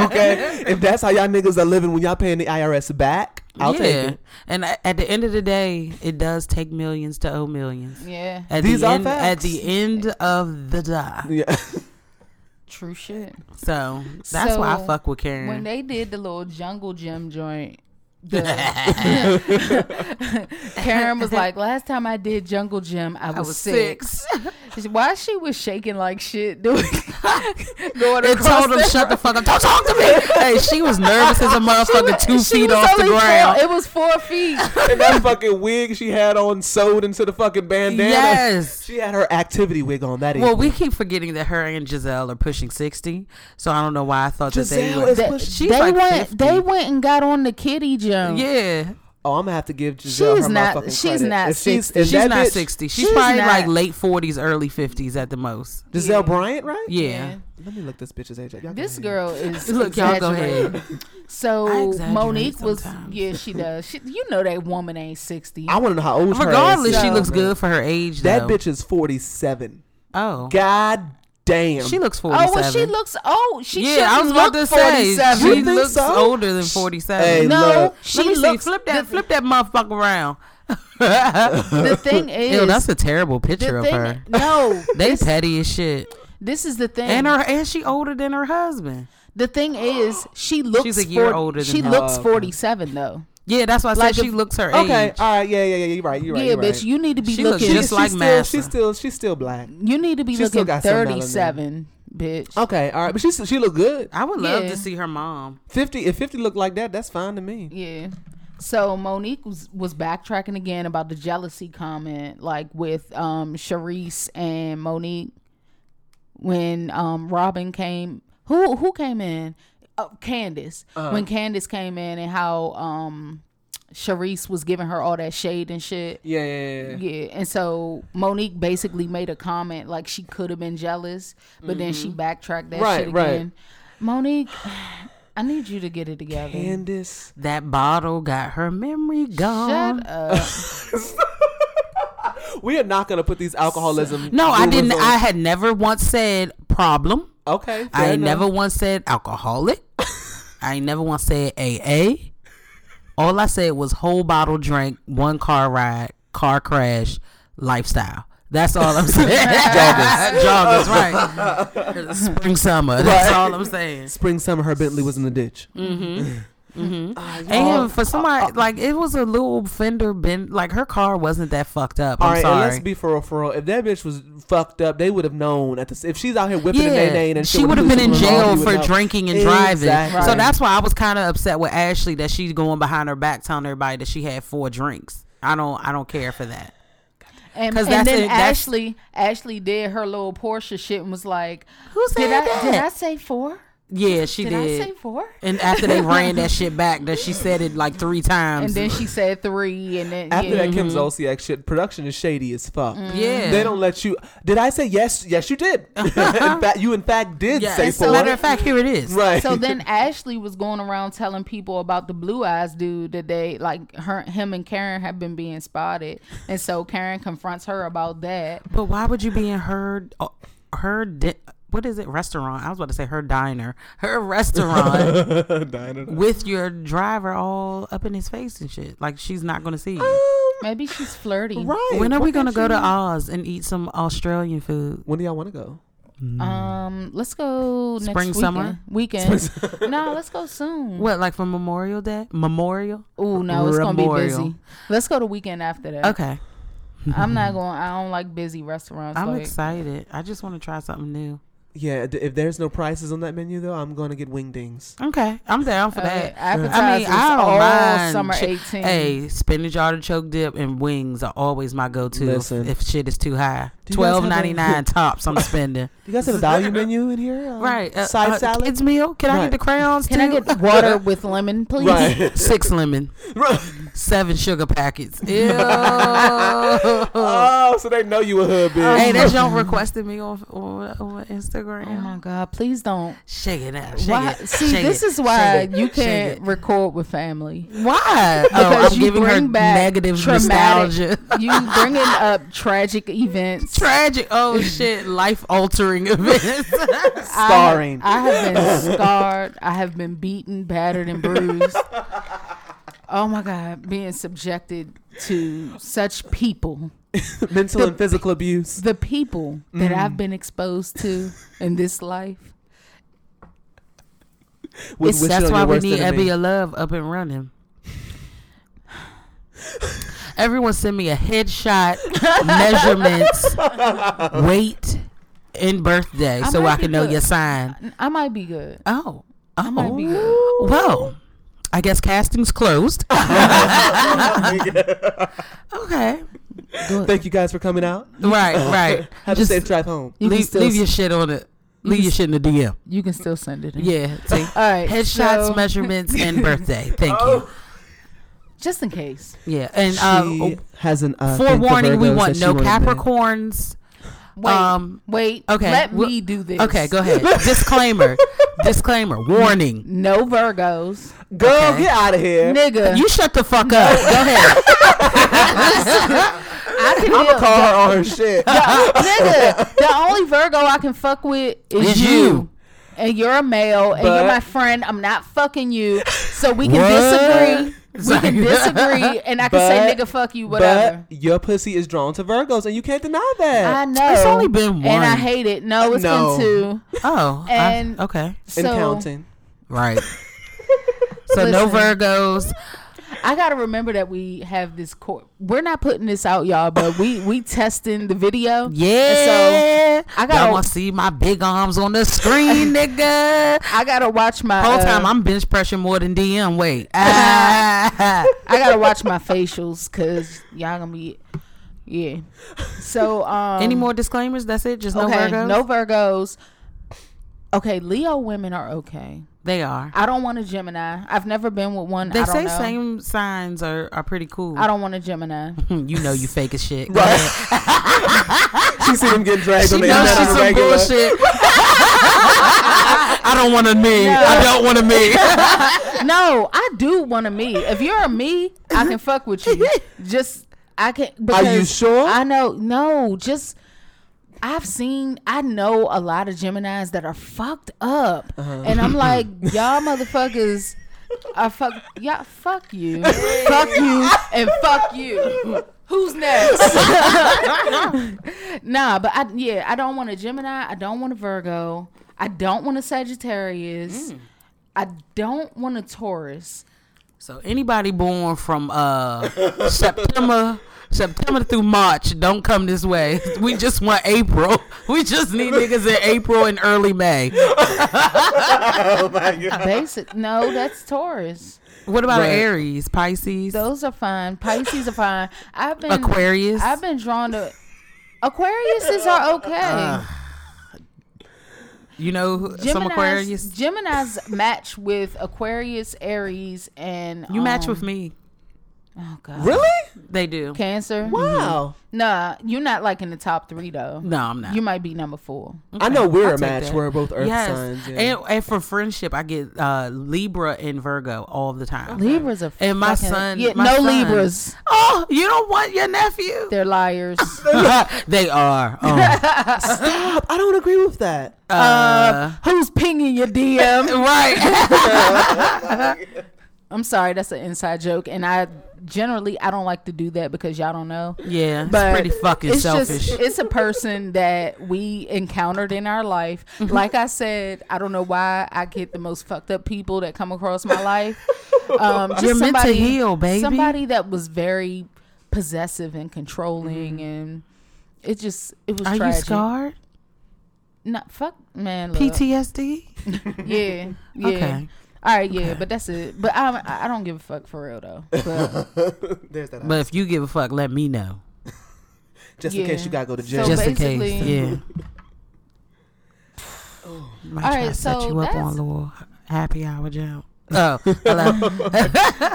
Speaker 2: okay, if that's how y'all niggas are living when y'all paying the IRS back, I'll take it.
Speaker 4: And a- at the end of the day, it does take millions to owe millions.
Speaker 3: yeah,
Speaker 4: At
Speaker 2: These
Speaker 4: the
Speaker 2: are
Speaker 4: end,
Speaker 2: facts.
Speaker 4: At the end of the day.
Speaker 2: Yeah.
Speaker 3: true shit.
Speaker 4: So that's why
Speaker 3: So,
Speaker 4: I fuck with Karen.
Speaker 3: When they did the little jungle gym joint. the- Karen was like, "Last time I did jungle gym, I was,
Speaker 4: was
Speaker 3: six. Why she was shaking like shit doing going
Speaker 4: it
Speaker 3: across
Speaker 4: told him,
Speaker 3: the
Speaker 4: shut the fuck up. Don't talk to me. hey, she was nervous as a motherfucker two
Speaker 3: She
Speaker 4: feet
Speaker 3: was
Speaker 4: off the
Speaker 3: only four-
Speaker 4: ground.
Speaker 3: it was four feet.
Speaker 2: and that fucking wig she had on sewed into the fucking bandana.
Speaker 4: Yes.
Speaker 2: She had her activity wig on that
Speaker 4: Well,
Speaker 2: evening.
Speaker 4: we keep forgetting that her and Giselle are pushing 60. So I don't know why I thought that
Speaker 2: Giselle
Speaker 4: they were.
Speaker 2: is
Speaker 3: They,
Speaker 2: pushing.
Speaker 4: she's
Speaker 3: they
Speaker 4: like
Speaker 3: went.
Speaker 4: 50.
Speaker 3: They went and got on the kitty gym.
Speaker 4: yeah.
Speaker 2: Oh, I'm gonna have to give Giselle
Speaker 3: She's
Speaker 2: her
Speaker 3: not-
Speaker 2: motherfucking
Speaker 3: she's
Speaker 2: credit.
Speaker 3: not
Speaker 2: If she's,
Speaker 3: 60.
Speaker 2: if
Speaker 4: She's
Speaker 2: that
Speaker 4: not
Speaker 2: bitch-
Speaker 4: 60. She's,
Speaker 3: She's
Speaker 4: probably
Speaker 3: not.
Speaker 4: like late 40s, early 50s at the most.
Speaker 2: Giselle Bryant, right?
Speaker 4: Yeah.
Speaker 2: Let me look this bitch's age up. Y'all
Speaker 3: This
Speaker 2: go ahead.
Speaker 3: girl is
Speaker 4: Look, y'all go
Speaker 3: exaggerating.
Speaker 4: ahead. I
Speaker 3: So
Speaker 4: exaggerate
Speaker 3: Monique was,
Speaker 4: sometimes.
Speaker 3: yeah, she does. She, you know that woman ain't sixty.
Speaker 2: I want to know how old. her ass
Speaker 4: Regardless,
Speaker 2: is.
Speaker 4: she
Speaker 3: No.
Speaker 4: looks good for her age.
Speaker 2: That
Speaker 4: though.
Speaker 2: bitch is 47.
Speaker 4: Oh,
Speaker 2: God damn.
Speaker 4: she looks forty-seven.
Speaker 3: Oh, well, she looks old. She
Speaker 4: yeah, I was
Speaker 3: shouldn't
Speaker 4: about to
Speaker 3: look
Speaker 4: say
Speaker 3: 47.
Speaker 2: You
Speaker 4: she
Speaker 2: think
Speaker 4: looks
Speaker 2: so?
Speaker 4: older than
Speaker 2: Hey,
Speaker 4: forty-seven.
Speaker 2: look.
Speaker 4: no,
Speaker 3: no,
Speaker 4: let
Speaker 3: she
Speaker 4: me
Speaker 3: looks.
Speaker 4: see. Flip that,
Speaker 3: the,
Speaker 4: flip that motherfucker around.
Speaker 3: the thing is,
Speaker 4: Ew, that's a terrible picture
Speaker 3: the
Speaker 4: of
Speaker 3: thing.
Speaker 4: her.
Speaker 3: No,
Speaker 4: They
Speaker 3: this,
Speaker 4: petty as shit,
Speaker 3: this is the thing.
Speaker 4: and her and she older than her husband.
Speaker 3: the thing is, she looks.
Speaker 4: a year
Speaker 3: 40
Speaker 4: older than
Speaker 3: She
Speaker 4: her.
Speaker 3: looks forty-seven though.
Speaker 4: Yeah, that's why I
Speaker 3: Like
Speaker 4: said she
Speaker 3: if- uh,
Speaker 4: looks her
Speaker 2: okay.
Speaker 4: age.
Speaker 2: All right. Yeah, yeah, yeah. You're right. You're right.
Speaker 3: Yeah,
Speaker 2: you're
Speaker 3: bitch,
Speaker 2: right.
Speaker 3: you need to be
Speaker 4: She looks
Speaker 3: looking.
Speaker 4: just
Speaker 2: she's
Speaker 4: like
Speaker 2: still,
Speaker 4: Massa.
Speaker 2: She's still, she's still black.
Speaker 3: you need to be
Speaker 2: She still
Speaker 3: looking
Speaker 2: got some melanin.
Speaker 3: thirty-seven, bitch.
Speaker 2: Okay. All right. But she's, she look good.
Speaker 4: I would love
Speaker 3: Yeah.
Speaker 4: to see her mom.
Speaker 2: 50. If 50 looked like that, that's fine to me.
Speaker 3: Yeah. So Monique was, was backtracking again about the jealousy comment, like with um Sharice and Monique when um Robin came. Who who came in? Oh, Candace.
Speaker 2: Uh-huh.
Speaker 3: When Candace came in and how um Sharice was giving her all that shade and shit.
Speaker 2: Yeah, yeah, yeah.
Speaker 3: Yeah, and so Monique basically made a comment like she could have been jealous, but then
Speaker 4: Mm-hmm.
Speaker 3: she backtracked that
Speaker 2: Right,
Speaker 3: shit
Speaker 2: right.
Speaker 3: again. Monique, I need you to get it together.
Speaker 2: Candace.
Speaker 4: That bottle got her memory gone.
Speaker 3: Shut up.
Speaker 2: We are not gonna put these alcoholism.
Speaker 4: No, I
Speaker 2: rumors
Speaker 4: didn't.
Speaker 2: on-
Speaker 4: I had never once said problem.
Speaker 2: okay.
Speaker 4: I
Speaker 2: fair
Speaker 4: ain't
Speaker 2: enough.
Speaker 4: never once said alcoholic. I ain't never once said AA. All I said was whole bottle drink, one car ride, car crash, lifestyle. That's all I'm saying. Joggers. Joggers, right. Spring, summer. That's all I'm saying.
Speaker 2: Spring summer, her Bentley was in the ditch.
Speaker 4: Mm. And for somebody, like, it was a little fender bend. Like, her car wasn't that fucked up. I'm
Speaker 2: All right, and
Speaker 4: sorry.
Speaker 2: let's be for real, for real. If that bitch was fucked up, they would have known. At this, if she's out here whipping and
Speaker 4: yeah,
Speaker 2: nay-naying and
Speaker 4: she
Speaker 2: shit
Speaker 4: would
Speaker 2: with
Speaker 4: have
Speaker 2: the
Speaker 4: been in
Speaker 2: police and all,
Speaker 4: jail
Speaker 2: you would
Speaker 4: for
Speaker 2: know.
Speaker 4: drinking and
Speaker 2: Exactly.
Speaker 4: driving. So
Speaker 2: Right.
Speaker 4: that's why I was kind of upset with Ashley that she's going behind her back telling everybody that she had four drinks. I don't, I don't care for that.
Speaker 3: And,
Speaker 4: 'Cause
Speaker 3: and
Speaker 4: that's
Speaker 3: then
Speaker 4: it, that's-
Speaker 3: Ashley Ashley did her little Porsche shit and was like,
Speaker 4: Who said
Speaker 3: did I, Did
Speaker 4: that?
Speaker 3: I say four?
Speaker 4: Yeah, she
Speaker 3: Did,
Speaker 4: did.
Speaker 3: I say four?
Speaker 4: and after they ran that shit back, that she said it like three times.
Speaker 3: And then she said three, and then
Speaker 2: After
Speaker 3: yeah.
Speaker 2: that Kim Zolciak shit, production is shady as fuck.
Speaker 4: Mm-hmm. Yeah.
Speaker 2: They don't let you. Did I say yes? Yes, you did. in fact, you in fact did
Speaker 4: yeah.
Speaker 2: say
Speaker 4: Uh-huh. As a
Speaker 2: four.
Speaker 4: matter of fact, here it is.
Speaker 2: right.
Speaker 3: So then Ashley was going around telling people about the blue eyes dude that they like her him and Karen have been being spotted, and so Karen confronts her about that.
Speaker 4: But why would you be in her uh, her di- what is it restaurant? I was about to say her diner, her restaurant with your driver all up in his face and shit. Like she's not gonna see you.
Speaker 3: Maybe she's flirty.
Speaker 2: right.
Speaker 4: When are
Speaker 2: Why
Speaker 4: we gonna
Speaker 2: can't
Speaker 4: go to
Speaker 2: you-
Speaker 4: Oz and eat some Australian food?
Speaker 2: When do y'all want to go?
Speaker 3: Um, let's go next
Speaker 4: Spring,
Speaker 3: weekend.
Speaker 4: summer?
Speaker 3: weekend. no, let's go soon.
Speaker 4: What, like for Memorial Day? Memorial?
Speaker 3: Oh no, it's gonna be
Speaker 4: Memorial.
Speaker 3: busy. Let's go the weekend after that.
Speaker 4: Okay.
Speaker 3: I'm not going. I don't like busy restaurants.
Speaker 4: I'm
Speaker 3: like,
Speaker 4: excited. I just want to try something new.
Speaker 2: Yeah, th- if there's no prices on that menu though, I'm going to get wingdings.
Speaker 4: Okay, I'm down for
Speaker 3: Okay,
Speaker 4: that.
Speaker 3: appetizers Uh, all summer 18.
Speaker 4: Hey, spinach artichoke dip and wings are always my go-to. if-
Speaker 2: Listen.
Speaker 4: if shit is too high,
Speaker 2: Do you guys have
Speaker 4: twelve
Speaker 2: a-
Speaker 4: ninety nine tops. I'm spending.
Speaker 2: You guys have a value menu in here? Uh,
Speaker 4: right, uh,
Speaker 2: side
Speaker 4: uh,
Speaker 2: salad.
Speaker 4: Kids meal. Can I
Speaker 2: Right.
Speaker 4: get the crayons?
Speaker 3: Can I
Speaker 4: too?
Speaker 3: get water with lemon, please?
Speaker 2: Right.
Speaker 4: six lemon, seven sugar packets? Ew. hey,
Speaker 2: oh, so they know you a hood bitch.
Speaker 4: that's y'all requested me on on, on Instagram.
Speaker 3: Oh my God! Please don't.
Speaker 4: Shake it out. Shake
Speaker 3: Why?
Speaker 4: it,
Speaker 3: See,
Speaker 4: shake
Speaker 3: this
Speaker 4: it,
Speaker 3: is why
Speaker 4: shake it,
Speaker 3: you
Speaker 4: shake it.
Speaker 3: can't record with family.
Speaker 4: Why? oh,
Speaker 3: Because
Speaker 4: I'm
Speaker 3: you
Speaker 4: giving her
Speaker 3: bring back
Speaker 4: negative
Speaker 3: traumatic-
Speaker 4: nostalgia.
Speaker 3: You bringing up tragic events.
Speaker 4: Tragic. Oh shit. Life altering events.
Speaker 2: Starring.
Speaker 3: I have been scarred. I have been beaten, battered, and bruised. Oh my God! Being subjected to such people,
Speaker 2: Mental and physical abuse.
Speaker 3: the people
Speaker 4: Mm.
Speaker 3: that I've been exposed to in this life.
Speaker 2: Would wish it on
Speaker 4: that's
Speaker 2: your
Speaker 4: why we
Speaker 2: worst
Speaker 4: need
Speaker 2: enemy.
Speaker 4: Ebby of Love up and running. Everyone send me a headshot, measurements, weight, and birthday so
Speaker 3: might
Speaker 4: I
Speaker 3: be
Speaker 4: can know
Speaker 3: good.
Speaker 4: your sign.
Speaker 3: I might be good.
Speaker 4: Oh.
Speaker 3: I might be good.
Speaker 4: Well, I guess casting's closed. okay.
Speaker 2: Thank you guys for coming out.
Speaker 4: Right, right.
Speaker 2: Have
Speaker 4: Just
Speaker 2: a safe drive home.
Speaker 3: You can
Speaker 4: leave,
Speaker 3: still
Speaker 4: leave your shit on it. Leave your shit in the DM.
Speaker 3: You can still send it in.
Speaker 4: Yeah. See?
Speaker 3: All right.
Speaker 4: Headshots,
Speaker 3: so-
Speaker 4: measurements, and birthday. Thank
Speaker 3: Just in case.
Speaker 4: you. Yeah. And
Speaker 2: she
Speaker 4: uh,
Speaker 2: has an uh, thing for
Speaker 4: forewarning, we
Speaker 2: Virgos
Speaker 4: want
Speaker 2: that she
Speaker 4: no
Speaker 2: wanted back.
Speaker 4: Capricorns.
Speaker 3: Wait.
Speaker 4: Um,
Speaker 3: wait.
Speaker 4: okay,
Speaker 3: Let
Speaker 4: well-
Speaker 3: me do this.
Speaker 4: Okay, go ahead. Disclaimer. Disclaimer. Warning.
Speaker 3: No Virgos.
Speaker 2: Girl,
Speaker 4: Okay.
Speaker 2: get out of here.
Speaker 3: Nigga.
Speaker 4: You shut the fuck up. Go ahead.
Speaker 3: I can
Speaker 2: I'm
Speaker 3: deal.
Speaker 2: gonna call her on her Oh, shit.
Speaker 3: Nigga. The only Virgo I can fuck with is
Speaker 4: Is
Speaker 3: you.
Speaker 4: you.
Speaker 3: And you're a male and
Speaker 2: But-
Speaker 3: you're my friend. I'm not fucking you. So we can
Speaker 4: What?
Speaker 3: disagree. We can disagree and I can say
Speaker 2: But-
Speaker 3: nigga fuck you, whatever.
Speaker 2: But your pussy is drawn to Virgos, and you can't deny that.
Speaker 3: I know.
Speaker 4: It's only been
Speaker 3: And I
Speaker 4: one.
Speaker 3: hate it. No, it's
Speaker 2: No.
Speaker 3: been two.
Speaker 4: Oh. I-
Speaker 3: And-
Speaker 4: okay.
Speaker 2: and
Speaker 3: so
Speaker 2: counting.
Speaker 4: Right. So no
Speaker 3: Listen.
Speaker 4: Virgos.
Speaker 3: I gotta remember that we have this court. We're not putting this out, y'all, but we we testing the video.
Speaker 4: Yeah.
Speaker 3: And so I
Speaker 4: Y'all
Speaker 3: gotta
Speaker 4: want to see my big arms on the screen, nigga.
Speaker 3: I gotta watch my
Speaker 4: Whole
Speaker 3: uh,
Speaker 4: time I'm bench pressing more than DM. Wait. Ah.
Speaker 3: I gotta watch my facials because y'all gonna be yeah. So um
Speaker 4: Any more disclaimers? That's it. Just no
Speaker 3: okay,
Speaker 4: Virgos.
Speaker 3: no Virgos. Okay, Leo women are okay.
Speaker 4: they are.
Speaker 3: I don't want a Gemini. I've never been with one.
Speaker 4: They
Speaker 3: I don't
Speaker 4: say
Speaker 3: know.
Speaker 4: same signs are, are pretty cool.
Speaker 3: I don't want a Gemini.
Speaker 4: you know you fake as shit.
Speaker 2: She see them getting dragged
Speaker 4: She
Speaker 2: on the
Speaker 4: knows
Speaker 2: internet
Speaker 4: she's
Speaker 2: on the
Speaker 4: some
Speaker 2: regular.
Speaker 4: bullshit. I don't want to me. I don't want to me.
Speaker 3: no, I do want a me. If you're a me, I can fuck with you. Just I can. Because
Speaker 2: you sure?
Speaker 3: I know. No, just I've seen. I know a lot of Gemini's that are fucked up, and I'm like, y'all motherfuckers. I fuck y'all. Fuck you. fuck you and fuck you. Who's next? nah, but I yeah, I don't want a Gemini. I don't want a Virgo. I don't want a Sagittarius. I don't want a Taurus.
Speaker 4: So anybody born from uh, September. September through March, don't come this way. We just want April. We just need niggas in April and early May.
Speaker 3: Basic. No, that's Taurus.
Speaker 4: What about
Speaker 2: Right.
Speaker 4: Aries, Pisces?
Speaker 3: Those are fine. Pisces are fine. I've been
Speaker 4: Aquarius?
Speaker 3: I've been drawn to Aquariuses are okay.
Speaker 4: You know who- Uh, some
Speaker 3: Gemini's,
Speaker 4: Aquarius?
Speaker 3: Gemini's match with Aquarius, Aries, and
Speaker 4: You match
Speaker 3: um,
Speaker 4: with me.
Speaker 3: Oh God.
Speaker 2: Really?
Speaker 4: They do.
Speaker 3: Cancer. Mm-hmm.
Speaker 2: Wow.
Speaker 3: Nah, you're not like in the top three though.
Speaker 4: No, I'm not.
Speaker 3: You might be number four.
Speaker 2: I know we're
Speaker 4: I'll
Speaker 2: a
Speaker 4: take
Speaker 2: match.
Speaker 4: that.
Speaker 2: We're both Earth
Speaker 4: Yes.
Speaker 2: signs. yeah.
Speaker 4: And, and for friendship, I get uh, Libra and Virgo all the time.
Speaker 3: Libras are
Speaker 4: And my
Speaker 3: fucking-
Speaker 4: son,
Speaker 3: Yeah,
Speaker 4: my
Speaker 3: no
Speaker 4: son-
Speaker 3: Libras.
Speaker 4: Oh, you don't want your nephew?
Speaker 3: They're liars.
Speaker 4: they are. Um,
Speaker 2: Stop. I don't agree with that.
Speaker 4: uh,
Speaker 3: Who's pinging your DM?
Speaker 4: right.
Speaker 3: I'm sorry, that's an inside joke, and I generally I don't like to do that because y'all don't know.
Speaker 4: Yeah, it's
Speaker 3: But
Speaker 4: pretty fucking
Speaker 3: it's
Speaker 4: selfish.
Speaker 3: Just, it's a person that we encountered in our life.
Speaker 4: Mm-hmm.
Speaker 3: Like I said, I don't know why I get the most fucked up people that come across my life. Um, just
Speaker 4: You're meant to
Speaker 3: somebody,
Speaker 4: heal, baby.
Speaker 3: Somebody that was very possessive and controlling, and it just it was.
Speaker 4: Mm-hmm. Are you
Speaker 3: tragic.
Speaker 4: scarred?
Speaker 3: Not fuck, man. Look.
Speaker 4: PTSD?
Speaker 3: Yeah. Yeah.
Speaker 4: Okay.
Speaker 3: All right, yeah, but that's it. But I, I don't give a fuck for real though. But,
Speaker 2: There's that.
Speaker 4: But if you give a fuck, let me know.
Speaker 2: Just in
Speaker 3: yeah.
Speaker 2: case you gotta go to
Speaker 3: So
Speaker 2: jail.
Speaker 4: Just in case.
Speaker 3: basically- Oh.
Speaker 4: Yeah. Might
Speaker 3: All
Speaker 4: try
Speaker 3: right,
Speaker 4: to set
Speaker 3: so
Speaker 4: you up on
Speaker 3: that's-
Speaker 4: a little happy hour jump. Oh, hello.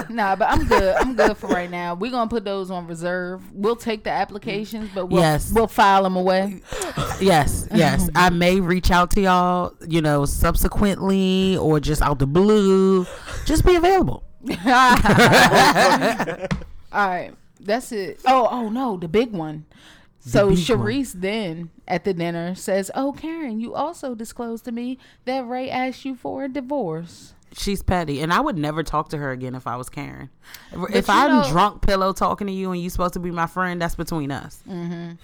Speaker 3: nah, but I'm good. I'm good for right now. We're gonna put those on reserve. We'll take the applications, but we'll
Speaker 4: Yes.
Speaker 3: we'll file them away.
Speaker 4: yes, yes. I may reach out to y'all, you know, subsequently or just out the blue. Just be available.
Speaker 3: All right, that's it. Oh, oh no, the big one. So
Speaker 4: big
Speaker 3: Sharice then at the dinner says, "Oh, Karen, you also disclosed to me that Ray asked you for a divorce."
Speaker 4: She's petty, and I would never talk to her again if I was Karen. if
Speaker 3: you
Speaker 4: I'm
Speaker 3: know-
Speaker 4: drunk pillow talking to you and you supposed to be my friend, that's between us.
Speaker 3: And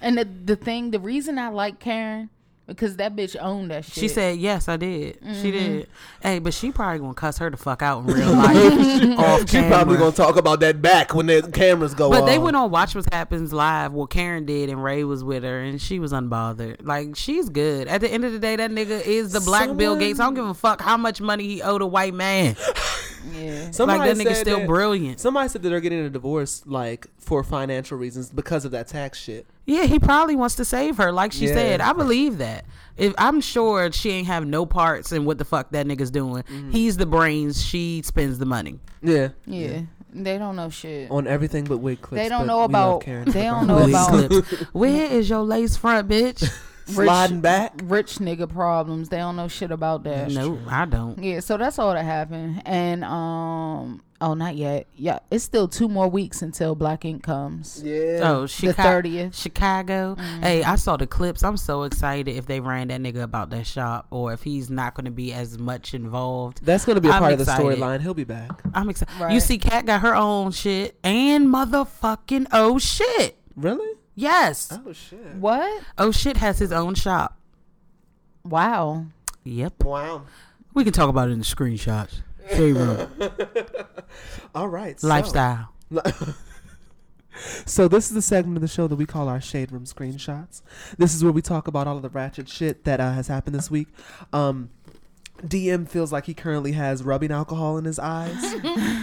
Speaker 3: the the thing, the reason I like Karen because that bitch owned that shit.
Speaker 4: She said, "Yes, I did. She
Speaker 2: Mm-hmm.
Speaker 4: did. Hey, but she probably gonna cuss her the fuck out in real life off
Speaker 2: She
Speaker 4: camera.
Speaker 2: probably gonna talk about that back when the cameras go
Speaker 4: but
Speaker 2: on.
Speaker 4: they went on Watch What Happens Live. Well, Karen did, and Ray was with her, and she was unbothered. Like she's good. At the end of the day, that nigga is the black Bill
Speaker 2: Someone-
Speaker 4: Gates. I don't give a fuck how much money he owed a white man.
Speaker 3: "Yeah,
Speaker 4: like that nigga's
Speaker 2: said
Speaker 4: still
Speaker 2: that-
Speaker 4: brilliant.
Speaker 2: Somebody said that they're getting a divorce like for financial reasons because of that tax shit.
Speaker 4: Yeah, he probably wants to save her. Like she
Speaker 2: Yeah.
Speaker 4: said, I believe that. If I'm sure she ain't have no parts in what the fuck that nigga's doing.
Speaker 2: Mm-hmm.
Speaker 4: He's the brains. She spends the money.
Speaker 2: Yeah.
Speaker 3: yeah, they don't know shit."
Speaker 2: On everything but wig clips.
Speaker 3: They
Speaker 2: but
Speaker 3: don't know
Speaker 2: we love
Speaker 3: about-
Speaker 2: Karen
Speaker 3: they
Speaker 2: for
Speaker 3: don't
Speaker 2: her.
Speaker 3: know
Speaker 4: Lace
Speaker 3: about-
Speaker 4: clips. Where is your lace front, bitch?
Speaker 2: sliding back.
Speaker 3: rich nigga problems. They don't know shit about that.
Speaker 4: no, I don't.
Speaker 3: Yeah, so that's all that happened. And um oh not yet. Yeah, it's still two more weeks until Black Ink comes.
Speaker 2: Yeah.
Speaker 4: Oh, Chicago,
Speaker 3: 30th.
Speaker 4: Chicago.
Speaker 2: Mm-hmm.
Speaker 4: Hey, I saw the clips. I'm so excited if they ran that nigga about that shop, or if he's not going to be as much involved.
Speaker 2: That's gonna be a
Speaker 4: I'm
Speaker 2: part of the
Speaker 4: excited.
Speaker 2: storyline. He'll be back.
Speaker 4: I'm excited. You
Speaker 3: Right.
Speaker 4: see, Kat got her own shit and motherfucking oh shit.
Speaker 2: Really?
Speaker 4: Yes,
Speaker 2: Oh shit.
Speaker 3: What?
Speaker 4: oh shit has his own shop.
Speaker 3: Wow.
Speaker 4: Yep,
Speaker 2: Wow.
Speaker 4: we can talk about it in the screenshots. Shade room,
Speaker 2: All right. so-
Speaker 4: lifestyle.
Speaker 2: So this is the segment of the show that we call our shade room screenshots. This is where we talk about all of the ratchet shit that uh, has happened this week. Um, DM feels like he currently has rubbing alcohol in his eyes,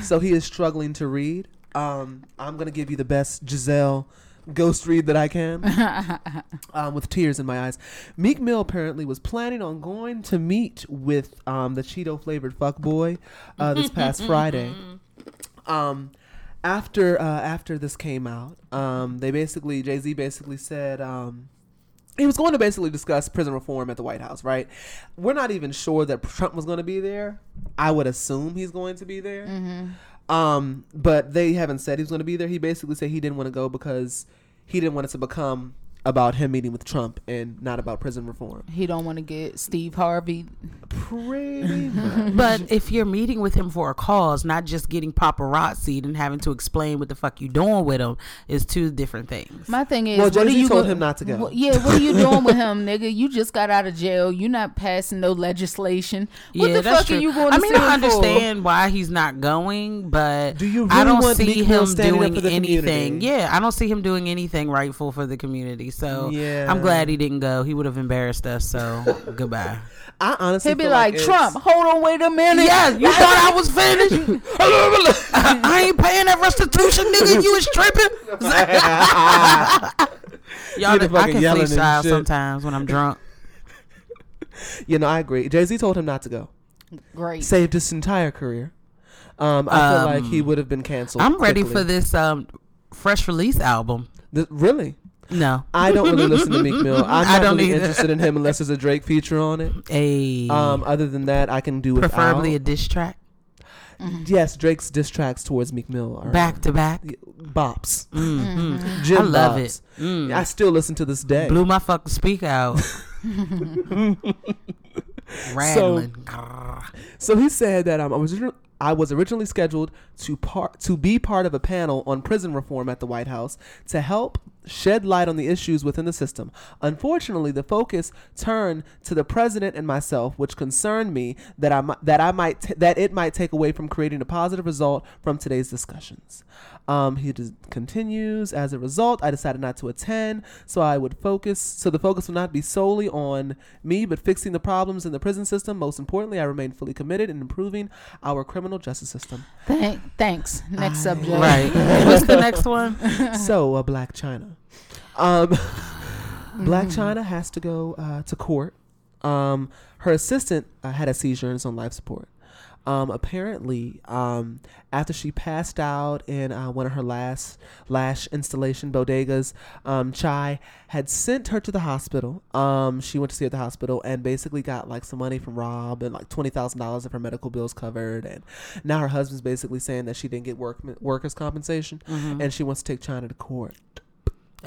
Speaker 2: so he is struggling to read. Um, I'm gonna give you the best Giselle ghost read that I can, um, with tears in my eyes. Meek Mill apparently was planning on going to meet with um, the Cheeto flavored fuckboy uh, this past Friday um after uh after this came out um they basically jay-z basically said um he was going to basically discuss prison reform at the White House, right? We're not even sure that Trump was going to be there. I would assume he's going to be there.
Speaker 3: Mm-hmm.
Speaker 2: Um, but they haven't said he's going to be there. He basically said he didn't want to go because he didn't want it to become about him meeting with Trump and not about prison reform.
Speaker 3: He don't want to get Steve Harvey.
Speaker 2: Pretty much.
Speaker 4: But if you're meeting with him for a cause, not just getting paparazzi and having to explain what the fuck you doing with him, is two different things.
Speaker 3: My thing is,
Speaker 2: Well,
Speaker 3: what are
Speaker 2: Jay-Z
Speaker 3: you
Speaker 2: told
Speaker 3: go-
Speaker 2: him not to go.
Speaker 3: Wha- yeah, what are you doing with him, nigga? You just got out of jail. You're not passing no legislation. What the fuck are you going
Speaker 4: I
Speaker 3: to
Speaker 4: mean,
Speaker 3: see
Speaker 4: I
Speaker 3: him for?
Speaker 4: understand why he's not going, but
Speaker 2: Do you really
Speaker 4: I don't
Speaker 2: want
Speaker 4: see
Speaker 2: Meek Mill
Speaker 4: him
Speaker 2: standing up
Speaker 4: doing
Speaker 2: for the
Speaker 4: anything.
Speaker 2: community?
Speaker 4: Yeah, I don't see him doing anything rightful for the community. So
Speaker 2: Yeah.
Speaker 4: I'm glad he didn't go. He would have embarrassed us. So goodbye.
Speaker 2: I honestly
Speaker 3: He'd be
Speaker 2: feel
Speaker 3: like,
Speaker 2: it's-
Speaker 3: Trump, hold on, wait a minute.
Speaker 4: Yes, you thought I was finished. I, I ain't paying that restitution, nigga. You was tripping. Y'all,
Speaker 2: You the
Speaker 4: I
Speaker 2: fucking
Speaker 4: can
Speaker 2: yelling and
Speaker 4: freestyle
Speaker 2: shit.
Speaker 4: sometimes when I'm drunk.
Speaker 2: You know, I agree. Jay Z told him not to go.
Speaker 3: Great.
Speaker 2: saved his entire career. Um, I feel like he
Speaker 4: Um,
Speaker 2: would have been canceled.
Speaker 4: I'm ready
Speaker 2: quickly.
Speaker 4: for this um, fresh release album.
Speaker 2: Th- really?
Speaker 4: No,
Speaker 2: I don't really listen to Meek Mill. I'm
Speaker 4: I
Speaker 2: not
Speaker 4: don't
Speaker 2: really
Speaker 4: either.
Speaker 2: interested in him unless there's a Drake feature on it.
Speaker 4: a
Speaker 2: Um, other than that, I can do without.
Speaker 4: preferably a diss track
Speaker 2: yes, Drake's diss tracks towards Meek Mill are
Speaker 4: back to back.
Speaker 2: bops.
Speaker 4: Mm, mm.
Speaker 2: Gym
Speaker 4: I love
Speaker 2: bops.
Speaker 4: it. Mm.
Speaker 2: I still listen to this day.
Speaker 4: Blew my fucking speaker out. Rattling.
Speaker 2: So he said that um, I was. I was originally scheduled to part to be part of a panel on prison reform at the White House to help shed light on the issues within the system. Unfortunately, the focus turned to the president and myself, which concerned me that I mi- that I might t- that it might take away from creating a positive result from today's discussions. Um, he just continues. As a result, I decided not to attend, so I would focus. So the focus would not be solely on me, but fixing the problems in the prison system. Most importantly, I remain fully committed in improving our criminal justice system.
Speaker 3: Thank, thanks. Next subject.
Speaker 4: Right. What's the next one?
Speaker 2: so a black china um
Speaker 4: Mm-hmm.
Speaker 2: black china has to go uh, to court um her assistant uh, had a seizure and is on life support um apparently um after she passed out in uh, one of her last lash installation bodegas um chai had sent her to the hospital um she went to see her at the hospital and basically got like some money from rob and like $20000 of her medical bills covered and now her husband's basically saying that she didn't get work workers compensation
Speaker 4: Mm-hmm.
Speaker 2: and she wants to take china to court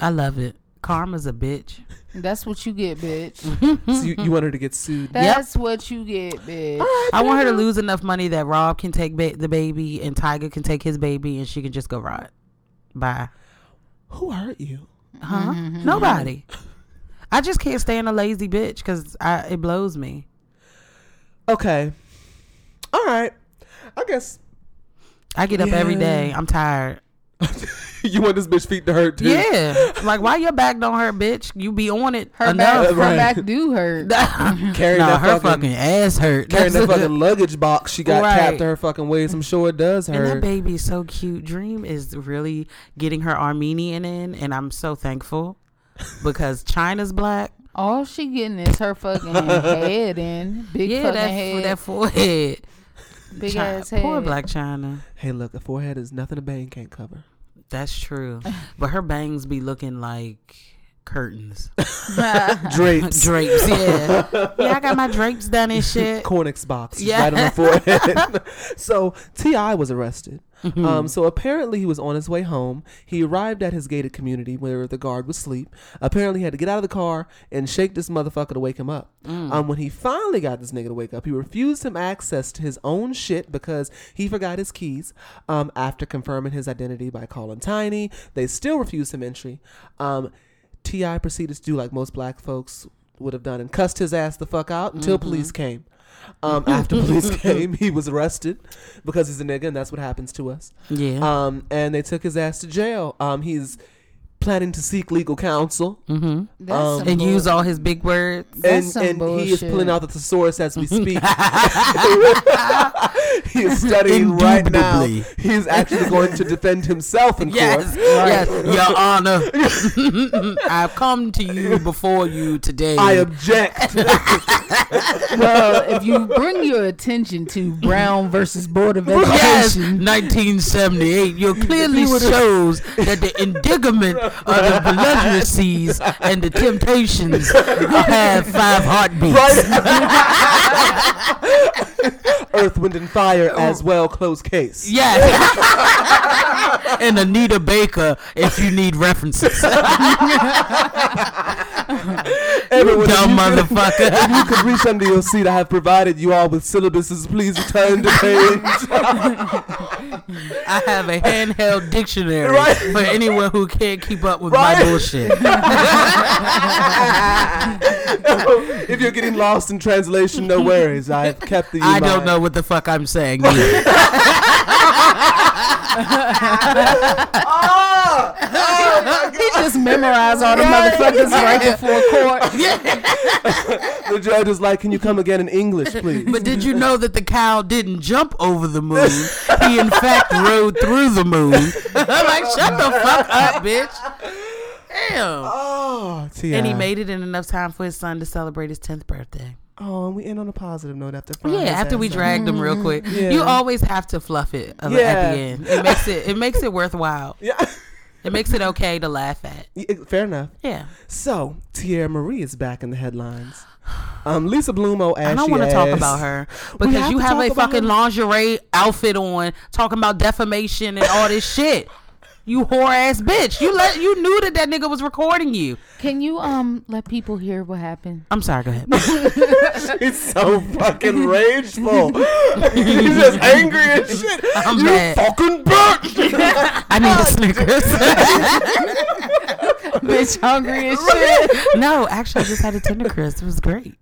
Speaker 4: I love it. Karma's a bitch.
Speaker 3: That's what you get,
Speaker 4: Mm-hmm.
Speaker 3: bitch.
Speaker 4: Hmm,
Speaker 2: so you, you want her to get sued
Speaker 3: That's what you get, bitch.
Speaker 4: I want her to lose enough money that Rob can take ba- the baby and Tiger can take his baby and she can just go ride. Bye.
Speaker 2: who hurt you
Speaker 4: Huh?
Speaker 2: Mm-hmm.
Speaker 4: Nobody. I just can't stand a lazy bitch because it blows me.
Speaker 2: okay all right i guess
Speaker 4: I get up every day. I'm tired.
Speaker 2: you want this bitch feet to hurt too
Speaker 4: Yeah. like, why your back don't hurt, bitch? You be on it.
Speaker 3: Her back,
Speaker 4: enough.
Speaker 3: her
Speaker 2: Right.
Speaker 3: back do hurt.
Speaker 2: carrying
Speaker 4: Nah,
Speaker 2: that
Speaker 4: her
Speaker 2: fucking,
Speaker 4: fucking ass hurt.
Speaker 2: carrying that
Speaker 4: That's-
Speaker 2: fucking luggage box she got
Speaker 4: Right.
Speaker 2: tapped to her fucking waist i'm sure it does
Speaker 4: And
Speaker 2: hurt
Speaker 4: that baby is so cute. Dream is really getting her Armenian in, and I'm so thankful because China's black.
Speaker 3: All she getting is her fucking head in. Big
Speaker 4: Yeah,
Speaker 3: fucking
Speaker 4: that,
Speaker 3: head.
Speaker 4: that forehead.
Speaker 3: big
Speaker 4: Chi-
Speaker 3: ass head.
Speaker 4: Poor black China.
Speaker 2: hey look a forehead is nothing a bang can't cover
Speaker 4: That's true. But her bangs be looking like curtains.
Speaker 2: drapes
Speaker 4: drapes, yeah. yeah, I got my drapes done and shit.
Speaker 2: Cornix box
Speaker 4: Yeah.
Speaker 2: right on her forehead. so Ti was arrested. Um, so apparently he was on his way home. He arrived at his gated community where the guard was asleep. Apparently he had to get out of the car and shake this motherfucker to wake him up. Um, when he finally got this nigga to wake up, he refused him access to his own shit because he forgot his keys. Um, after confirming his identity by calling Tiny, they still refused him entry. Um, Ti proceeded to do like most black folks would have done and cussed his ass the fuck out until police came. Um, after police came, he was arrested because he's a nigga, and that's what happens to us.
Speaker 4: Yeah.
Speaker 3: Uh,
Speaker 2: Um, and they took his ass to jail. Um, he's planning to seek legal counsel,
Speaker 3: That's some
Speaker 4: Um, and
Speaker 3: bull-
Speaker 4: use all his big words.
Speaker 3: That's some
Speaker 2: and, and he is
Speaker 3: bullshit.
Speaker 2: pulling out the thesaurus as we speak. he is studying right now.
Speaker 5: Indubitably.
Speaker 2: He is actually going to defend himself in
Speaker 4: Yes,
Speaker 2: court.
Speaker 4: yes, Your Honor. I've come to you before you today.
Speaker 2: I object.
Speaker 3: well, if you bring your attention to Brown versus Board of Education,
Speaker 4: Yes, 1978. You clearly shows that the indicament of the belligerencies and the temptations have five heartbeats.
Speaker 2: Earth, wind, and fire as well. Closed case.
Speaker 4: Yes. and Anita Baker, if you need references.
Speaker 2: Everyone, if
Speaker 4: Dumb
Speaker 2: you could-
Speaker 4: motherfucker.
Speaker 2: If you could reach under your seat, I have provided you all with syllabuses. Please return to page.
Speaker 4: I have a handheld dictionary
Speaker 2: Right.
Speaker 4: for anyone who can't keep up with
Speaker 2: Right.
Speaker 4: my bullshit.
Speaker 2: if you're getting lost in translation, no worries. I've kept the.
Speaker 4: I
Speaker 2: email.
Speaker 4: don't know what the fuck I'm saying. either. Oh,
Speaker 3: he just memorized all the motherfuckers right before court.
Speaker 2: The judge is like, "Can you come again in English, please?"
Speaker 4: but did you know that the cow didn't jump over the moon? He in fact rode through the moon. I'm like, shut the fuck up, bitch. Damn.
Speaker 2: oh, T.I.
Speaker 4: And he made it in enough time for his son to celebrate his 10th birthday.
Speaker 2: Oh, and we end on a positive note after.
Speaker 4: Yeah,
Speaker 2: Friday's
Speaker 4: after we
Speaker 2: episode.
Speaker 4: dragged them real quick.
Speaker 2: Mm-hmm. Yeah.
Speaker 4: You always have to fluff it a-
Speaker 2: Yeah.
Speaker 4: at the end. It makes it it makes it worthwhile.
Speaker 2: Yeah.
Speaker 4: It makes it okay to laugh at.
Speaker 2: Yeah, Fair enough.
Speaker 4: Yeah.
Speaker 2: So, Tierra Marie is back in the headlines. Um, Lisa Blumo ashy
Speaker 4: I don't want to talk
Speaker 2: ass-
Speaker 4: about her
Speaker 2: We
Speaker 4: because
Speaker 2: have
Speaker 4: you
Speaker 2: to
Speaker 4: have
Speaker 2: talk
Speaker 4: a
Speaker 2: about
Speaker 4: fucking
Speaker 2: her.
Speaker 4: lingerie outfit on talking about defamation and all this shit. You whore ass bitch. You let you knew that that nigga was recording you.
Speaker 3: Can you um let people hear what happened?
Speaker 4: I'm sorry. Go ahead.
Speaker 2: She's so fucking rageful. She's just angry as shit.
Speaker 4: I'm
Speaker 2: you
Speaker 4: mad.
Speaker 2: fucking bitch.
Speaker 4: I need a Snickers.
Speaker 3: Bitch, hungry as shit.
Speaker 4: no, actually, I just had a Tinder crisp. It was great.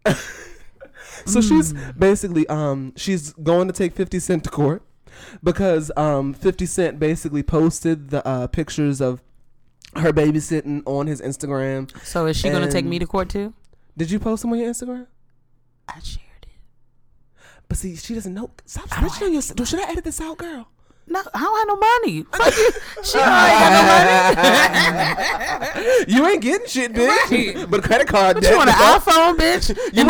Speaker 2: so she's basically um she's going to take 50 Cent to court because um 50 Cent basically posted the uh, pictures of her babysitting on his Instagram.
Speaker 4: So is she gonna take me
Speaker 2: And-
Speaker 4: to court too?
Speaker 2: Did you post them on your Instagram?
Speaker 4: I shared it.
Speaker 2: But see, she doesn't know. Stop
Speaker 4: I don't
Speaker 2: snitching on yourself. Should I edit this out, girl?
Speaker 4: No, I don't have no money. Fuck you. She already got no money.
Speaker 2: You ain't getting shit, bitch. But credit card
Speaker 4: But
Speaker 2: debt.
Speaker 4: you want an
Speaker 2: the fuck?
Speaker 4: iPhone, bitch? And
Speaker 2: want-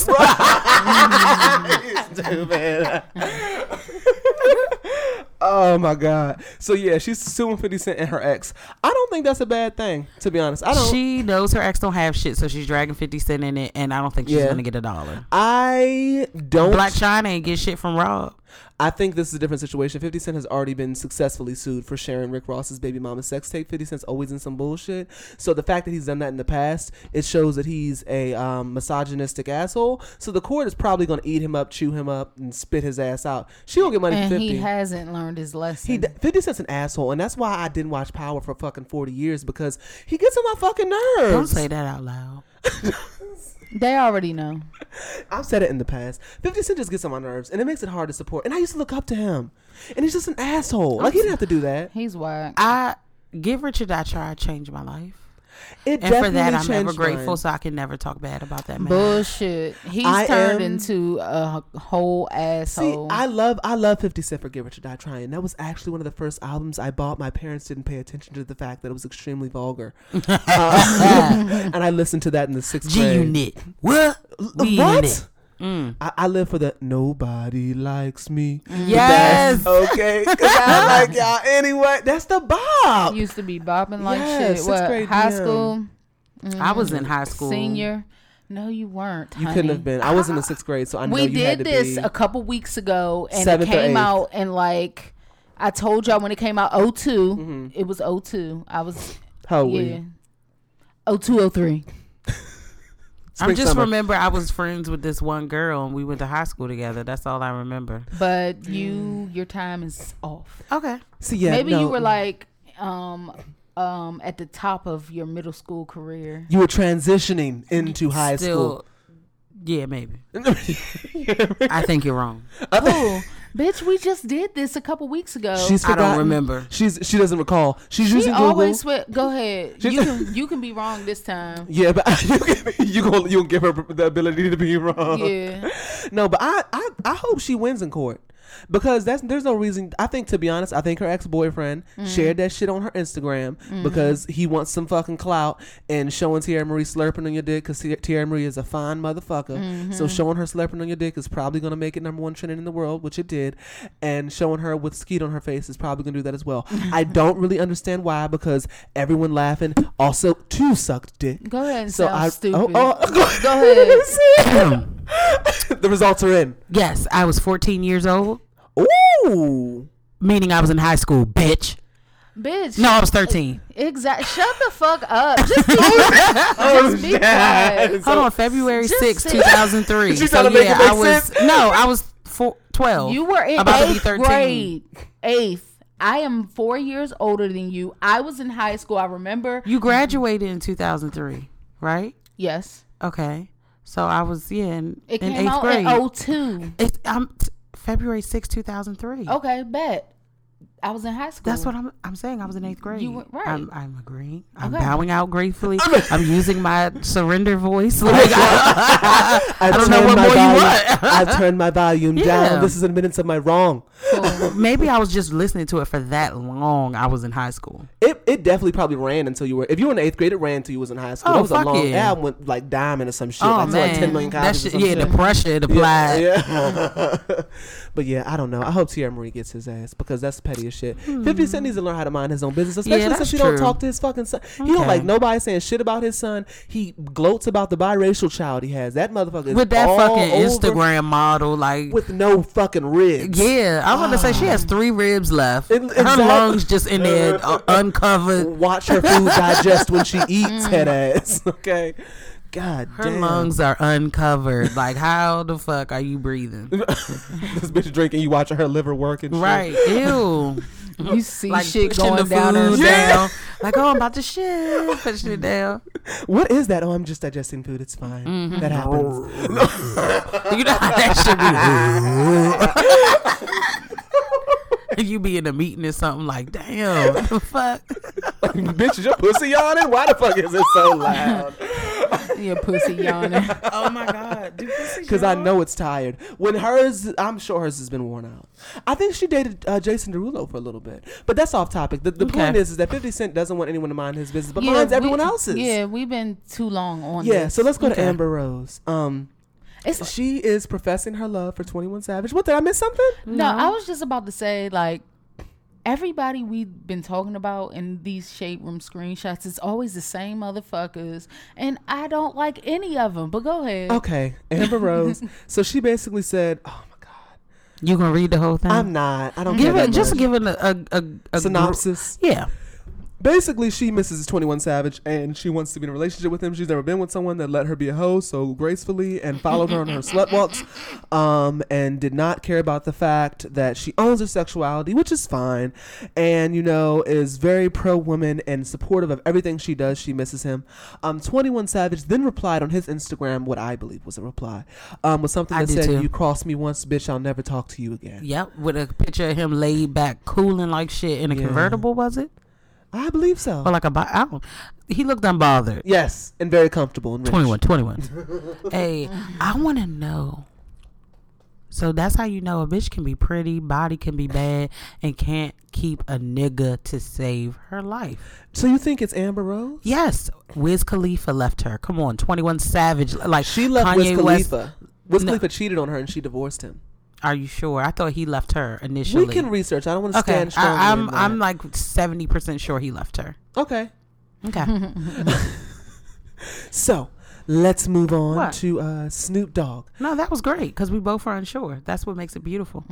Speaker 4: that's loose.
Speaker 2: Stupid. oh my god. So yeah, she's suing 50 Cent and her ex. I don't think that's a bad thing, to be honest. I don't
Speaker 4: She knows her ex don't have shit, so she's dragging Fifty Cent in it, and I don't think she's
Speaker 2: Yeah.
Speaker 4: gonna get a dollar.
Speaker 2: I don't
Speaker 4: Black China ain't get shit from Rob.
Speaker 2: I think this is a different situation. 50 Cent has already been successfully sued for sharing Rick Ross's baby mama's sex tape. 50 Cent's always in some bullshit. So the fact that he's done that in the past, it shows that he's a um, misogynistic asshole. So the court is probably going to eat him up, chew him up, and spit his ass out. She don't get money
Speaker 3: And
Speaker 2: for 50.
Speaker 3: he hasn't learned his lesson.
Speaker 2: He d- 50 Cent's an asshole, and that's why I didn't watch Power for fucking 40 years because he gets on my fucking nerves.
Speaker 4: Don't say that out loud.
Speaker 3: they already know.
Speaker 2: I've said it in the past. 50 Cent just gets on my nerves, and it makes it hard to support. And I used to look up to him, and he's just an asshole. Like, he didn't have to do that.
Speaker 3: He's whack.
Speaker 4: I give Richard I try changed my life,
Speaker 2: It
Speaker 4: and for that I'm
Speaker 2: definitely
Speaker 4: ever
Speaker 2: changed
Speaker 4: grateful.
Speaker 2: mine.
Speaker 4: So I can never talk bad about that man.
Speaker 3: Bullshit. He's
Speaker 2: I
Speaker 3: turned
Speaker 2: am-
Speaker 3: into a h- whole
Speaker 2: See,
Speaker 3: asshole.
Speaker 2: I love I love Fifty Cent for "Give It to Die Trying." That was actually one of the first albums I bought. My parents didn't pay attention to the fact that it was extremely vulgar, Uh, and I listened to that in the sixth
Speaker 4: G
Speaker 2: grade.
Speaker 4: Unit. What? We
Speaker 2: What?
Speaker 4: Unit. Mm.
Speaker 2: I, I live for the nobody likes me.
Speaker 4: Yes.
Speaker 2: That's okay, 'cause I like y'all anyway. That's the bob.
Speaker 3: used to be bopping like
Speaker 2: Yeah,
Speaker 3: shit.
Speaker 2: sixth
Speaker 3: What
Speaker 2: grade
Speaker 3: high
Speaker 2: DM.
Speaker 3: school
Speaker 4: I was in high school.
Speaker 3: senior? No, you weren't.
Speaker 2: you
Speaker 3: honey.
Speaker 2: couldn't have been. I was in the sixth grade, so I know
Speaker 3: we
Speaker 2: you had
Speaker 3: did
Speaker 2: to
Speaker 3: this
Speaker 2: be.
Speaker 3: a couple weeks ago and it
Speaker 2: Seventh or
Speaker 3: came
Speaker 2: eighth.
Speaker 3: out and like I told y'all when it came out 2 it was 02. I was
Speaker 2: How old Mm-hmm. Oh, were
Speaker 3: yeah.
Speaker 2: you?
Speaker 3: 0203.
Speaker 4: I
Speaker 2: Spring,
Speaker 4: just
Speaker 2: summer.
Speaker 4: remember I was friends with this one girl and we went to high school together. That's all I remember.
Speaker 3: But you your time is off.
Speaker 4: Okay.
Speaker 2: See, yeah,
Speaker 3: Maybe you
Speaker 2: no,
Speaker 3: were like um um at the top of your middle school career.
Speaker 2: you were transitioning into high
Speaker 4: Still, yeah, maybe.
Speaker 2: school.
Speaker 4: I think you're wrong.
Speaker 3: Cool. Bitch, we just did this a couple weeks ago.
Speaker 2: She's
Speaker 4: I
Speaker 2: forgotten.
Speaker 4: don't remember.
Speaker 2: She's she doesn't recall. She's
Speaker 3: she
Speaker 2: using Google.
Speaker 3: always swe- go ahead.
Speaker 2: She's-
Speaker 3: You can you can be wrong this time.
Speaker 2: yeah, but you can- you gonna you gonna give her the ability to be wrong.
Speaker 3: Yeah.
Speaker 2: No, but I, I I hope she wins in court because that's there's no reason. I think to be honest, I think her ex boyfriend
Speaker 3: Mm-hmm.
Speaker 2: shared that shit on her Instagram because he wants some fucking clout and showing Tierra Marie slurping on your dick because Tierra Marie is a fine motherfucker.
Speaker 3: Mm-hmm.
Speaker 2: So showing her slurping on your dick is probably gonna make it number one trending in the world, which it did, and showing her with skeet on her face is probably gonna do that as well. I don't really understand why because everyone laughing also too sucked dick.
Speaker 3: Go ahead and
Speaker 2: So
Speaker 3: sound
Speaker 2: I
Speaker 3: stupid.
Speaker 2: oh, oh
Speaker 3: Go ahead.
Speaker 2: the results are in.
Speaker 4: Yes, I was 14 years old,
Speaker 2: Ooh.
Speaker 4: meaning I was in high school, bitch.
Speaker 3: Bitch.
Speaker 4: No, I was 13.
Speaker 3: Exact. Shut the fuck up. Just be,
Speaker 4: Oh,
Speaker 3: just be quiet.
Speaker 4: Hold on, February
Speaker 3: Just
Speaker 4: 6,
Speaker 3: say-
Speaker 4: 2003.
Speaker 2: She's trying to make it make
Speaker 4: I was
Speaker 2: sense.
Speaker 4: no, I was four, 12.
Speaker 3: You were in
Speaker 4: about to be
Speaker 3: eighth
Speaker 4: 13.
Speaker 3: grade. Eighth. I am four years older than you. I was in high school. I remember.
Speaker 4: You graduated in 2003, right?
Speaker 3: Yes.
Speaker 4: Okay. So I was yeah in,
Speaker 3: It
Speaker 4: in
Speaker 3: came
Speaker 4: eighth
Speaker 3: out
Speaker 4: grade.
Speaker 3: in 02.
Speaker 4: It's um t- February 6, 2003.
Speaker 3: Okay, bet. I was in high school.
Speaker 4: That's what I'm. I'm saying. I was in eighth grade.
Speaker 3: You were- right.
Speaker 4: I'm, I'm agreeing. I'm
Speaker 3: Okay.
Speaker 4: bowing out gratefully. I'm using my surrender voice. Like, I,
Speaker 2: I've
Speaker 4: don't know
Speaker 2: turned
Speaker 4: what
Speaker 2: my
Speaker 4: more you
Speaker 2: volume-
Speaker 4: want.
Speaker 2: I've turned my volume
Speaker 4: Yeah.
Speaker 2: down. This is admittance of my wrong.
Speaker 3: Cool.
Speaker 4: maybe I was just listening to it for that long. I was in high school.
Speaker 2: It, it definitely probably ran until you were if you were in eighth grade, it ran until you was in high school.
Speaker 4: Oh,
Speaker 2: that was
Speaker 4: fuck
Speaker 2: a long
Speaker 4: yeah. Oh,
Speaker 2: album with like diamond or some shit. like, so, like ten million
Speaker 4: that
Speaker 2: copies.
Speaker 4: shit,
Speaker 2: or some
Speaker 4: yeah,
Speaker 2: shit.
Speaker 4: the pressure it applied.
Speaker 2: Yeah. but yeah, I don't know. I hope Tierra Marie gets his ass because that's petty as your shit. Fifty Cent needs to learn how to mind his own business, especially
Speaker 4: Hmm. that's
Speaker 2: since he
Speaker 4: true.
Speaker 2: don't talk to his fucking son. He don't like nobody saying shit about his son. He gloats about the biracial child he has. That motherfucker is
Speaker 4: with that
Speaker 2: all
Speaker 4: fucking
Speaker 2: over
Speaker 4: Instagram model, like
Speaker 2: with no fucking ribs.
Speaker 4: yeah, I'm gonna say she has three ribs left.
Speaker 2: It-
Speaker 4: Her
Speaker 2: exactly.
Speaker 4: lungs just in there uh, uncovered.
Speaker 2: Watch her food digest when she eats head ass. Okay. God
Speaker 4: Mm. Her
Speaker 2: damn.
Speaker 4: lungs are uncovered. Like how the fuck are you breathing?
Speaker 2: this bitch drinking, you watching her liver work and shit.
Speaker 4: Right? Ew.
Speaker 3: You see
Speaker 4: Like
Speaker 3: shit
Speaker 4: pushing
Speaker 3: going
Speaker 4: the
Speaker 3: down her
Speaker 4: food
Speaker 3: stomach.
Speaker 4: down. Like oh, I'm about to shit. Pushing it down.
Speaker 2: What is that? Oh, I'm just digesting food. It's fine.
Speaker 4: Mm-hmm.
Speaker 2: That happens.
Speaker 4: You know how that should be. you be in a meeting or something like, damn, what the fuck?
Speaker 2: bitch, is your pussy yawning? Why the fuck is it so loud?
Speaker 3: Your pussy yawning.
Speaker 4: Oh my god, do pussy
Speaker 2: Because I know it's tired. When hers, I'm sure hers has been worn out. I think she dated uh, Jason Derulo for a little bit, but that's off topic. The, the
Speaker 4: Okay.
Speaker 2: point is, is that 50 Cent doesn't want anyone to mind his business, but minds everyone
Speaker 3: we-
Speaker 2: else's.
Speaker 3: Yeah, we've been too long on
Speaker 2: Yeah.
Speaker 3: this.
Speaker 2: So let's go to
Speaker 4: Okay.
Speaker 2: Amber Rose. Um,
Speaker 3: It's,
Speaker 2: she is professing her love for 21 Savage. What did I miss something?
Speaker 3: no, I was just about to say, like, everybody we've been talking about in these shade room screenshots is always the same motherfuckers, and I don't like any of them. But go ahead.
Speaker 2: Okay, Amber Rose. so she basically said, "Oh my God,
Speaker 4: You gonna read the whole thing?
Speaker 2: I'm not. I don't
Speaker 4: give
Speaker 2: care
Speaker 4: it
Speaker 2: that
Speaker 4: just
Speaker 2: much."
Speaker 4: give it a, a, a, a
Speaker 2: synopsis.
Speaker 4: gr- yeah.
Speaker 2: Basically, she misses 21 Savage and she wants to be in a relationship with him. She's never been with someone that let her be a hoe so gracefully and followed her on her slut walks um, and did not care about the fact that she owns her sexuality, which is fine, and, you know, is very pro woman and supportive of everything she does. She misses him. Um, 21 Savage then replied on his Instagram, what I believe was a reply, um, with something
Speaker 4: I
Speaker 2: that
Speaker 4: did
Speaker 2: said,
Speaker 4: too.
Speaker 2: You crossed me once, bitch, I'll never talk to you again.
Speaker 4: Yep, with a picture of him laid back, cooling like shit in a
Speaker 2: Yeah.
Speaker 4: convertible, was it?
Speaker 2: I believe so.
Speaker 4: Or like a bi- I don't. He looked unbothered.
Speaker 2: yes, and very comfortable and rich.
Speaker 4: 21, 21. hey, I want to know. So that's how you know a bitch can be pretty, body can be bad, and can't keep a nigga to save her life.
Speaker 2: So you think it's Amber Rose?
Speaker 4: Yes, Wiz Khalifa left her. Come on, 21 Savage. Like
Speaker 2: She left
Speaker 4: Kanye
Speaker 2: Wiz Khalifa.
Speaker 4: West.
Speaker 2: Wiz
Speaker 4: No.
Speaker 2: Khalifa cheated on her and she divorced him.
Speaker 4: Are you sure? I thought he left her initially.
Speaker 2: We can research. I don't want to
Speaker 4: Okay,
Speaker 2: stand strong.
Speaker 4: I, I'm I'm like 70% sure he left her.
Speaker 2: okay.
Speaker 4: Okay.
Speaker 2: So let's move on
Speaker 4: What?
Speaker 2: to uh, Snoop Dogg.
Speaker 4: No, that was great because we both are unsure. That's what makes it beautiful.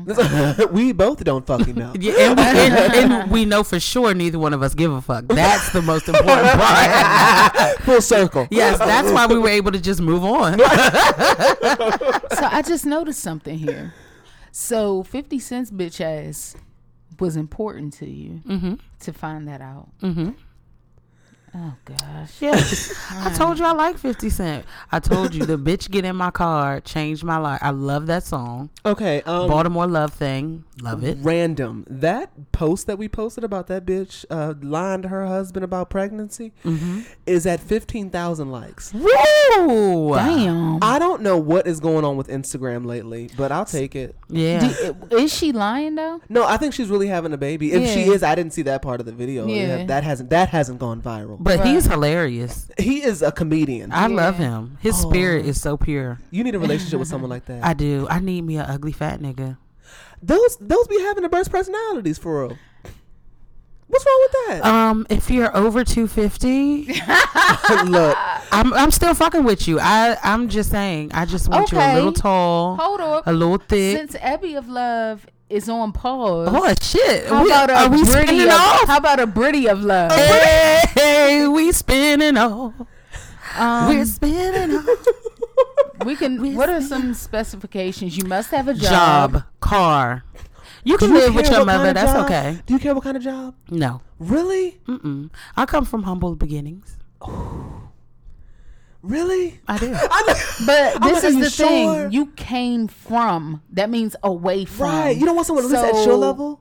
Speaker 2: we both don't fucking know.
Speaker 4: Yeah, and, we, and, and we know for sure neither one of us give a fuck. That's the most important part.
Speaker 2: Full circle.
Speaker 4: yes, that's why we were able to just move on.
Speaker 3: So I just noticed something here. So 50 Cent's bitch ass was important to you to find that out.
Speaker 4: Mm-hmm.
Speaker 3: Oh, gosh.
Speaker 4: Yeah, I told you I like Fifty Cent. I told you the bitch get in my car changed my life. I love that song,
Speaker 2: Okay. Um,
Speaker 4: Baltimore Love Thing. Love it.
Speaker 2: Random. That post that we posted about that bitch uh, lying to her husband about pregnancy
Speaker 4: Mm-hmm.
Speaker 2: is at 15,000 likes.
Speaker 4: Woo!
Speaker 3: Damn.
Speaker 2: I don't know what is going on with Instagram lately, but I'll take it.
Speaker 4: Yeah.
Speaker 3: Do- is she lying, though?
Speaker 2: No, I think she's really having a baby. If she
Speaker 3: Yeah.
Speaker 2: is, I didn't see that part of the video.
Speaker 3: Yeah.
Speaker 2: That hasn't that hasn't gone viral.
Speaker 4: but he's hilarious.
Speaker 2: He is a comedian.
Speaker 4: I love him. His spirit
Speaker 3: Oh.
Speaker 4: is so pure.
Speaker 2: you need a relationship with someone like that.
Speaker 4: I do. I need me a ugly fat nigga.
Speaker 2: those those be having the best personalities for real. What's wrong with that?
Speaker 4: Um, if you're over 250, Uh,
Speaker 2: Look,
Speaker 4: I'm I'm still fucking with you. I I'm just saying. I just want you a little
Speaker 3: Okay.
Speaker 4: tall,
Speaker 3: Hold up.
Speaker 4: a little thick.
Speaker 3: Since Abby of Love is on pause,
Speaker 4: Oh shit!
Speaker 3: how
Speaker 4: we,
Speaker 3: about a
Speaker 4: are we
Speaker 3: Britty
Speaker 4: spinning
Speaker 3: of,
Speaker 4: off?
Speaker 3: How about a Britty of Love?
Speaker 4: Hey, we spinning off.
Speaker 3: Um,
Speaker 4: We're spinning off.
Speaker 3: we can. What are some specifications? You must have a job.
Speaker 4: Job, car. You can
Speaker 2: do you
Speaker 4: live with
Speaker 2: care
Speaker 4: your
Speaker 2: what kind
Speaker 4: mother.
Speaker 2: of
Speaker 4: That's
Speaker 2: job?
Speaker 4: okay.
Speaker 2: Do you care what kind of job?
Speaker 4: No,
Speaker 2: Really,
Speaker 4: mm-mm. I come from humble beginnings.
Speaker 2: really?
Speaker 4: I do.
Speaker 3: But
Speaker 2: I'm
Speaker 3: this
Speaker 2: like,
Speaker 3: is
Speaker 2: are you
Speaker 3: the
Speaker 2: sure?
Speaker 3: thing. You came from. That means away from.
Speaker 2: Right. You don't want someone at least at
Speaker 3: So-
Speaker 2: your level.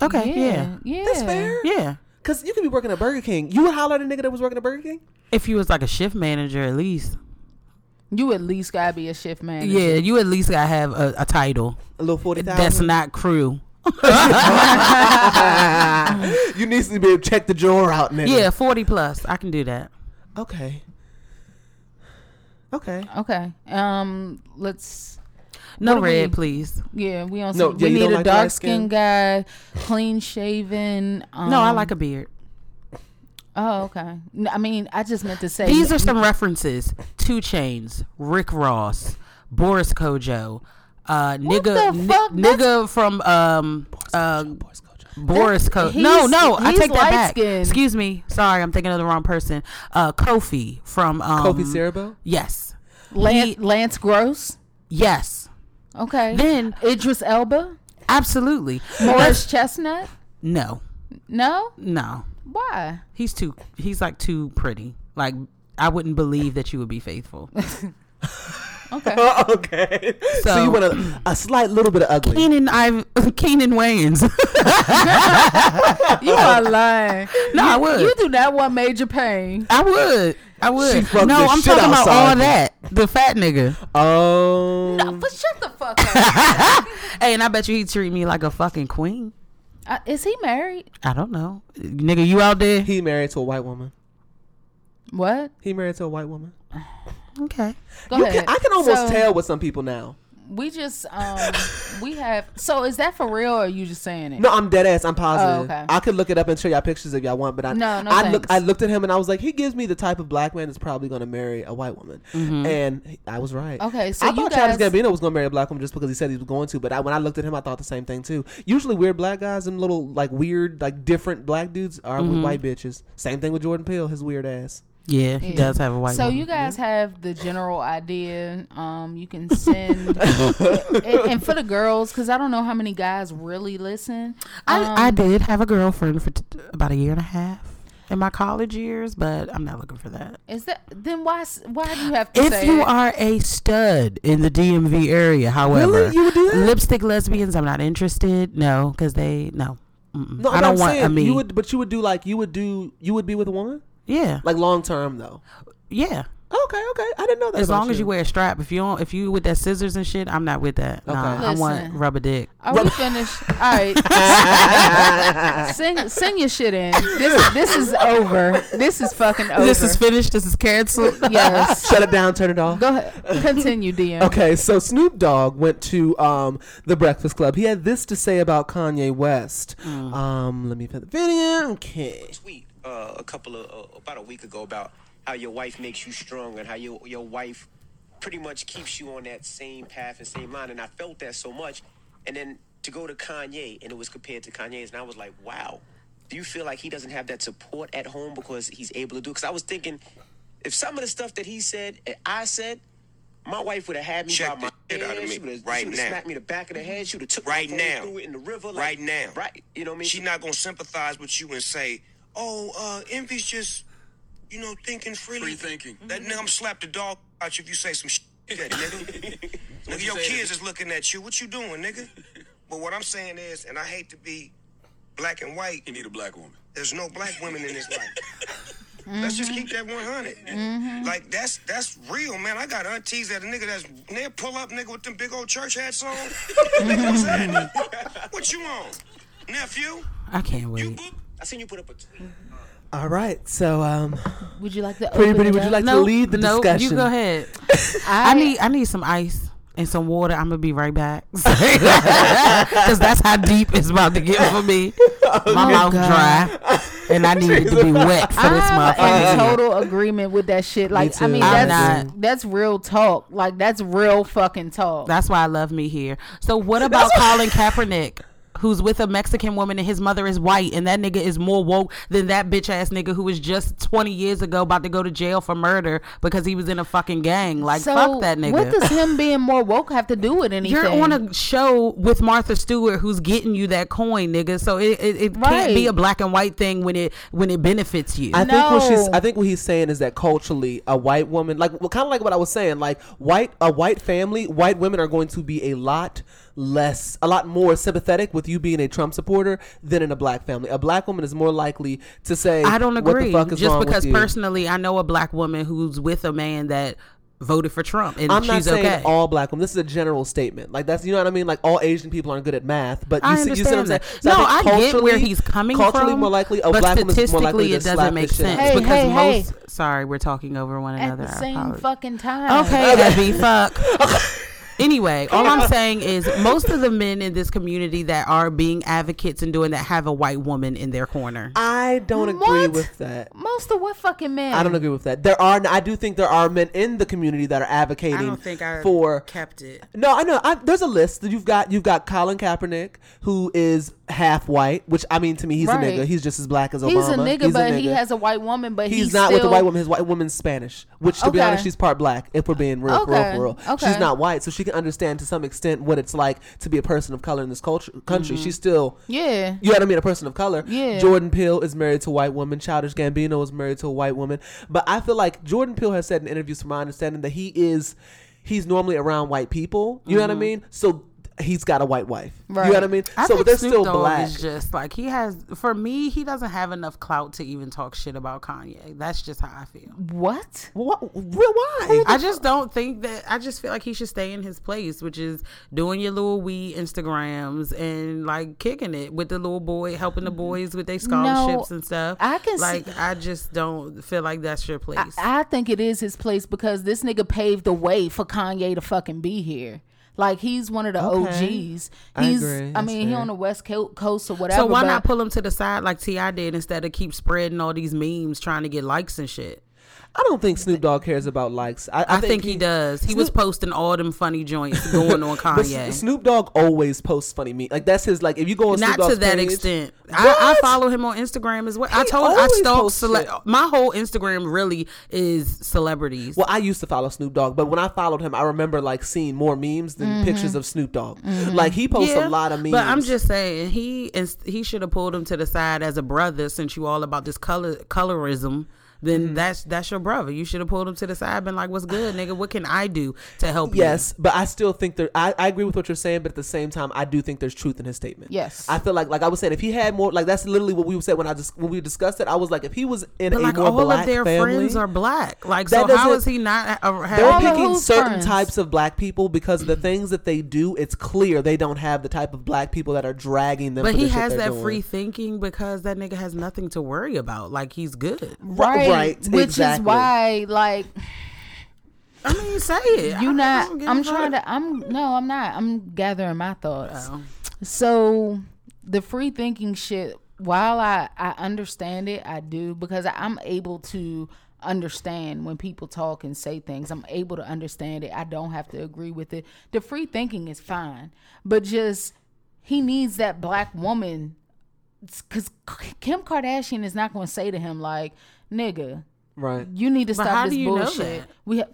Speaker 4: Okay,
Speaker 3: Yeah.
Speaker 4: yeah,
Speaker 3: Yeah.
Speaker 2: That's fair.
Speaker 4: yeah.
Speaker 2: Cause you could be working at Burger King. You would holler at a nigga that was working at Burger King.
Speaker 4: If you was like a shift manager, at least.
Speaker 3: You at least gotta be a shift man.
Speaker 4: Yeah, you at least gotta have a, a title.
Speaker 2: A little forty
Speaker 4: That's
Speaker 2: thousand.
Speaker 4: not crew.
Speaker 2: you need to be able to check the drawer out, nigga.
Speaker 4: Yeah, forty plus. I can do that.
Speaker 2: Okay. Okay.
Speaker 3: Okay. Um. Let's.
Speaker 4: No
Speaker 3: What do
Speaker 4: red,
Speaker 3: we-
Speaker 4: please.
Speaker 3: Yeah, we don't.
Speaker 2: No,
Speaker 3: see,
Speaker 2: yeah, you
Speaker 3: we need
Speaker 2: don't
Speaker 3: a
Speaker 2: like light
Speaker 3: dark skinned guy, clean shaven. Um,
Speaker 4: No, I like a beard.
Speaker 3: Oh, okay. No, I mean, I just meant to say
Speaker 4: These are some references: Two Chains, Rick Ross, Boris Kojo, uh, nigga,
Speaker 3: the
Speaker 4: ni-
Speaker 3: fuck?
Speaker 4: nigga from um, uh, Boris
Speaker 3: That's-
Speaker 4: Kojo. No,
Speaker 3: he's-
Speaker 4: no, I
Speaker 3: he's
Speaker 4: take that back.
Speaker 3: light-skinned.
Speaker 4: Excuse me, sorry, I'm thinking of the wrong person. Uh, Kofi from um,
Speaker 2: Kofi Cerebo.
Speaker 4: Yes,
Speaker 3: Lance, Lance Gross.
Speaker 4: yes,
Speaker 3: Okay.
Speaker 4: Then-
Speaker 3: Idris Elba,
Speaker 4: absolutely.
Speaker 3: Morris Chestnut.
Speaker 4: No,
Speaker 3: No,
Speaker 4: no,
Speaker 3: why?
Speaker 4: he's too. He's like too pretty. Like I wouldn't believe that you would be faithful.
Speaker 3: Okay.
Speaker 2: okay. So,
Speaker 4: So-
Speaker 2: you want a, a slight little bit of ugly.
Speaker 4: Keenan, I Keenan Wayans.
Speaker 3: you are lying.
Speaker 4: Oh. no, I would.
Speaker 3: You do not want major pain.
Speaker 4: I would. I would.
Speaker 2: She fucked
Speaker 4: no,
Speaker 2: the
Speaker 4: I'm
Speaker 2: shit
Speaker 4: talking about
Speaker 2: outside
Speaker 4: all
Speaker 2: me.
Speaker 4: that. The fat nigga.
Speaker 2: Oh.
Speaker 3: No, but shut the fuck up.
Speaker 4: Hey, and I bet you he treat me like a fucking queen.
Speaker 3: Uh, is he married?
Speaker 4: I don't know. Nigga, you out there?
Speaker 2: He married to a white woman.
Speaker 3: What?
Speaker 2: He married to a white woman.
Speaker 4: Okay.
Speaker 3: Go
Speaker 2: You
Speaker 3: ahead.
Speaker 2: can, I can almost
Speaker 3: So,
Speaker 2: tell with some people now.
Speaker 3: We just um we have. So is that for real, or are you just saying it?
Speaker 2: No, I'm dead ass. I'm positive.
Speaker 3: Oh, okay.
Speaker 2: I could look it up and show y'all pictures if y'all want, but I
Speaker 3: No, no
Speaker 2: I look I
Speaker 3: thanks.
Speaker 2: looked at him and I was like, he gives me the type of black man that's probably going to marry a white woman, and he- I was right.
Speaker 3: Mm-hmm. Okay, so
Speaker 2: I
Speaker 3: you
Speaker 2: thought Travis
Speaker 3: guys-
Speaker 2: Gambino was going to marry a black woman just because he said he was going to, but I, when I looked at him, I thought the same thing too. Usually, weird black guys and little like weird like different black dudes are
Speaker 3: Mm-hmm.
Speaker 2: with white bitches. Same thing with Jordan Peele, his weird ass.
Speaker 4: Yeah, he
Speaker 3: Yeah.
Speaker 4: does have a white
Speaker 3: so
Speaker 4: woman. Mm-hmm.
Speaker 3: you guys have the general idea. Um, you can send and, and for the girls because I don't know how many guys really listen.
Speaker 4: I,
Speaker 3: um,
Speaker 4: I did have a girlfriend for t- about a year and a half in my college years, but I'm not looking for that.
Speaker 3: Is that then why s- why do you have to
Speaker 4: If
Speaker 3: say
Speaker 4: you
Speaker 3: it?
Speaker 4: are a stud in the DMV area, however,
Speaker 2: Really? You would do that?
Speaker 4: lipstick lesbians, I'm not interested. No, because they no. Mm-mm.
Speaker 2: No, but
Speaker 4: I don't
Speaker 2: I'm
Speaker 4: want.
Speaker 2: Saying,
Speaker 4: I mean,
Speaker 2: you would, but you would do like you would do you would be with a woman
Speaker 4: yeah,
Speaker 2: like long term though.
Speaker 4: yeah.
Speaker 2: Okay, okay, I didn't know that.
Speaker 4: As
Speaker 2: about
Speaker 4: long as you wear a strap. If you don't, if you with that scissors and shit, I'm not with that. No,
Speaker 2: Okay.
Speaker 4: I want
Speaker 3: Listen.
Speaker 4: rubber dick.
Speaker 3: Are we finished? All right. send send your shit in. This this is over. This is fucking over.
Speaker 4: This is finished. This is canceled.
Speaker 3: yes.
Speaker 2: shut it down, turn it off.
Speaker 3: Go ahead. Continue, DM.
Speaker 2: Okay, so Snoop Dogg went to um, the Breakfast Club. He had this to say about Kanye West.
Speaker 4: Mm.
Speaker 2: Um, let me play the video. Okay.
Speaker 6: tweet uh, a couple of uh, about a week ago about how your wife makes you strong and how your your wife pretty much keeps you on that same path and same line. And I felt that so much. And then to go to Kanye and it was compared to Kanye's, and I was like, wow. Do you feel like he doesn't have that support at home because he's able to do? Because I was thinking, if some of the stuff that he said, and I said, my wife would have had me
Speaker 7: Check
Speaker 6: by
Speaker 7: the
Speaker 6: my
Speaker 7: shit
Speaker 6: head.
Speaker 7: outta me
Speaker 6: she would have
Speaker 7: right now.
Speaker 6: smacked me in the back of the head. She would have took
Speaker 7: Right
Speaker 6: my phone,
Speaker 7: now.
Speaker 6: threw it in the river. like-
Speaker 7: Right now.
Speaker 6: right. You know what I mean?
Speaker 7: She's not gonna sympathize with you and say, "Oh, uh, envy's just, you know, thinking freely."
Speaker 8: Free thinking.
Speaker 7: That nigga, I'm slap the dog out you if you say some shit. like That nigga. nigga,
Speaker 8: you
Speaker 7: your
Speaker 8: saying?
Speaker 7: kids is looking at you. What you doing, nigga? But what I'm saying is, and I hate to be black and white.
Speaker 8: You need a black woman.
Speaker 7: There's no black women in this life. Let's just keep that 100. Like that's that's real, man. I got aunties that a nigga that's near pull up nigga with them big old church hats on. Nigga, what's happening? What you on, nephew?
Speaker 4: I can't
Speaker 7: You
Speaker 4: wait.
Speaker 7: book?
Speaker 6: I seen you put up a tweet.
Speaker 2: All right, so um,
Speaker 3: Would you like the
Speaker 2: Pretty Pretty, would you like to lead the
Speaker 4: no,
Speaker 2: discussion?
Speaker 4: you go ahead.
Speaker 3: I,
Speaker 4: I need I need some ice and some water. I'm gonna be right back because that's how deep it's about to get for me. My mouth dry, and I need it to be wet for this
Speaker 2: Ah,
Speaker 3: I'm in
Speaker 4: motherfucker.
Speaker 3: total agreement with that shit. Like, I
Speaker 2: too.
Speaker 3: mean,
Speaker 4: I'm
Speaker 3: that's
Speaker 4: not.
Speaker 3: that's real talk. Like, that's real fucking talk.
Speaker 4: That's why I love me here. So what about Colin Kaepernick? Who's with a Mexican woman and his mother is white, and that nigga is more woke than that bitch ass nigga who was just 20 years ago about to go to jail for murder because he was in a fucking gang. Like,
Speaker 3: so,
Speaker 4: fuck that nigga.
Speaker 3: what does him being more woke have to do with anything?
Speaker 4: You're on a show with Martha Stewart who's getting you that coin, nigga. So it, it, it can't
Speaker 3: Right.
Speaker 4: be a black and white thing when it when it benefits you.
Speaker 2: I think what she's
Speaker 3: No.
Speaker 2: I think what he's saying is that culturally, a white woman like well, kind of like what I was saying, like white a white family, white women are going to be a lot less, a lot more sympathetic with you being a Trump supporter than in a black family. A black woman is more likely to say,
Speaker 4: I don't
Speaker 2: What the
Speaker 4: agree.
Speaker 2: fuck is
Speaker 4: Just
Speaker 2: wrong
Speaker 4: because
Speaker 2: with you?
Speaker 4: personally I know a black woman who's with a man that voted for Trump and
Speaker 2: I'm not
Speaker 4: she's
Speaker 2: saying
Speaker 4: okay.
Speaker 2: all black women. This is a general statement. Like that's you know what I mean. Like all Asian people aren't good at math, but you
Speaker 4: I
Speaker 2: see, you see what I'm
Speaker 4: understand
Speaker 2: saying.
Speaker 4: that.
Speaker 2: So
Speaker 4: no, I,
Speaker 2: think
Speaker 4: get where
Speaker 2: culturally-
Speaker 4: he's coming
Speaker 2: culturally
Speaker 4: from.
Speaker 2: more likely a
Speaker 4: but
Speaker 2: black woman is more
Speaker 4: statistically,
Speaker 2: likely to
Speaker 4: it doesn't
Speaker 2: slap
Speaker 4: make
Speaker 2: the shit out
Speaker 4: sense
Speaker 2: of
Speaker 3: Hey,
Speaker 4: because
Speaker 3: hey, hey.
Speaker 4: most. Sorry, we're talking over one
Speaker 3: at
Speaker 4: another.
Speaker 3: the
Speaker 4: I
Speaker 3: same
Speaker 4: apologize.
Speaker 3: fucking time.
Speaker 4: Okay, Abby, fuck. Anyway, all I'm saying is most of the men in this community that are being advocates and doing that have a white woman in their corner.
Speaker 2: I don't agree
Speaker 3: What?
Speaker 2: with that.
Speaker 3: Most of what fucking men?
Speaker 2: I don't agree with that. There are, I do think there are men in the community that are advocating for
Speaker 4: kept it.
Speaker 2: No, I know. I, there's a list. You've got you've got Colin Kaepernick, who is half white, which I mean to me, he's
Speaker 3: Right.
Speaker 2: a nigga. He's just as black as Obama.
Speaker 3: He's a nigga, but he
Speaker 2: nigga.
Speaker 3: has a white woman, but
Speaker 2: He's,
Speaker 3: he's,
Speaker 2: not
Speaker 3: still,
Speaker 2: with the white woman. His white woman's Spanish, which to be
Speaker 3: Okay.
Speaker 2: honest, she's part black. If we're being real,
Speaker 3: Okay.
Speaker 2: for real, for real,
Speaker 3: Okay.
Speaker 2: she's not white, so she can understand to some extent what it's like to be a person of color in this culture country. She's still
Speaker 3: Mm-hmm. Yeah.
Speaker 2: you know what I mean? A person of color.
Speaker 3: Yeah.
Speaker 2: Jordan Peele is married to a white woman. Childish Gambino is married to a white woman. But I feel like Jordan Peele has said in interviews, from my understanding, that he is he's normally around white people. You know what I mean? So he's got a white wife. You know what I
Speaker 3: Mm-hmm. Right.
Speaker 2: mean?
Speaker 4: I
Speaker 2: so
Speaker 4: think
Speaker 2: they're
Speaker 4: Snoop
Speaker 2: still
Speaker 4: Dogg
Speaker 2: black.
Speaker 4: Is just like he has for me, he doesn't have enough clout to even talk shit about Kanye. That's just how I feel.
Speaker 3: What?
Speaker 2: What? Real why?
Speaker 4: I just don't think that. I just feel like he should stay in his place, which is doing your little wee Instagrams and like kicking it with the little boy, helping the boys with their scholarships and stuff.
Speaker 3: I can see-
Speaker 4: like. I just don't feel like that's your place.
Speaker 3: I think it is his place because this nigga paved the way for Kanye to fucking be here. Like he's one of the
Speaker 2: Okay.
Speaker 3: OGs. He's
Speaker 2: I
Speaker 3: I,
Speaker 2: agree. That's
Speaker 3: mean, he
Speaker 2: fair.
Speaker 3: on the West Co- Coast or whatever.
Speaker 4: so why
Speaker 3: but-
Speaker 4: not pull him to the side like Ti did instead of keep spreading all these memes trying to get likes and shit?
Speaker 2: I don't think Snoop Dogg cares about likes. I, I
Speaker 4: I, think, he, does. He was
Speaker 2: Snoop-
Speaker 4: posting all them funny joints going on
Speaker 2: But
Speaker 4: Kanye.
Speaker 2: S- Snoop Dogg always posts funny memes. Like that's his. Like if you go on Snoop
Speaker 4: not
Speaker 2: Dogg's
Speaker 4: to that
Speaker 2: page-
Speaker 4: extent.
Speaker 2: What?
Speaker 4: I, I follow him on Instagram as well. I
Speaker 2: He
Speaker 4: told I
Speaker 2: always
Speaker 4: stalk
Speaker 2: posts
Speaker 4: cele-
Speaker 2: shit.
Speaker 4: my whole Instagram really is celebrities.
Speaker 2: Well, I used to follow Snoop Dogg, but when I followed him, I remember like seeing more memes than pictures of Snoop Dogg. Like he posts a lot of memes.
Speaker 4: Mm-hmm. But I'm just saying he is, he should have pulled him to the side as a brother since you all about this color colorism. Then
Speaker 2: Mm-hmm.
Speaker 4: that's that's your brother. You should have pulled him to the side, been like, "What's good, nigga? What can I do to help you?"
Speaker 2: yes, but I still think there. I, I agree with what you're saying, but at the same time, I do think there's truth in his statement.
Speaker 3: Yes.
Speaker 2: I feel like like I was saying, if he had more, like that's literally what we said when I just when we discussed it. I was like, if he was in
Speaker 4: but
Speaker 2: a
Speaker 4: like
Speaker 2: more
Speaker 4: all
Speaker 2: black
Speaker 4: of their
Speaker 2: family,
Speaker 4: friends are black. Like,
Speaker 2: That
Speaker 4: so how
Speaker 2: doesn't-
Speaker 4: is he not? Uh, have-
Speaker 2: they're
Speaker 3: All of
Speaker 2: picking
Speaker 3: who's
Speaker 2: certain
Speaker 3: friends?
Speaker 2: types of black people because of the things that they do. It's clear they don't have the type of black people that are dragging them.
Speaker 4: But
Speaker 2: for
Speaker 4: he
Speaker 2: the shit
Speaker 4: has
Speaker 2: they're
Speaker 4: that
Speaker 2: doing.
Speaker 4: free thinking because that nigga has nothing to worry about. Like he's good.
Speaker 3: right?
Speaker 2: right,
Speaker 3: Which
Speaker 2: exactly.
Speaker 3: is why, like,
Speaker 4: I mean, say it.
Speaker 3: you
Speaker 4: I- I
Speaker 3: not.
Speaker 4: don't give
Speaker 3: I'm
Speaker 4: a fuck.
Speaker 3: trying to. I'm no, I'm not. I'm gathering my thoughts.
Speaker 4: Oh.
Speaker 3: So the free thinking shit, while I, I understand it, I do because I, I'm able to understand when people talk and say things. I'm able to understand it. I don't have to agree with it. The free thinking is fine, but just he needs that black woman because Kim Kardashian is not going to say to him like, "Nigga,
Speaker 2: right.
Speaker 3: you need to
Speaker 4: But
Speaker 3: stop
Speaker 4: how
Speaker 3: this
Speaker 4: do you know
Speaker 3: bullshit."
Speaker 4: that?
Speaker 3: We ha-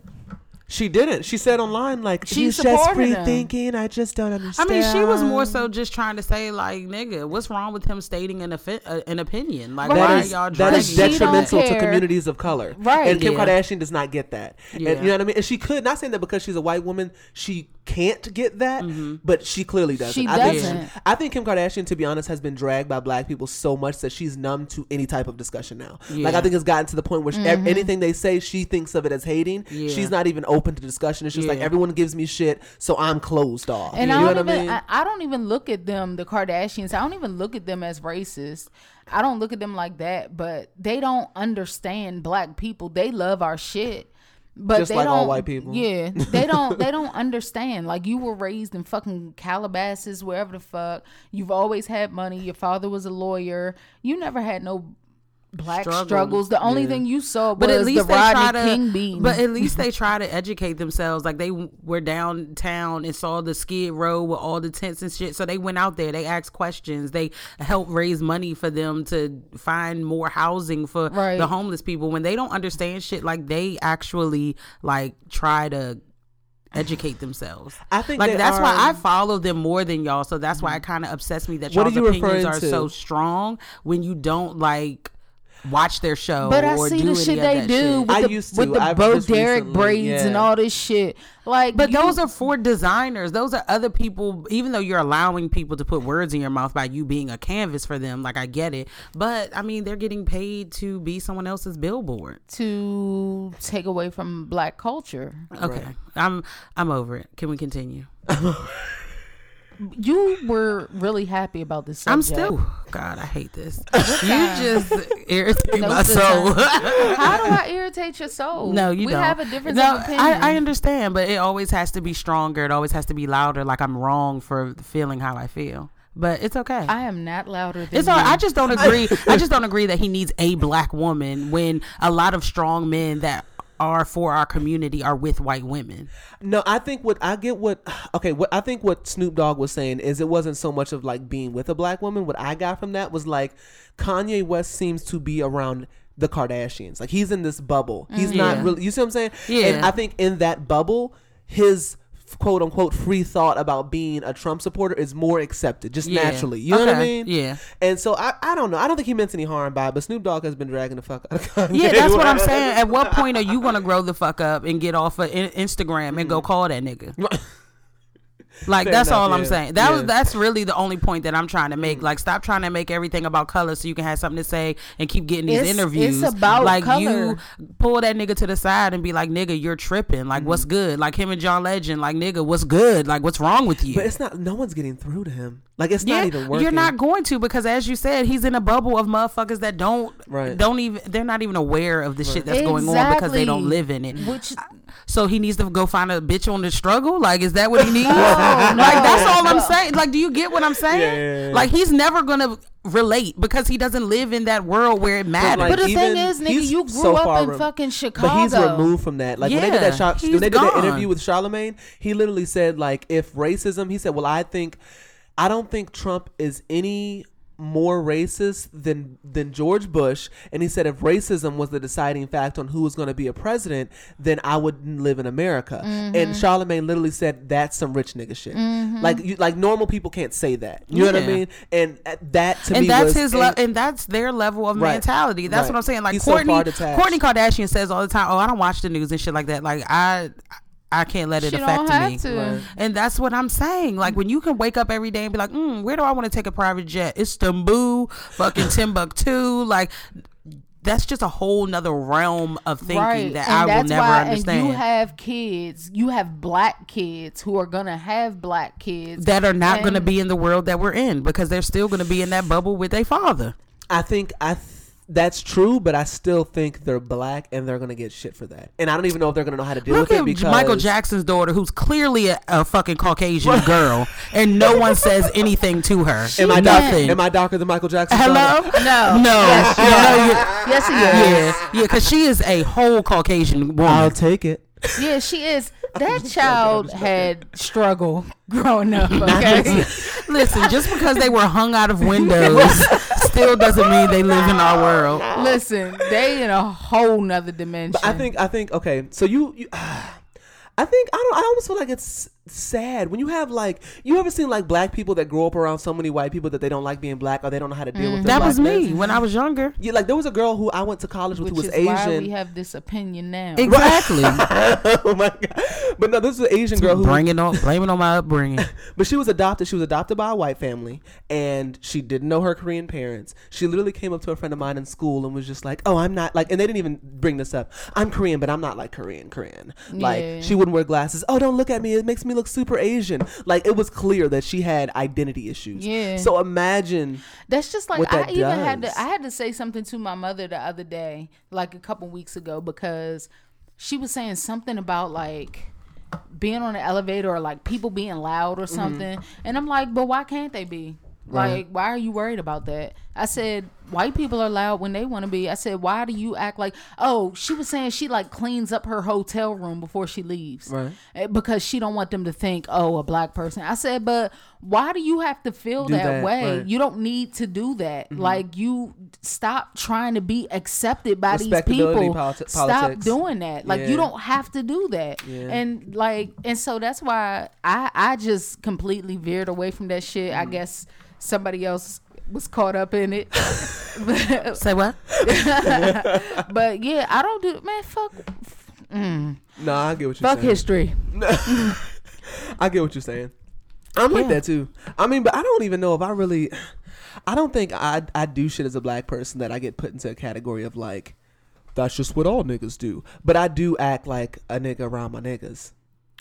Speaker 2: She didn't. She said online like
Speaker 3: She
Speaker 2: she's just
Speaker 3: supported
Speaker 2: free
Speaker 3: him.
Speaker 2: thinking. I just don't
Speaker 4: I
Speaker 2: understand.
Speaker 4: mean, she was more so just trying to say, like, nigga, what's wrong with him stating an offi- uh, an opinion? Like,
Speaker 3: That
Speaker 4: why
Speaker 2: that
Speaker 3: Right.
Speaker 4: are
Speaker 2: is
Speaker 4: y'all
Speaker 2: that is
Speaker 4: dragging?
Speaker 3: She don't
Speaker 2: detrimental to
Speaker 3: care.
Speaker 2: communities of color.
Speaker 3: Right.
Speaker 2: And Kim
Speaker 4: Yeah.
Speaker 2: Kardashian does not get that.
Speaker 4: Yeah.
Speaker 2: And you know what I mean? And she could not saying that because she's a white woman, she can't get that, but she clearly doesn't.
Speaker 3: Mm-hmm. She
Speaker 2: I think,
Speaker 3: doesn't.
Speaker 2: I think Kim Kardashian, to be honest, has been dragged by black people so much that she's numb to any type of discussion now. Like
Speaker 4: Yeah.
Speaker 2: I think it's gotten to the point where she,
Speaker 3: Mm-hmm.
Speaker 2: ev- anything they say, she thinks of it as hating.
Speaker 4: Yeah.
Speaker 2: She's not even open to discussion. It's just like
Speaker 4: Yeah.
Speaker 2: everyone gives me shit, so I'm closed off.
Speaker 3: And
Speaker 2: you
Speaker 3: I
Speaker 2: know
Speaker 3: don't
Speaker 2: what
Speaker 3: even
Speaker 2: I mean?
Speaker 3: I, I don't even look at them, the Kardashians. I don't even look at them as racist. I don't look at them like that, but they don't understand black people. They love our shit. But
Speaker 2: Just
Speaker 3: they
Speaker 2: like
Speaker 3: don't,
Speaker 2: all white people.
Speaker 3: Yeah. They don't they don't understand. Like you were raised in fucking Calabasas, wherever the fuck. You've always had money. Your father was a lawyer. You never had no black
Speaker 4: Struggle.
Speaker 3: struggles. The only thing you saw was
Speaker 4: but at least
Speaker 3: the
Speaker 4: they
Speaker 3: Rodney
Speaker 4: try to.
Speaker 3: King beating.
Speaker 4: But at least they try to educate themselves. Like they w- were downtown and saw the skid row with all the tents and shit. So they went out there. They asked questions. They helped raise money for them to find more housing for
Speaker 3: Right.
Speaker 4: the homeless people. When they don't understand shit, like they actually like try to educate themselves.
Speaker 2: I think
Speaker 4: like
Speaker 2: they
Speaker 4: that's why
Speaker 2: are-
Speaker 4: I follow them more than y'all. So that's why it kind of upsets me that
Speaker 2: What are
Speaker 4: y'all's
Speaker 2: you
Speaker 4: opinions
Speaker 2: referring
Speaker 4: are
Speaker 2: to?
Speaker 4: so strong when you don't like watch their show.
Speaker 3: But I
Speaker 4: or
Speaker 3: see
Speaker 4: do
Speaker 3: the
Speaker 4: any
Speaker 3: shit
Speaker 4: of
Speaker 3: they
Speaker 4: that
Speaker 3: do
Speaker 4: shit.
Speaker 3: with
Speaker 2: I
Speaker 3: the,
Speaker 2: used to.
Speaker 3: with the
Speaker 2: I've
Speaker 3: Bo
Speaker 2: just
Speaker 3: Derek
Speaker 2: recently-
Speaker 3: braids and
Speaker 2: yeah.
Speaker 3: all this shit. Like,
Speaker 4: But
Speaker 3: you-
Speaker 4: those are for designers. Those are other people, even though you're allowing people to put words in your mouth by you being a canvas for them. Like, I get it. But I mean, they're getting paid to be someone else's billboard.
Speaker 3: to take away from black culture.
Speaker 4: Okay. I'm I'm over it. Can we continue?
Speaker 3: you were really happy about this. Subject.
Speaker 4: I'm still. God, I hate this. you just irritate my
Speaker 3: Those are
Speaker 4: soul.
Speaker 3: How do I irritate your soul?
Speaker 4: no, you
Speaker 3: we
Speaker 4: don't.
Speaker 3: have a difference
Speaker 4: No,
Speaker 3: of opinion.
Speaker 4: I, I understand, but it always has to be stronger. It always has to be louder. Like I'm wrong for feeling how I feel, but it's okay.
Speaker 3: I am not louder than
Speaker 4: It's all,
Speaker 3: you.
Speaker 4: I just don't agree. I just don't agree that he needs a black woman when a lot of strong men that are for our community are with white women.
Speaker 2: No, I think what I get what okay, what I think what Snoop Dogg was saying is it wasn't so much of like being with a black woman. What I got from that was like Kanye West seems to be around the Kardashians. Like he's in this bubble. He's not really you see what I'm saying? And
Speaker 4: Mm. Yeah.
Speaker 2: I think in that bubble, his quote unquote free thought about being a Trump supporter is more accepted just
Speaker 4: Yeah.
Speaker 2: naturally. You know what I
Speaker 4: Okay.
Speaker 2: mean?
Speaker 4: Yeah.
Speaker 2: And so I, I don't know. I don't think he meant any harm by it, but Snoop Dogg has been dragging the fuck out of Kanye.
Speaker 4: Yeah, that's what I'm saying. At what point are you going to grow the fuck up and get off of in- Instagram
Speaker 3: Mm.
Speaker 4: and go call that nigga? Like
Speaker 2: Fair
Speaker 4: that's
Speaker 2: enough,
Speaker 4: all I'm
Speaker 2: yeah.
Speaker 4: saying. That was
Speaker 2: Yeah.
Speaker 4: that's really the only point that I'm trying to
Speaker 3: Mm.
Speaker 4: make. Like stop trying to make everything about color so you can have something to say and keep getting these
Speaker 3: It's- it's
Speaker 4: interviews.
Speaker 3: about
Speaker 4: like
Speaker 3: color.
Speaker 4: you pull that nigga to the side and be like, "Nigga, you're tripping. Like what's
Speaker 3: Mm.
Speaker 4: good? Like him and John Legend. Like nigga, what's good? Like what's wrong with you?"
Speaker 2: But it's not no one's getting through to him. Like it's not even working.
Speaker 4: You're not going to because, as you said, he's in a bubble of motherfuckers that don't
Speaker 2: Right.
Speaker 4: don't even they're not even aware of the shit that's going on because they don't
Speaker 3: Exactly.
Speaker 4: live in it.
Speaker 3: Which-
Speaker 4: so he needs to go find a bitch on the struggle. Like, is that what he needs? like,
Speaker 3: no.
Speaker 4: that's all I'm
Speaker 3: No.
Speaker 4: saying. Like, do you get what I'm saying? Like, he's never gonna relate because he doesn't live in that world where it matters.
Speaker 2: like,
Speaker 3: But the thing
Speaker 2: even-
Speaker 3: is, nigga,
Speaker 2: he's
Speaker 3: you grew up
Speaker 2: far
Speaker 3: in
Speaker 2: rem-
Speaker 3: fucking
Speaker 2: But he's
Speaker 3: Chicago.
Speaker 2: removed from that. Like when they did that
Speaker 4: Yeah,
Speaker 2: shot, when
Speaker 4: he's
Speaker 2: they did that interview
Speaker 4: gone.
Speaker 2: with Charlemagne, he literally said like, if racism, he said, well, I think, I don't think Trump is any more racist than than George Bush and he said if racism was the deciding fact on who was going to be a president then I wouldn't live in America
Speaker 3: Mm-hmm.
Speaker 2: and Charlemagne literally said that's some rich nigga shit like you like normal people can't say that you know what I
Speaker 4: Yeah.
Speaker 2: mean and uh, that to
Speaker 4: and
Speaker 2: me
Speaker 4: that's
Speaker 2: was
Speaker 4: his
Speaker 2: ang-
Speaker 4: le- and that's their level of
Speaker 2: Right.
Speaker 4: mentality. That's
Speaker 2: Right.
Speaker 4: what I'm saying. Like
Speaker 2: He's so
Speaker 4: Courtney,
Speaker 2: far detached.
Speaker 4: Courtney Kardashian says all the time, "Oh, I don't watch the news and shit like that." Like I, I can't let it
Speaker 3: She
Speaker 4: affect
Speaker 3: don't have
Speaker 4: me.
Speaker 3: to. Right.
Speaker 4: And that's what I'm saying. Like when you can wake up every day and be like, mm, "Where do I want to take a private jet? Istanbul, fucking Timbuktu." Like that's just a whole nother realm of thinking that I will never understand.
Speaker 3: And you have kids, you have black kids who are gonna have black kids
Speaker 4: that are not going to
Speaker 3: and-
Speaker 4: be in the world that we're in because they're still going to be in that bubble with their father.
Speaker 2: I think I th- that's true, but I still think they're black and they're gonna get shit for that. And I don't even know if they're gonna know how to deal
Speaker 4: Look
Speaker 2: with it
Speaker 4: at
Speaker 2: because
Speaker 4: Michael Jackson's daughter, who's clearly a, a fucking Caucasian girl, and no one says anything to her.
Speaker 2: Am I dark,
Speaker 4: nothing.
Speaker 2: am I darker than Michael Jackson?
Speaker 4: Hello?
Speaker 3: No.
Speaker 4: No.
Speaker 3: Yes,
Speaker 4: No, you're-
Speaker 3: Yes, he is.
Speaker 4: yeah, yeah, because she is a whole Caucasian woman.
Speaker 2: I'll take it.
Speaker 3: Yeah, she is. That child had struggle growing up. Okay,
Speaker 4: Listen, just because they were hung out of windows still doesn't mean they live in our world.
Speaker 3: listen, they in a whole nother dimension.
Speaker 2: But I think I think okay. So you, you I think I don't. I almost feel like it's sad when you have like you ever seen like black people that grow up around so many white people that they don't like being black or they don't know how to deal with their
Speaker 4: Mm, That was
Speaker 2: blackness?
Speaker 4: me when I was younger.
Speaker 2: Yeah, like there was a girl who I went to college with
Speaker 3: which
Speaker 2: who was
Speaker 3: is
Speaker 2: Asian.
Speaker 3: why we have this opinion now.
Speaker 4: Exactly.
Speaker 2: oh my god! But no, this is an Asian girl who
Speaker 4: Bring it on, blame it on my upbringing.
Speaker 2: But she was adopted. She was adopted by a white family, and she didn't know her Korean parents. She literally came up to a friend of mine in school and was just like, "Oh, I'm not like," and they didn't even bring this up. I'm Korean, but I'm not like Korean Korean. Like
Speaker 3: Yeah.
Speaker 2: she wouldn't wear glasses. Oh, don't look at me. It makes me look super Asian. Like it was clear that she had identity issues.
Speaker 3: Yeah.
Speaker 2: So imagine.
Speaker 3: That's just like
Speaker 2: what
Speaker 3: I
Speaker 2: that
Speaker 3: even had
Speaker 2: does.
Speaker 3: to I had to say something to my mother the other day, like a couple weeks ago, because she was saying something about like being on an elevator or like people being loud or
Speaker 2: Mm-hmm.
Speaker 3: something. And I'm like, but why can't they be? Like, why are you worried about that? I said, white people are loud when they want to be. I said, why do you act like, oh, she was saying she like cleans up her hotel room before she leaves.
Speaker 2: Right.
Speaker 3: Eh, Because she don't want them to think, oh, a black person. I said, but why do you have to feel
Speaker 2: Do
Speaker 3: that,
Speaker 2: that,
Speaker 3: way?
Speaker 2: right. Mm-hmm.
Speaker 3: You don't need to do that. Like, you stop trying to be accepted by these
Speaker 2: Respectability
Speaker 3: people.
Speaker 2: politi-
Speaker 3: Stop
Speaker 2: politics.
Speaker 3: doing that. Like,
Speaker 2: Yeah.
Speaker 3: you don't have to do that. And like and so that's why I I just completely veered away from that shit. I guess somebody else was caught up in it. but,
Speaker 4: Say what?
Speaker 3: but yeah, I don't do man fuck mm,
Speaker 2: No, I get what you're
Speaker 3: fuck
Speaker 2: saying.
Speaker 3: history.
Speaker 2: I get what you're saying. I'm like that too. I mean, but I don't even know if I really. I don't think I I do shit as a black person that I get put into a category of like, that's just what all niggas do. But I do act like a nigga around my niggas.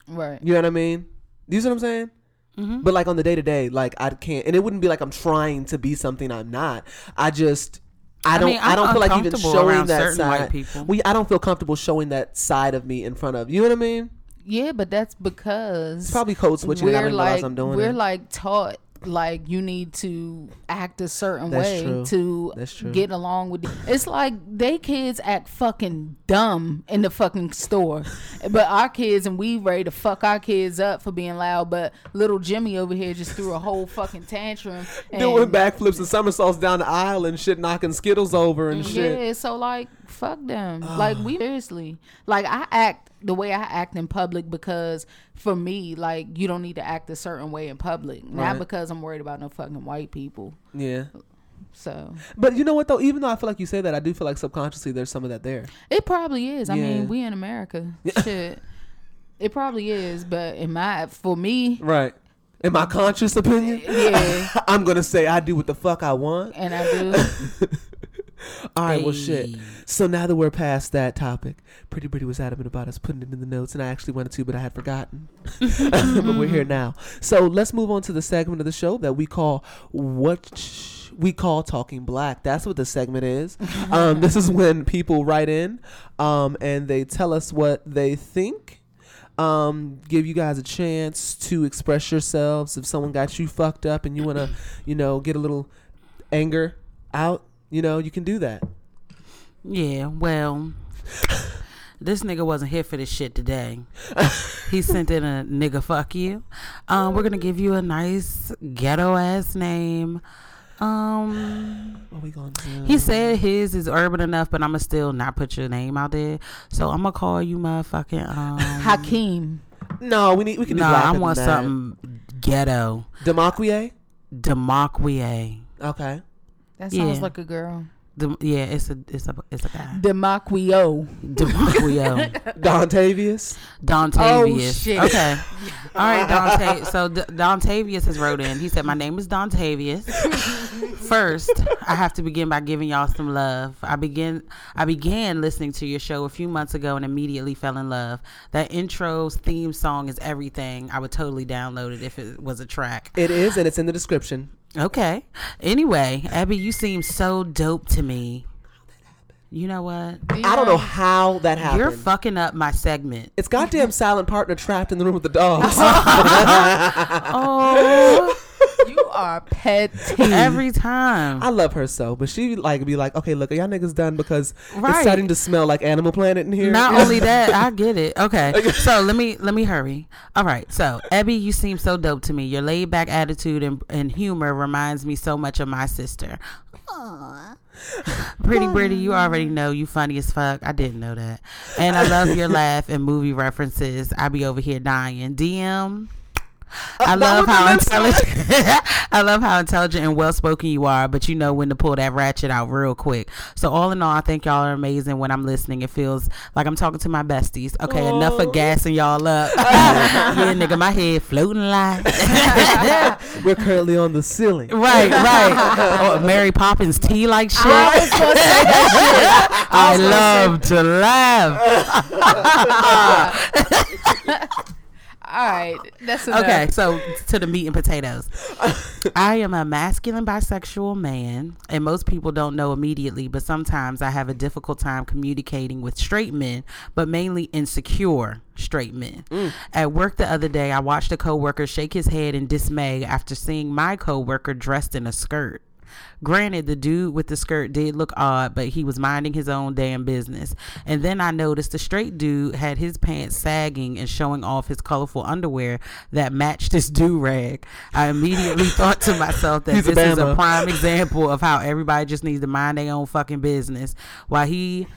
Speaker 3: Right.
Speaker 2: You know what I mean? You see what I'm saying?
Speaker 4: Mm-hmm.
Speaker 2: But like on the day to day, like I can't, and it wouldn't be like I'm trying to be something I'm not. I just. I don't.
Speaker 4: mean,
Speaker 2: I,
Speaker 4: I'm
Speaker 2: don't feel like even
Speaker 4: uncomfortable
Speaker 2: showing
Speaker 4: around
Speaker 2: that
Speaker 4: certain
Speaker 2: side.
Speaker 4: white people.
Speaker 2: We. I don't feel comfortable showing that side of me in front of you. Know what I mean?
Speaker 3: Yeah, but that's because it's
Speaker 2: probably code switching and I didn't realize I'm doing
Speaker 3: We're
Speaker 2: it.
Speaker 3: like taught like you need to act a certain
Speaker 2: That's
Speaker 3: way
Speaker 2: true.
Speaker 3: to
Speaker 2: That's true.
Speaker 3: get along with. The, it's like they kids act fucking dumb in the fucking store, but our kids and we ready to fuck our kids up for being loud. But little Jimmy over here just threw a whole fucking tantrum. And
Speaker 2: Doing backflips and somersaults down the aisle and shit, knocking skittles over and shit.
Speaker 3: Yeah, so like fuck them. Like we seriously. Like I act the way I act in public because for me, like you don't need to act a certain way in public. Not
Speaker 2: Right.
Speaker 3: because I'm worried about no fucking white people.
Speaker 2: Yeah.
Speaker 3: So
Speaker 2: But you know what though? Even though I feel like you say that, I do feel like subconsciously there's some of that there.
Speaker 3: it probably is. I
Speaker 2: Yeah.
Speaker 3: mean, we in America. Shit. It probably is, but in my for me,
Speaker 2: Right. In my conscious opinion,
Speaker 3: yeah.
Speaker 2: I'm gonna say I do what the fuck I want.
Speaker 3: And I do.
Speaker 2: All right, well, shit. So now that we're past that topic, Pretty Pretty was adamant about us putting it in the notes, and I actually wanted to, but I had forgotten. but we're here now. So let's move on to the segment of the show that we call what Sh- we call talking black. That's what the segment is. um, this is when people write in, um, and they tell us what they think. Um, give you guys a chance to express yourselves. If someone got you fucked up and you want to, you know, get a little anger out, you know, you can do that.
Speaker 4: Yeah, well, this nigga wasn't here for this shit today. he sent in a nigga fuck you. Um, we're gonna give you a nice ghetto ass name. Um,
Speaker 2: What we gonna do?
Speaker 4: he said his is urban enough, but I'ma still not put your name out there. So I'ma call you motherfucking um.
Speaker 3: Hakeem.
Speaker 2: No, we need we can do
Speaker 4: No,
Speaker 2: black.
Speaker 4: I want something ghetto,
Speaker 2: Demaquie.
Speaker 4: Demaquie.
Speaker 2: Okay.
Speaker 3: That sounds
Speaker 4: Yeah.
Speaker 3: like a girl.
Speaker 4: Dem- yeah, it's a it's a it's a guy.
Speaker 3: Demaquio.
Speaker 4: Demaquio.
Speaker 2: Dontavious.
Speaker 4: Dontavious.
Speaker 3: shit.
Speaker 4: Okay. All right, Donta. So D- Dontavious has wrote in. He said, "My name is Dontavious. First, I have to begin by giving y'all some love. I begin. I began listening to your show a few months ago and immediately fell in love. That intro's theme song is everything. I would totally download it if it was a track.
Speaker 2: It is, and it's in the description.
Speaker 4: Okay. Anyway, Abby, you seem so dope to me. You know what?
Speaker 2: I don't know how that happened.
Speaker 4: You're fucking up my segment.
Speaker 2: it's goddamn silent partner trapped in the room with the dogs.
Speaker 4: Oh.
Speaker 3: You are petty.
Speaker 4: every time.
Speaker 2: I love her so, but she like be like, okay, look, y'all niggas done because it's
Speaker 4: Right.
Speaker 2: starting to smell like Animal Planet in here.
Speaker 4: Not only that, I get it. Okay. So let me let me hurry. All right. So Abby, you seem so dope to me. Your laid back attitude and, and humor reminds me so much of my sister. Pretty Pretty, you already know you funny as fuck. I didn't know that. And I love your laugh and movie references. I be over here dying. DM. I love how intelligent I love how intelligent and well spoken you are, but you know when to pull that ratchet out real quick. So all in all, I think y'all are amazing when I'm listening. It feels like I'm talking to my besties. Okay, enough of gassing y'all up. yeah, nigga, my head floating like
Speaker 2: We're currently on the ceiling.
Speaker 4: Right, right. Or Mary Poppins tea like shit. I, love to laugh.
Speaker 3: All right. That's enough.
Speaker 4: Okay, so to the meat and potatoes. I am a masculine bisexual man, and most people don't know immediately, but sometimes I have a difficult time communicating with straight men, but mainly insecure straight men. At work the other day, I watched a coworker shake his head in dismay after seeing my coworker dressed in a skirt. Granted, the dude with the skirt did look odd, but he was minding his own damn business. And then I noticed the straight dude had his pants sagging and showing off his colorful underwear that matched his do rag. I immediately thought to myself that
Speaker 2: He's a
Speaker 4: this is a
Speaker 2: Bama.
Speaker 4: prime example of how everybody just needs to mind their own fucking business. While he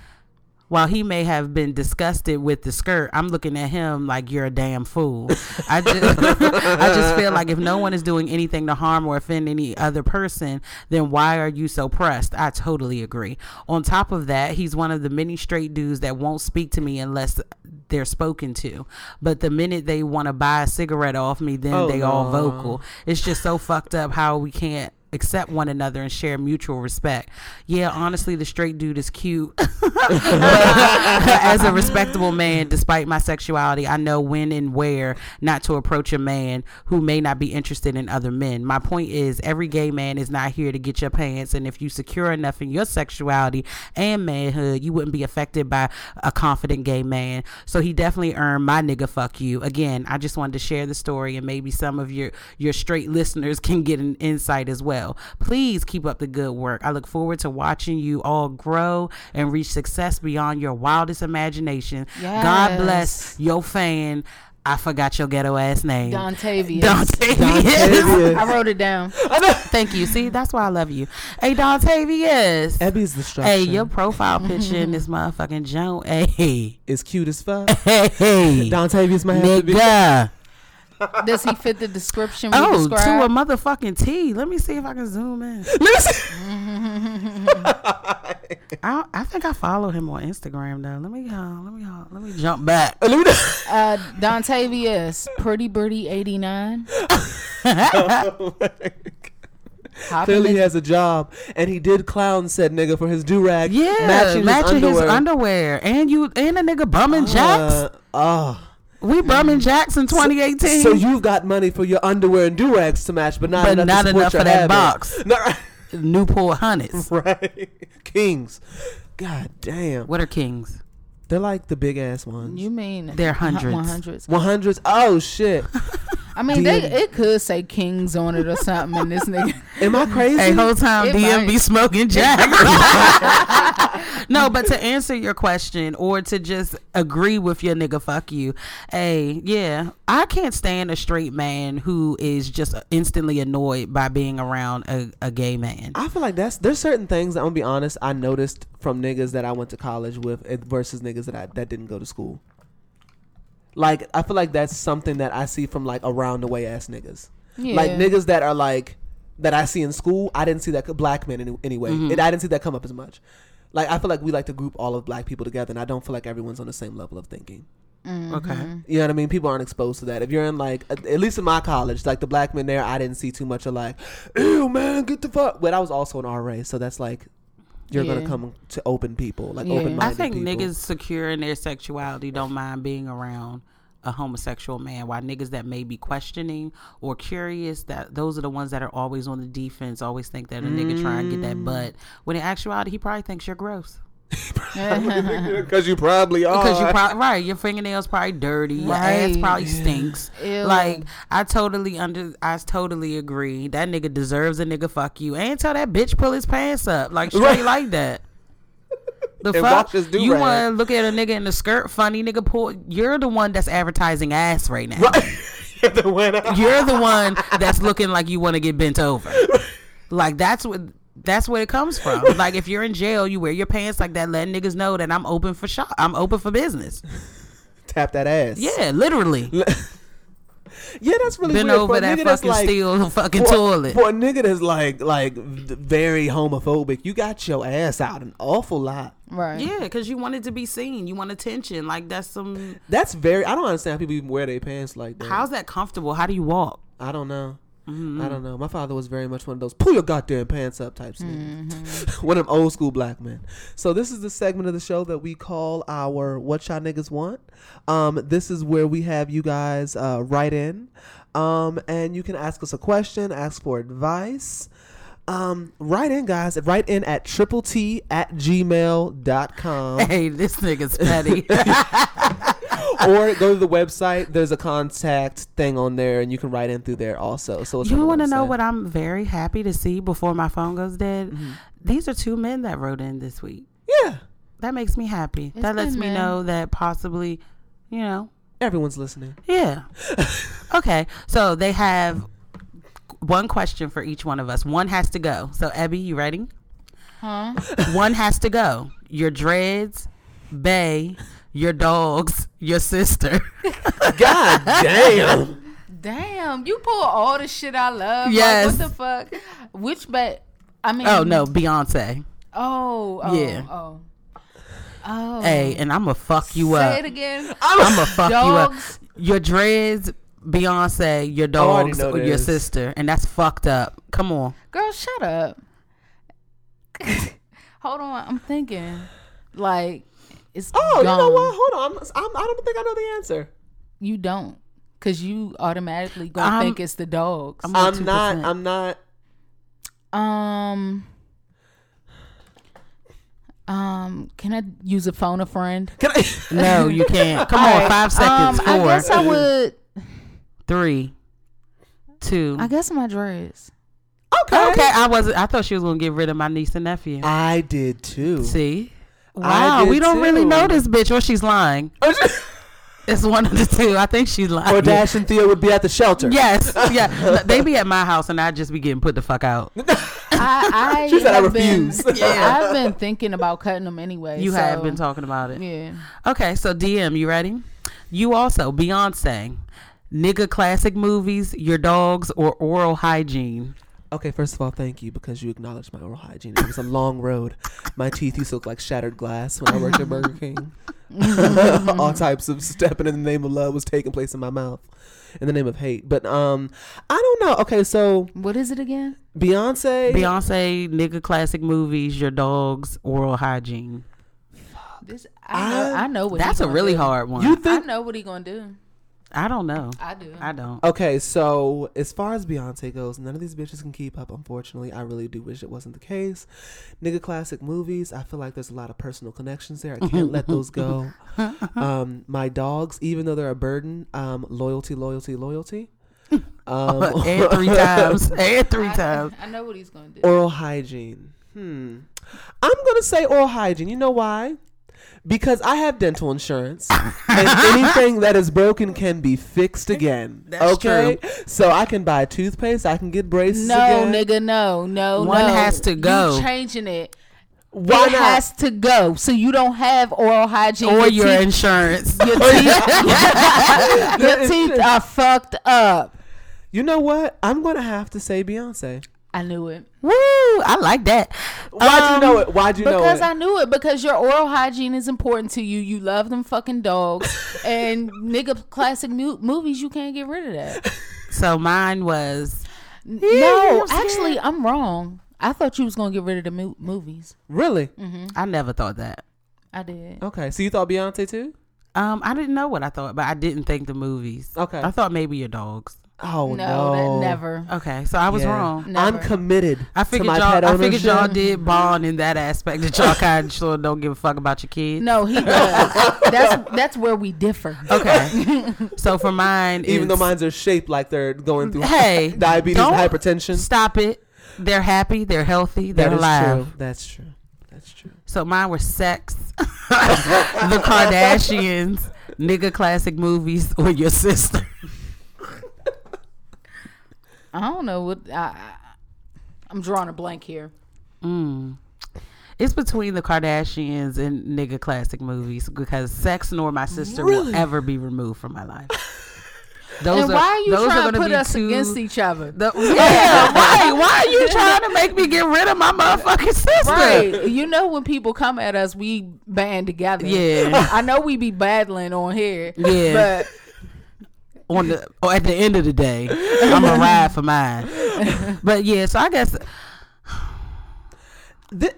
Speaker 4: while he may have been disgusted with the skirt, I'm looking at him like you're a damn fool. I just, I just feel like if no one is doing anything to harm or offend any other person, then why are you so pressed? I totally agree. On top of that, he's one of the many straight dudes that won't speak to me unless they're spoken to. But the minute they want to buy a cigarette off me, then
Speaker 2: Oh,
Speaker 4: they all
Speaker 2: no.
Speaker 4: vocal. It's just so fucked up how we can't accept one another and share mutual respect. Yeah, honestly, the straight dude is cute. As a respectable man, despite my sexuality, I know when and where not to approach a man who may not be interested in other men. My point is, every gay man is not here to get your pants, and if you secure enough in your sexuality and manhood, you wouldn't be affected by a confident gay man. So he definitely earned my nigga fuck you. Again, I just wanted to share the story, and maybe some of your your straight listeners can get an insight as well. Please keep up the good work. I look forward to watching you all grow and reach success beyond your wildest imagination. God bless your fan. I forgot your ghetto ass name.
Speaker 3: Dontavious.
Speaker 4: Dontavious.
Speaker 3: I wrote it down.
Speaker 4: Thank you. See, that's why I love you. Hey, Dontavious.
Speaker 2: Abby's destruction
Speaker 4: Hey, your profile picture in this motherfucking joint. Hey,
Speaker 2: is cute as fuck.
Speaker 4: hey,
Speaker 2: Dontavious might have to be.
Speaker 4: nigga.
Speaker 3: Does he fit the description we
Speaker 4: Oh, to
Speaker 3: described?
Speaker 4: a motherfucking T. Let me see if I can zoom in. I, I think I follow him on Instagram though. Let me uh, let me uh, let me jump back.
Speaker 3: uh, Dontavious, pretty birdie eighty nine.
Speaker 2: Oh Clearly, he has a job, and he did clown said nigga for his do rag.
Speaker 4: Yeah, matching, his, underwear. and you and a nigga bumming
Speaker 2: Uh,
Speaker 4: jacks.
Speaker 2: oh.
Speaker 4: We bumming jacks in 2018.
Speaker 2: So you've got money for your underwear and do rags to match, but not
Speaker 4: But
Speaker 2: enough, to
Speaker 4: not
Speaker 2: support
Speaker 4: enough
Speaker 2: your
Speaker 4: for that
Speaker 2: habit.
Speaker 4: box.
Speaker 2: No,
Speaker 4: Newport Hunters.
Speaker 2: right, Kings. God damn,
Speaker 4: What are kings?
Speaker 2: they're like the big ass ones.
Speaker 3: You mean
Speaker 4: They're hundreds.
Speaker 3: One hundreds.
Speaker 2: One hundreds. Oh shit.
Speaker 3: I mean, they,
Speaker 2: DM.
Speaker 3: it could say kings on it or something. And this nigga,
Speaker 2: Am I crazy?
Speaker 4: Hey, whole time
Speaker 3: It
Speaker 4: DM be
Speaker 3: might.
Speaker 4: smoking jack. no, but to answer your question or to just agree with your nigga, fuck you. Hey, yeah, I can't stand a straight man who is just instantly annoyed by being around a, a gay man.
Speaker 2: I feel like that's there's certain things I'm gonna be honest. I noticed from niggas that I went to college with eh, versus niggas that I that didn't go to school. Like I feel like that's something that I see from like around the way ass niggas. Like
Speaker 3: Yeah.
Speaker 2: niggas that are like that I see in school. I didn't see that black men any, anyway. And I didn't see that come up as much. Like I feel like we like to group all of black people together, and I don't feel like everyone's on the same level of thinking.
Speaker 4: Okay.
Speaker 2: You know what I mean? People aren't exposed to that. If you're in like, at at least in my college, like the black men there, I didn't see too much of like, ew, man, get the fuck. But I was also an RA, so that's like, you're gonna
Speaker 3: Yeah.
Speaker 2: come to open people, like
Speaker 3: Yeah.
Speaker 2: open minded
Speaker 4: I think
Speaker 2: people.
Speaker 4: niggas secure in their sexuality don't mind being around a homosexual man. While niggas that may be questioning or curious, that those are the ones that are always on the defense, always think that a nigga trying to get that butt. When in actuality, he probably thinks you're gross.
Speaker 2: because you probably are.
Speaker 4: Because you probably right, your fingernails probably dirty, your ass
Speaker 3: Right.
Speaker 4: probably stinks.
Speaker 3: Ew.
Speaker 4: Like I totally under, I totally agree. That nigga deserves a nigga fuck you, and tell that bitch pull his pants up like straight
Speaker 2: Right.
Speaker 4: like that. The
Speaker 2: And
Speaker 4: fuck
Speaker 2: watch his do-rag.
Speaker 4: you want to look at a nigga in the skirt? Funny nigga, pull. You're the one that's advertising ass right now.
Speaker 2: You're the winner.
Speaker 4: You're the one that's looking like you want to get bent over. Like that's what that's where it comes from. Like if you're in jail, you wear your pants like that, letting niggas know that I'm open for shop. I'm open for business.
Speaker 2: Tap that ass.
Speaker 4: Yeah, literally.
Speaker 2: yeah, that's really
Speaker 4: Been
Speaker 2: weird. For a
Speaker 4: over that
Speaker 2: nigga that's,
Speaker 4: fucking
Speaker 2: like,
Speaker 4: steel fucking
Speaker 2: for,
Speaker 4: toilet.
Speaker 2: For a nigga that's like, like v- very homophobic, you got your ass out an awful lot.
Speaker 3: right?
Speaker 4: yeah, because you wanted to be seen. You want attention. Like that's some.
Speaker 2: That's very. I don't understand how people even wear their pants like that.
Speaker 4: How's that comfortable? How do you walk?
Speaker 2: I don't know.
Speaker 4: Mm-hmm.
Speaker 2: I don't know. My father was very much one of those pull your goddamn pants up types. niggas.
Speaker 4: Mm-hmm.
Speaker 2: one of them old school black men. So this is the segment of the show that we call our "What Y'all Niggas Want." Um, this is where we have you guys uh, write in, um, and you can ask us a question, ask for advice. Um, write in, guys. Write in at triple t at gmail.com.
Speaker 4: Hey, this nigga's petty.
Speaker 2: or go to the website. There's a contact thing on there, and you can write in through there also. So it's on
Speaker 4: you
Speaker 2: the
Speaker 4: want to know
Speaker 2: website.
Speaker 4: what I'm very happy to see before my phone goes dead? These are two men that wrote in this week.
Speaker 2: Yeah,
Speaker 4: That makes me happy. that lets
Speaker 3: good,
Speaker 4: me
Speaker 3: man.
Speaker 4: know that possibly, you know,
Speaker 2: everyone's listening.
Speaker 4: Yeah. okay. So they have one question for each one of us. One has to go. So Abby, you ready?
Speaker 3: Huh?
Speaker 4: One has to go. Your dreads, Bay, your dogs, your sister.
Speaker 2: God damn.
Speaker 3: Damn, you pull all the shit I love. Like,
Speaker 4: Yes.
Speaker 3: what the fuck? Which bet? I mean,
Speaker 4: oh no, Beyonce.
Speaker 3: Oh, oh,
Speaker 4: Yeah.
Speaker 3: oh, oh.
Speaker 4: Hey, uh, and I'ma fuck you
Speaker 3: Mm-hmm. Say
Speaker 4: up.
Speaker 3: it again.
Speaker 4: I'ma fuck you up.
Speaker 3: Dogs.
Speaker 4: Your dreads, Beyonce, your
Speaker 2: Oh, already
Speaker 4: dogs,
Speaker 2: know
Speaker 4: or your
Speaker 2: this.
Speaker 4: sister, and that's fucked up. Come on.
Speaker 3: Girl, shut up. Hold on, I'm thinking. Like, it's
Speaker 2: Oh, you know
Speaker 3: gone.
Speaker 2: what? Hold on. I'm, I'm, I don't think I know the answer.
Speaker 3: You don't, cause you automatically gonna
Speaker 4: Um,
Speaker 3: think it's the dogs.
Speaker 2: I'm not. I'm not.
Speaker 3: um. Um, can I use a phone a friend?
Speaker 2: Can I?
Speaker 4: No, you can't. Come on. Five
Speaker 3: Um,
Speaker 4: seconds.
Speaker 3: I
Speaker 4: Four,
Speaker 3: guess I would.
Speaker 4: three, two.
Speaker 3: I guess my dress.
Speaker 4: okay. Okay. I wasn't. I thought she was gonna get rid of my niece and nephew.
Speaker 2: I did too.
Speaker 4: See.
Speaker 2: I
Speaker 4: Wow.
Speaker 2: did
Speaker 4: We don't really
Speaker 2: too.
Speaker 4: know this bitch, or she's lying. It's one of the two. I think she's lying.
Speaker 2: or Dash and Theo would be at the shelter.
Speaker 4: Yes, yeah. They be at my house and I just be getting put the fuck out.
Speaker 3: I, I
Speaker 2: She said, "I
Speaker 3: have been-
Speaker 2: refuse."
Speaker 3: I've been thinking about cutting them anyway.
Speaker 4: You have
Speaker 3: so,
Speaker 4: been talking about it.
Speaker 3: Yeah.
Speaker 4: Okay, so DM, you ready? You also Beyonce, nigga classic movies, your dogs, or oral hygiene.
Speaker 2: Okay, first of all, thank you because you acknowledged my oral hygiene. It was a long road. My teeth used to look like shattered glass when I worked at Burger King. all types of stepping in the name of love was taking place in my mouth, in the name of hate. But um, I don't know. Okay, so
Speaker 3: What is it again?
Speaker 2: Beyonce.
Speaker 4: Beyonce, nigga classic movies, your dogs, oral hygiene.
Speaker 3: This I know. I, know what. he
Speaker 4: That's a
Speaker 3: gonna
Speaker 4: really
Speaker 3: do.
Speaker 4: hard one.
Speaker 2: You
Speaker 3: I
Speaker 2: think?
Speaker 3: know what he gonna do.
Speaker 4: I don't know.
Speaker 3: I do.
Speaker 4: I don't.
Speaker 2: Okay, so as far as Beyonce goes, none of these bitches can keep up. Unfortunately, I really do wish it wasn't the case. Nigga, classic movies. I feel like there's a lot of personal connections there. I can't let those go. Um, my dogs, even though they're a burden, um, loyalty, loyalty, loyalty. Um,
Speaker 4: and three times. And three times.
Speaker 3: I know what he's gonna do.
Speaker 2: oral hygiene. Hmm. I'm gonna say oral hygiene. You know why? Because I have dental insurance, and anything that is broken can be fixed again.
Speaker 4: That's
Speaker 2: okay, so I can buy toothpaste. I can get braces.
Speaker 3: No,
Speaker 2: again.
Speaker 3: nigga, no, no,
Speaker 4: One
Speaker 3: no.
Speaker 4: has to go.
Speaker 3: You changing it.
Speaker 2: Why
Speaker 3: it
Speaker 2: not?
Speaker 3: has to go. So you don't have oral hygiene.
Speaker 4: Or
Speaker 3: your
Speaker 4: your
Speaker 3: teeth,
Speaker 4: insurance.
Speaker 3: your teeth are fucked up.
Speaker 2: you know what? I'm gonna have to say Beyonce.
Speaker 3: I knew it
Speaker 4: Woo! I like that.
Speaker 2: Why'd
Speaker 4: Um,
Speaker 2: you know it? Why'd you know
Speaker 3: because
Speaker 2: it?
Speaker 3: I knew it because your oral hygiene is important to you. You love them fucking dogs and nigga classic mu- movies. You can't get rid of that.
Speaker 4: So mine was
Speaker 3: no, actually, I'm wrong. I thought you was gonna get rid of the mo- movies.
Speaker 2: really?
Speaker 4: I never thought that.
Speaker 3: I did.
Speaker 2: Okay, so you thought Beyonce too?
Speaker 4: Um, I didn't know what I thought, but I didn't think the movies.
Speaker 2: Okay.
Speaker 4: I thought maybe your dogs.
Speaker 2: Oh no,
Speaker 3: no, that never.
Speaker 4: Okay, so I was
Speaker 2: Yeah.
Speaker 4: wrong.
Speaker 3: Never.
Speaker 2: I'm committed
Speaker 4: I
Speaker 2: to
Speaker 4: figured
Speaker 2: my
Speaker 4: y'all.
Speaker 2: pet
Speaker 4: I
Speaker 2: ownership.
Speaker 4: figured y'all did bond in that aspect that y'all kind of sure don't give a fuck about your kids.
Speaker 3: No, he does. that's that's where we differ.
Speaker 4: Okay. so for mine,
Speaker 2: even though
Speaker 4: it's-
Speaker 2: mines are shaped like they're going through
Speaker 4: Hey,
Speaker 2: diabetes and
Speaker 4: don't
Speaker 2: hypertension.
Speaker 4: stop it. They're happy. They're healthy. They're
Speaker 2: That is
Speaker 4: alive.
Speaker 2: true. That's true. That's true.
Speaker 4: So mine were sex, the Kardashians, nigga classic movies, or your sister.
Speaker 3: I don't know what I, I I'm drawing a blank here.
Speaker 4: Mm. It's between the Kardashians and nigga classic movies because sex nor my sister will ever be removed from my life. Those
Speaker 3: and why are you
Speaker 4: those
Speaker 3: trying
Speaker 4: gonna
Speaker 3: to put
Speaker 4: be
Speaker 3: us
Speaker 4: two-
Speaker 3: against each other?
Speaker 4: the- yeah, right. Why are you trying to make me get rid of my motherfucking sister?
Speaker 3: Right. you know when people come at us, we band together.
Speaker 4: Yeah.
Speaker 3: I know we be battling on here.
Speaker 4: Yeah. On the or at the end of the day, I'm a ride for mine. But yeah, so I guess
Speaker 2: Thi- uh,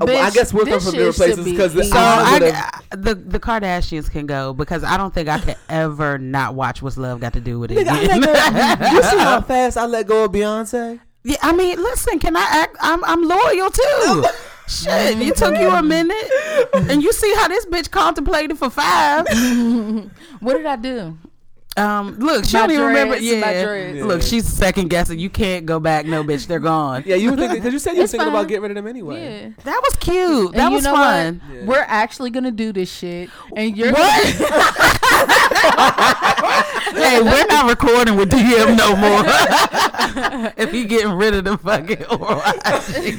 Speaker 2: well, I
Speaker 3: Bitch,
Speaker 2: guess we're coming
Speaker 3: this
Speaker 2: from different
Speaker 3: shit should
Speaker 2: places
Speaker 3: be
Speaker 2: because
Speaker 3: easy.
Speaker 4: So I,
Speaker 2: I,
Speaker 4: the the Kardashians can go because I don't think I could ever not watch what's love got to do with it.
Speaker 2: Nigga, I let go- you see how fast I let go of Beyonce?
Speaker 4: yeah, I mean, listen, can I act? I'm I'm loyal too. Shit, it took you a minute, and you see how this bitch contemplated for five.
Speaker 3: But what did I do?
Speaker 4: Um, look, she
Speaker 3: My
Speaker 4: don't even remember.
Speaker 3: dreads, my
Speaker 4: Yeah.
Speaker 3: dreads.
Speaker 4: look, she's second guessing. You can't go back. No, bitch, they're gone.
Speaker 2: Yeah, you were thinking because you said you were
Speaker 3: It's
Speaker 2: thinking
Speaker 3: fine.
Speaker 2: about getting rid of them anyway.
Speaker 3: Yeah.
Speaker 4: That was cute. That
Speaker 3: And you
Speaker 4: was
Speaker 3: know what?
Speaker 4: fun.
Speaker 3: We're actually gonna do this shit, and you're
Speaker 4: hey, we're not recording with DM no more. if you getting rid of the fucking oral hygiene.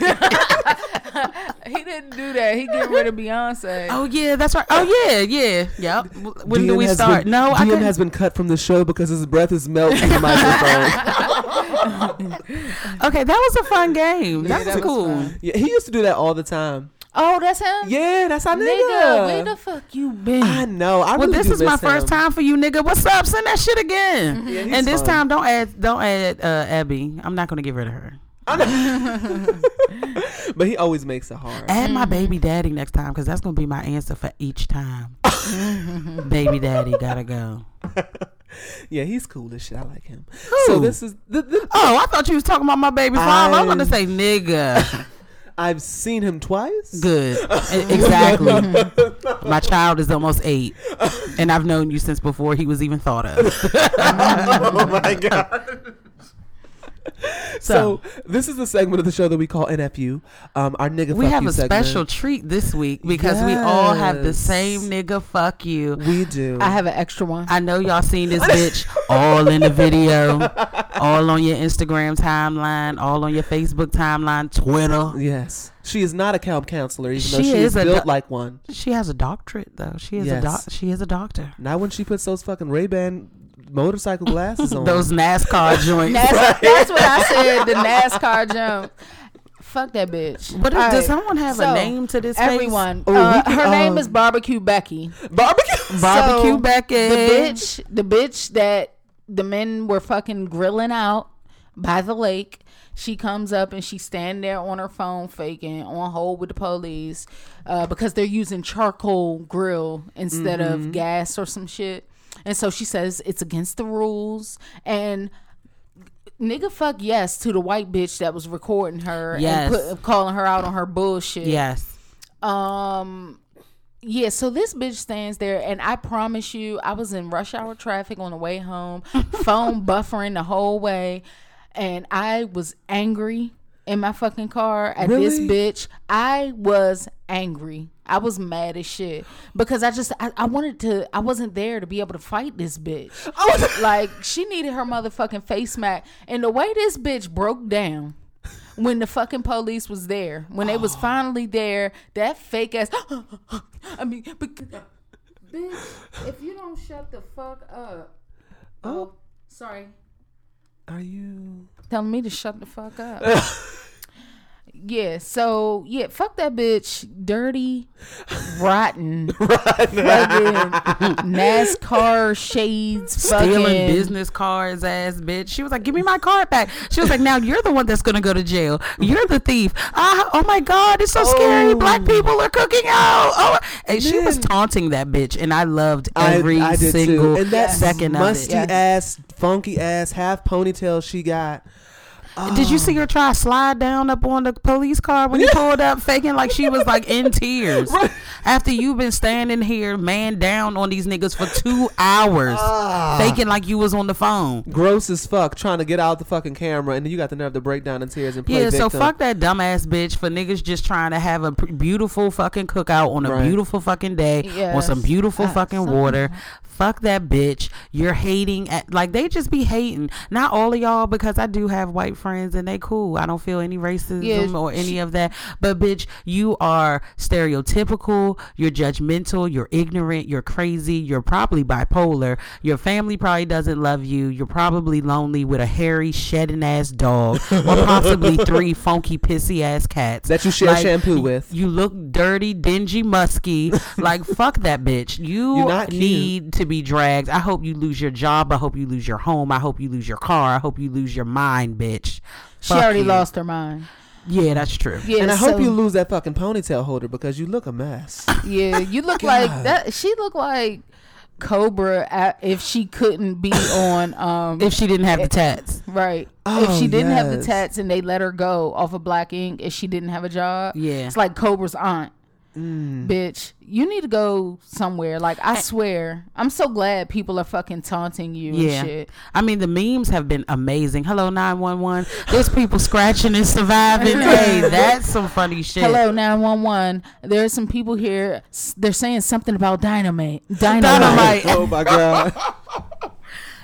Speaker 3: he didn't do that. He get rid of Beyonce.
Speaker 4: Oh yeah, that's right. Oh yeah, yeah, yep. W- When do
Speaker 2: DM
Speaker 4: we
Speaker 2: has
Speaker 4: start?
Speaker 2: been-
Speaker 4: no, I
Speaker 2: DM
Speaker 4: couldn't.
Speaker 2: has been cut from the show because his breath is melting the microphone.
Speaker 4: okay, that was a fun game. That was
Speaker 3: was
Speaker 4: cool.
Speaker 3: fun.
Speaker 2: Yeah, he used to do that all the time.
Speaker 3: Oh, that's him.
Speaker 2: Yeah, that's our nigga.
Speaker 3: Nigga, where the fuck you been?
Speaker 2: I know. I
Speaker 4: Well,
Speaker 2: really
Speaker 4: this
Speaker 2: do
Speaker 4: is my
Speaker 2: miss
Speaker 4: first
Speaker 2: him.
Speaker 4: time for you, nigga. What's up? Send that shit again.
Speaker 2: he's
Speaker 4: and this
Speaker 2: fun.
Speaker 4: time, don't add, don't add uh, Abby. I'm not gonna get rid of her.
Speaker 2: But he always makes it hard.
Speaker 4: Add my baby daddy next time, cause that's gonna be my answer for each time. baby daddy gotta go.
Speaker 2: Yeah, he's cool as shit. I like him. So
Speaker 4: Who?
Speaker 2: this is the, the,
Speaker 4: Oh, I thought you was talking about my baby father. I'm gonna
Speaker 2: I've-
Speaker 4: say nigga.
Speaker 2: I've seen him twice.
Speaker 4: Good, E- exactly. my child is almost eight, and I've known you since before he was even thought of.
Speaker 2: oh my god. So, this is the segment of the show that we call NFU. Um, our nigga.
Speaker 4: We
Speaker 2: fuck
Speaker 4: have
Speaker 2: you
Speaker 4: a
Speaker 2: segment.
Speaker 4: special treat this week because we all have the
Speaker 2: Yes.
Speaker 4: same nigga. Fuck you.
Speaker 2: We do.
Speaker 3: I have an extra one.
Speaker 4: I know y'all seen this bitch all in the video, all on your Instagram timeline, all on your Facebook timeline, Twitter.
Speaker 2: yes, she is not a camp counselor, even though
Speaker 4: She
Speaker 2: she is,
Speaker 4: is a
Speaker 2: built
Speaker 4: doc-
Speaker 2: like one.
Speaker 4: She has a doctorate though. She is
Speaker 2: Yes.
Speaker 4: a doc- she is a doctor.
Speaker 2: Not when she puts those fucking Ray Ban motorcycle glasses on.
Speaker 4: Those NASCAR joints.
Speaker 3: Nas- That's what I said. The NASCAR jump. Fuck that bitch.
Speaker 4: What is-
Speaker 3: All
Speaker 4: does someone have a name to this Oh, face?
Speaker 3: Everyone.
Speaker 2: Ooh, we
Speaker 3: Uh,
Speaker 2: could,
Speaker 3: her name is
Speaker 2: um,
Speaker 3: Barbecue Becky.
Speaker 2: barbecue.
Speaker 4: Barbecue
Speaker 3: So,
Speaker 4: Becky.
Speaker 3: The bitch, the bitch that the men were fucking grilling out by the lake. She comes up and she's standing there on her phone, faking on hold with the police uh, because they're using charcoal grill instead
Speaker 4: Mm-hmm.
Speaker 3: of gas or some shit. And so she says it's against the rules and. Nigga, fuck yes to the white bitch that was recording her and
Speaker 4: Yes.
Speaker 3: put, calling her out on her bullshit.
Speaker 4: Yes.
Speaker 3: Um yeah, so this bitch stands there and I promise you I was in rush hour traffic on the way home, phone buffering the whole way and I was angry in my fucking car at this
Speaker 2: Really?
Speaker 3: bitch. I was angry. I was mad as shit because I just I, I wanted to I wasn't there to be able to fight this bitch. like she needed her motherfucking face smack and the way this bitch broke down when the fucking police was there, when they was finally there, that fake ass. I mean, bec- bitch, if you don't shut the fuck up. Oh, sorry.
Speaker 2: Are you?
Speaker 3: Telling me to shut the fuck up. yeah, so yeah, fuck that bitch. Dirty, rotten, fucking NASCAR shades, fucking
Speaker 4: Stealing business cards, ass bitch. She was like, "Give me my card back." She was like, "Now you're the one that's gonna go to jail. You're the thief." Ah, oh my god, it's so scary.
Speaker 2: Oh.
Speaker 4: Black people are cooking out. Oh, and she was taunting that bitch, and I loved every
Speaker 2: I, I did
Speaker 4: single
Speaker 2: too. And that
Speaker 4: second of it.
Speaker 2: musty ass, funky ass, half ponytail she got.
Speaker 4: Did you see
Speaker 2: Oh.
Speaker 4: her try to slide down up on the police car when he pulled up, faking like she was like in tears? After you've been standing here, man down on these niggas for two hours,
Speaker 2: Ah.
Speaker 4: faking like you was on the phone.
Speaker 2: gross as fuck trying to get out the fucking camera and then you got the nerve to break down in tears and play
Speaker 4: Yeah, so
Speaker 2: victim.
Speaker 4: fuck that dumbass bitch for niggas just trying to have a pr- beautiful fucking cookout on a
Speaker 2: Right.
Speaker 4: beautiful fucking day on some
Speaker 3: Yes.
Speaker 4: beautiful
Speaker 3: Uh,
Speaker 4: fucking
Speaker 3: some-
Speaker 4: water.
Speaker 2: Mm-hmm.
Speaker 4: Fuck that bitch. You're hating at like they just be hating. Not all of y'all because I do have white friends and they cool. I don't feel any racism
Speaker 3: Yeah,
Speaker 4: or any of that. But bitch, you are stereotypical. You're judgmental. You're ignorant. You're crazy. You're probably bipolar. Your family probably doesn't love you. You're probably lonely with a hairy, shedding ass dog or possibly three funky, pissy ass cats
Speaker 2: That you share shampoo with.
Speaker 4: You look dirty, dingy, musky. like fuck that bitch. You
Speaker 2: You're not cute.
Speaker 4: need to be dragged. I hope you lose your job. I hope you lose your home. I hope you lose your car. I hope you lose your mind, bitch.
Speaker 3: She
Speaker 4: Fuck
Speaker 3: already
Speaker 4: you.
Speaker 3: lost her mind.
Speaker 4: Yeah, that's true.
Speaker 3: Yeah,
Speaker 2: and I
Speaker 3: so-
Speaker 2: hope you lose that fucking ponytail holder because you look a mess.
Speaker 3: Yeah, you look like that. She looked like Cobra at, if she couldn't be on. Um,
Speaker 4: If she didn't have the tats.
Speaker 3: right.
Speaker 2: Oh,
Speaker 3: if she didn't have the
Speaker 2: yes.
Speaker 3: tats and they let her go off of Black Ink, if she didn't have a job,
Speaker 4: Yeah.
Speaker 3: it's like Cobra's aunt.
Speaker 2: Mm.
Speaker 3: Bitch, you need to go somewhere. Like
Speaker 2: Eh.
Speaker 3: I swear, I'm so glad people are fucking taunting you
Speaker 4: Yeah.
Speaker 3: and Oh, shit.
Speaker 4: I mean, the memes have been amazing. Hello, 911. There's people scratching and surviving. hey, that's some funny shit.
Speaker 3: Hello, nine one one. There's some people here. s- They're saying something about dynamite. Dynamite.
Speaker 4: Dynamite.
Speaker 2: oh my god.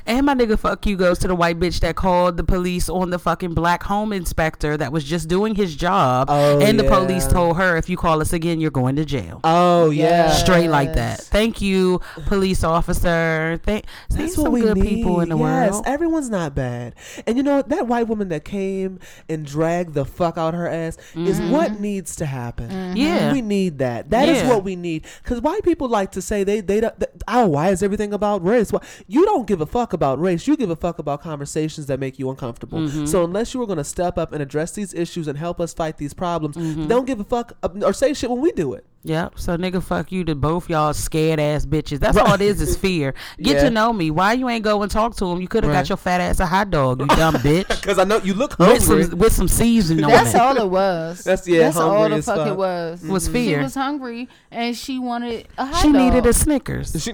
Speaker 4: And my nigga fuck you goes to the white bitch that called the police on the fucking black home inspector that was just doing his job.
Speaker 2: Oh,
Speaker 4: and the
Speaker 2: yeah.
Speaker 4: police told her, if you call us again, you're going to jail.
Speaker 2: Oh yeah.
Speaker 4: Straight like that. Thank you, police officer. Thank
Speaker 2: That's
Speaker 4: some
Speaker 2: what we
Speaker 4: good
Speaker 2: need.
Speaker 4: people in the
Speaker 2: yes,
Speaker 4: world.
Speaker 2: everyone's not bad. And you know what? that white woman that came and dragged the fuck out her ass is what needs to happen.
Speaker 4: Mm-hmm. Yeah.
Speaker 2: we need that. That is
Speaker 4: Yeah.
Speaker 2: what we need. Because white people like to say they they don't. th- oh, why is everything about race? Well, you don't give a fuck about race. You give a fuck about conversations that make you uncomfortable.
Speaker 4: Mm-hmm.
Speaker 2: So unless you are going to step up and address these issues and help us fight these problems,
Speaker 4: Mm-hmm.
Speaker 2: don't give a fuck uh, or say shit when we do it.
Speaker 4: Yep. So nigga, fuck you to both y'all scared ass bitches. That's all it is is fear. Get
Speaker 2: Yeah.
Speaker 4: to know me. Why you ain't go and talk to him? You could have
Speaker 2: Right.
Speaker 4: got your fat ass a hot dog. You dumb bitch.
Speaker 2: Because I know you look
Speaker 4: with
Speaker 2: hungry.
Speaker 4: some with some seasoning on
Speaker 3: That's
Speaker 4: it.
Speaker 3: all it was.
Speaker 2: That's- yeah,
Speaker 3: That's all
Speaker 2: hungry
Speaker 3: the
Speaker 2: as
Speaker 3: fuck, it
Speaker 2: fuck.
Speaker 3: was.
Speaker 4: Was
Speaker 3: She
Speaker 4: fear.
Speaker 3: was hungry and she wanted a hot
Speaker 4: She
Speaker 3: dog.
Speaker 4: needed a Snickers.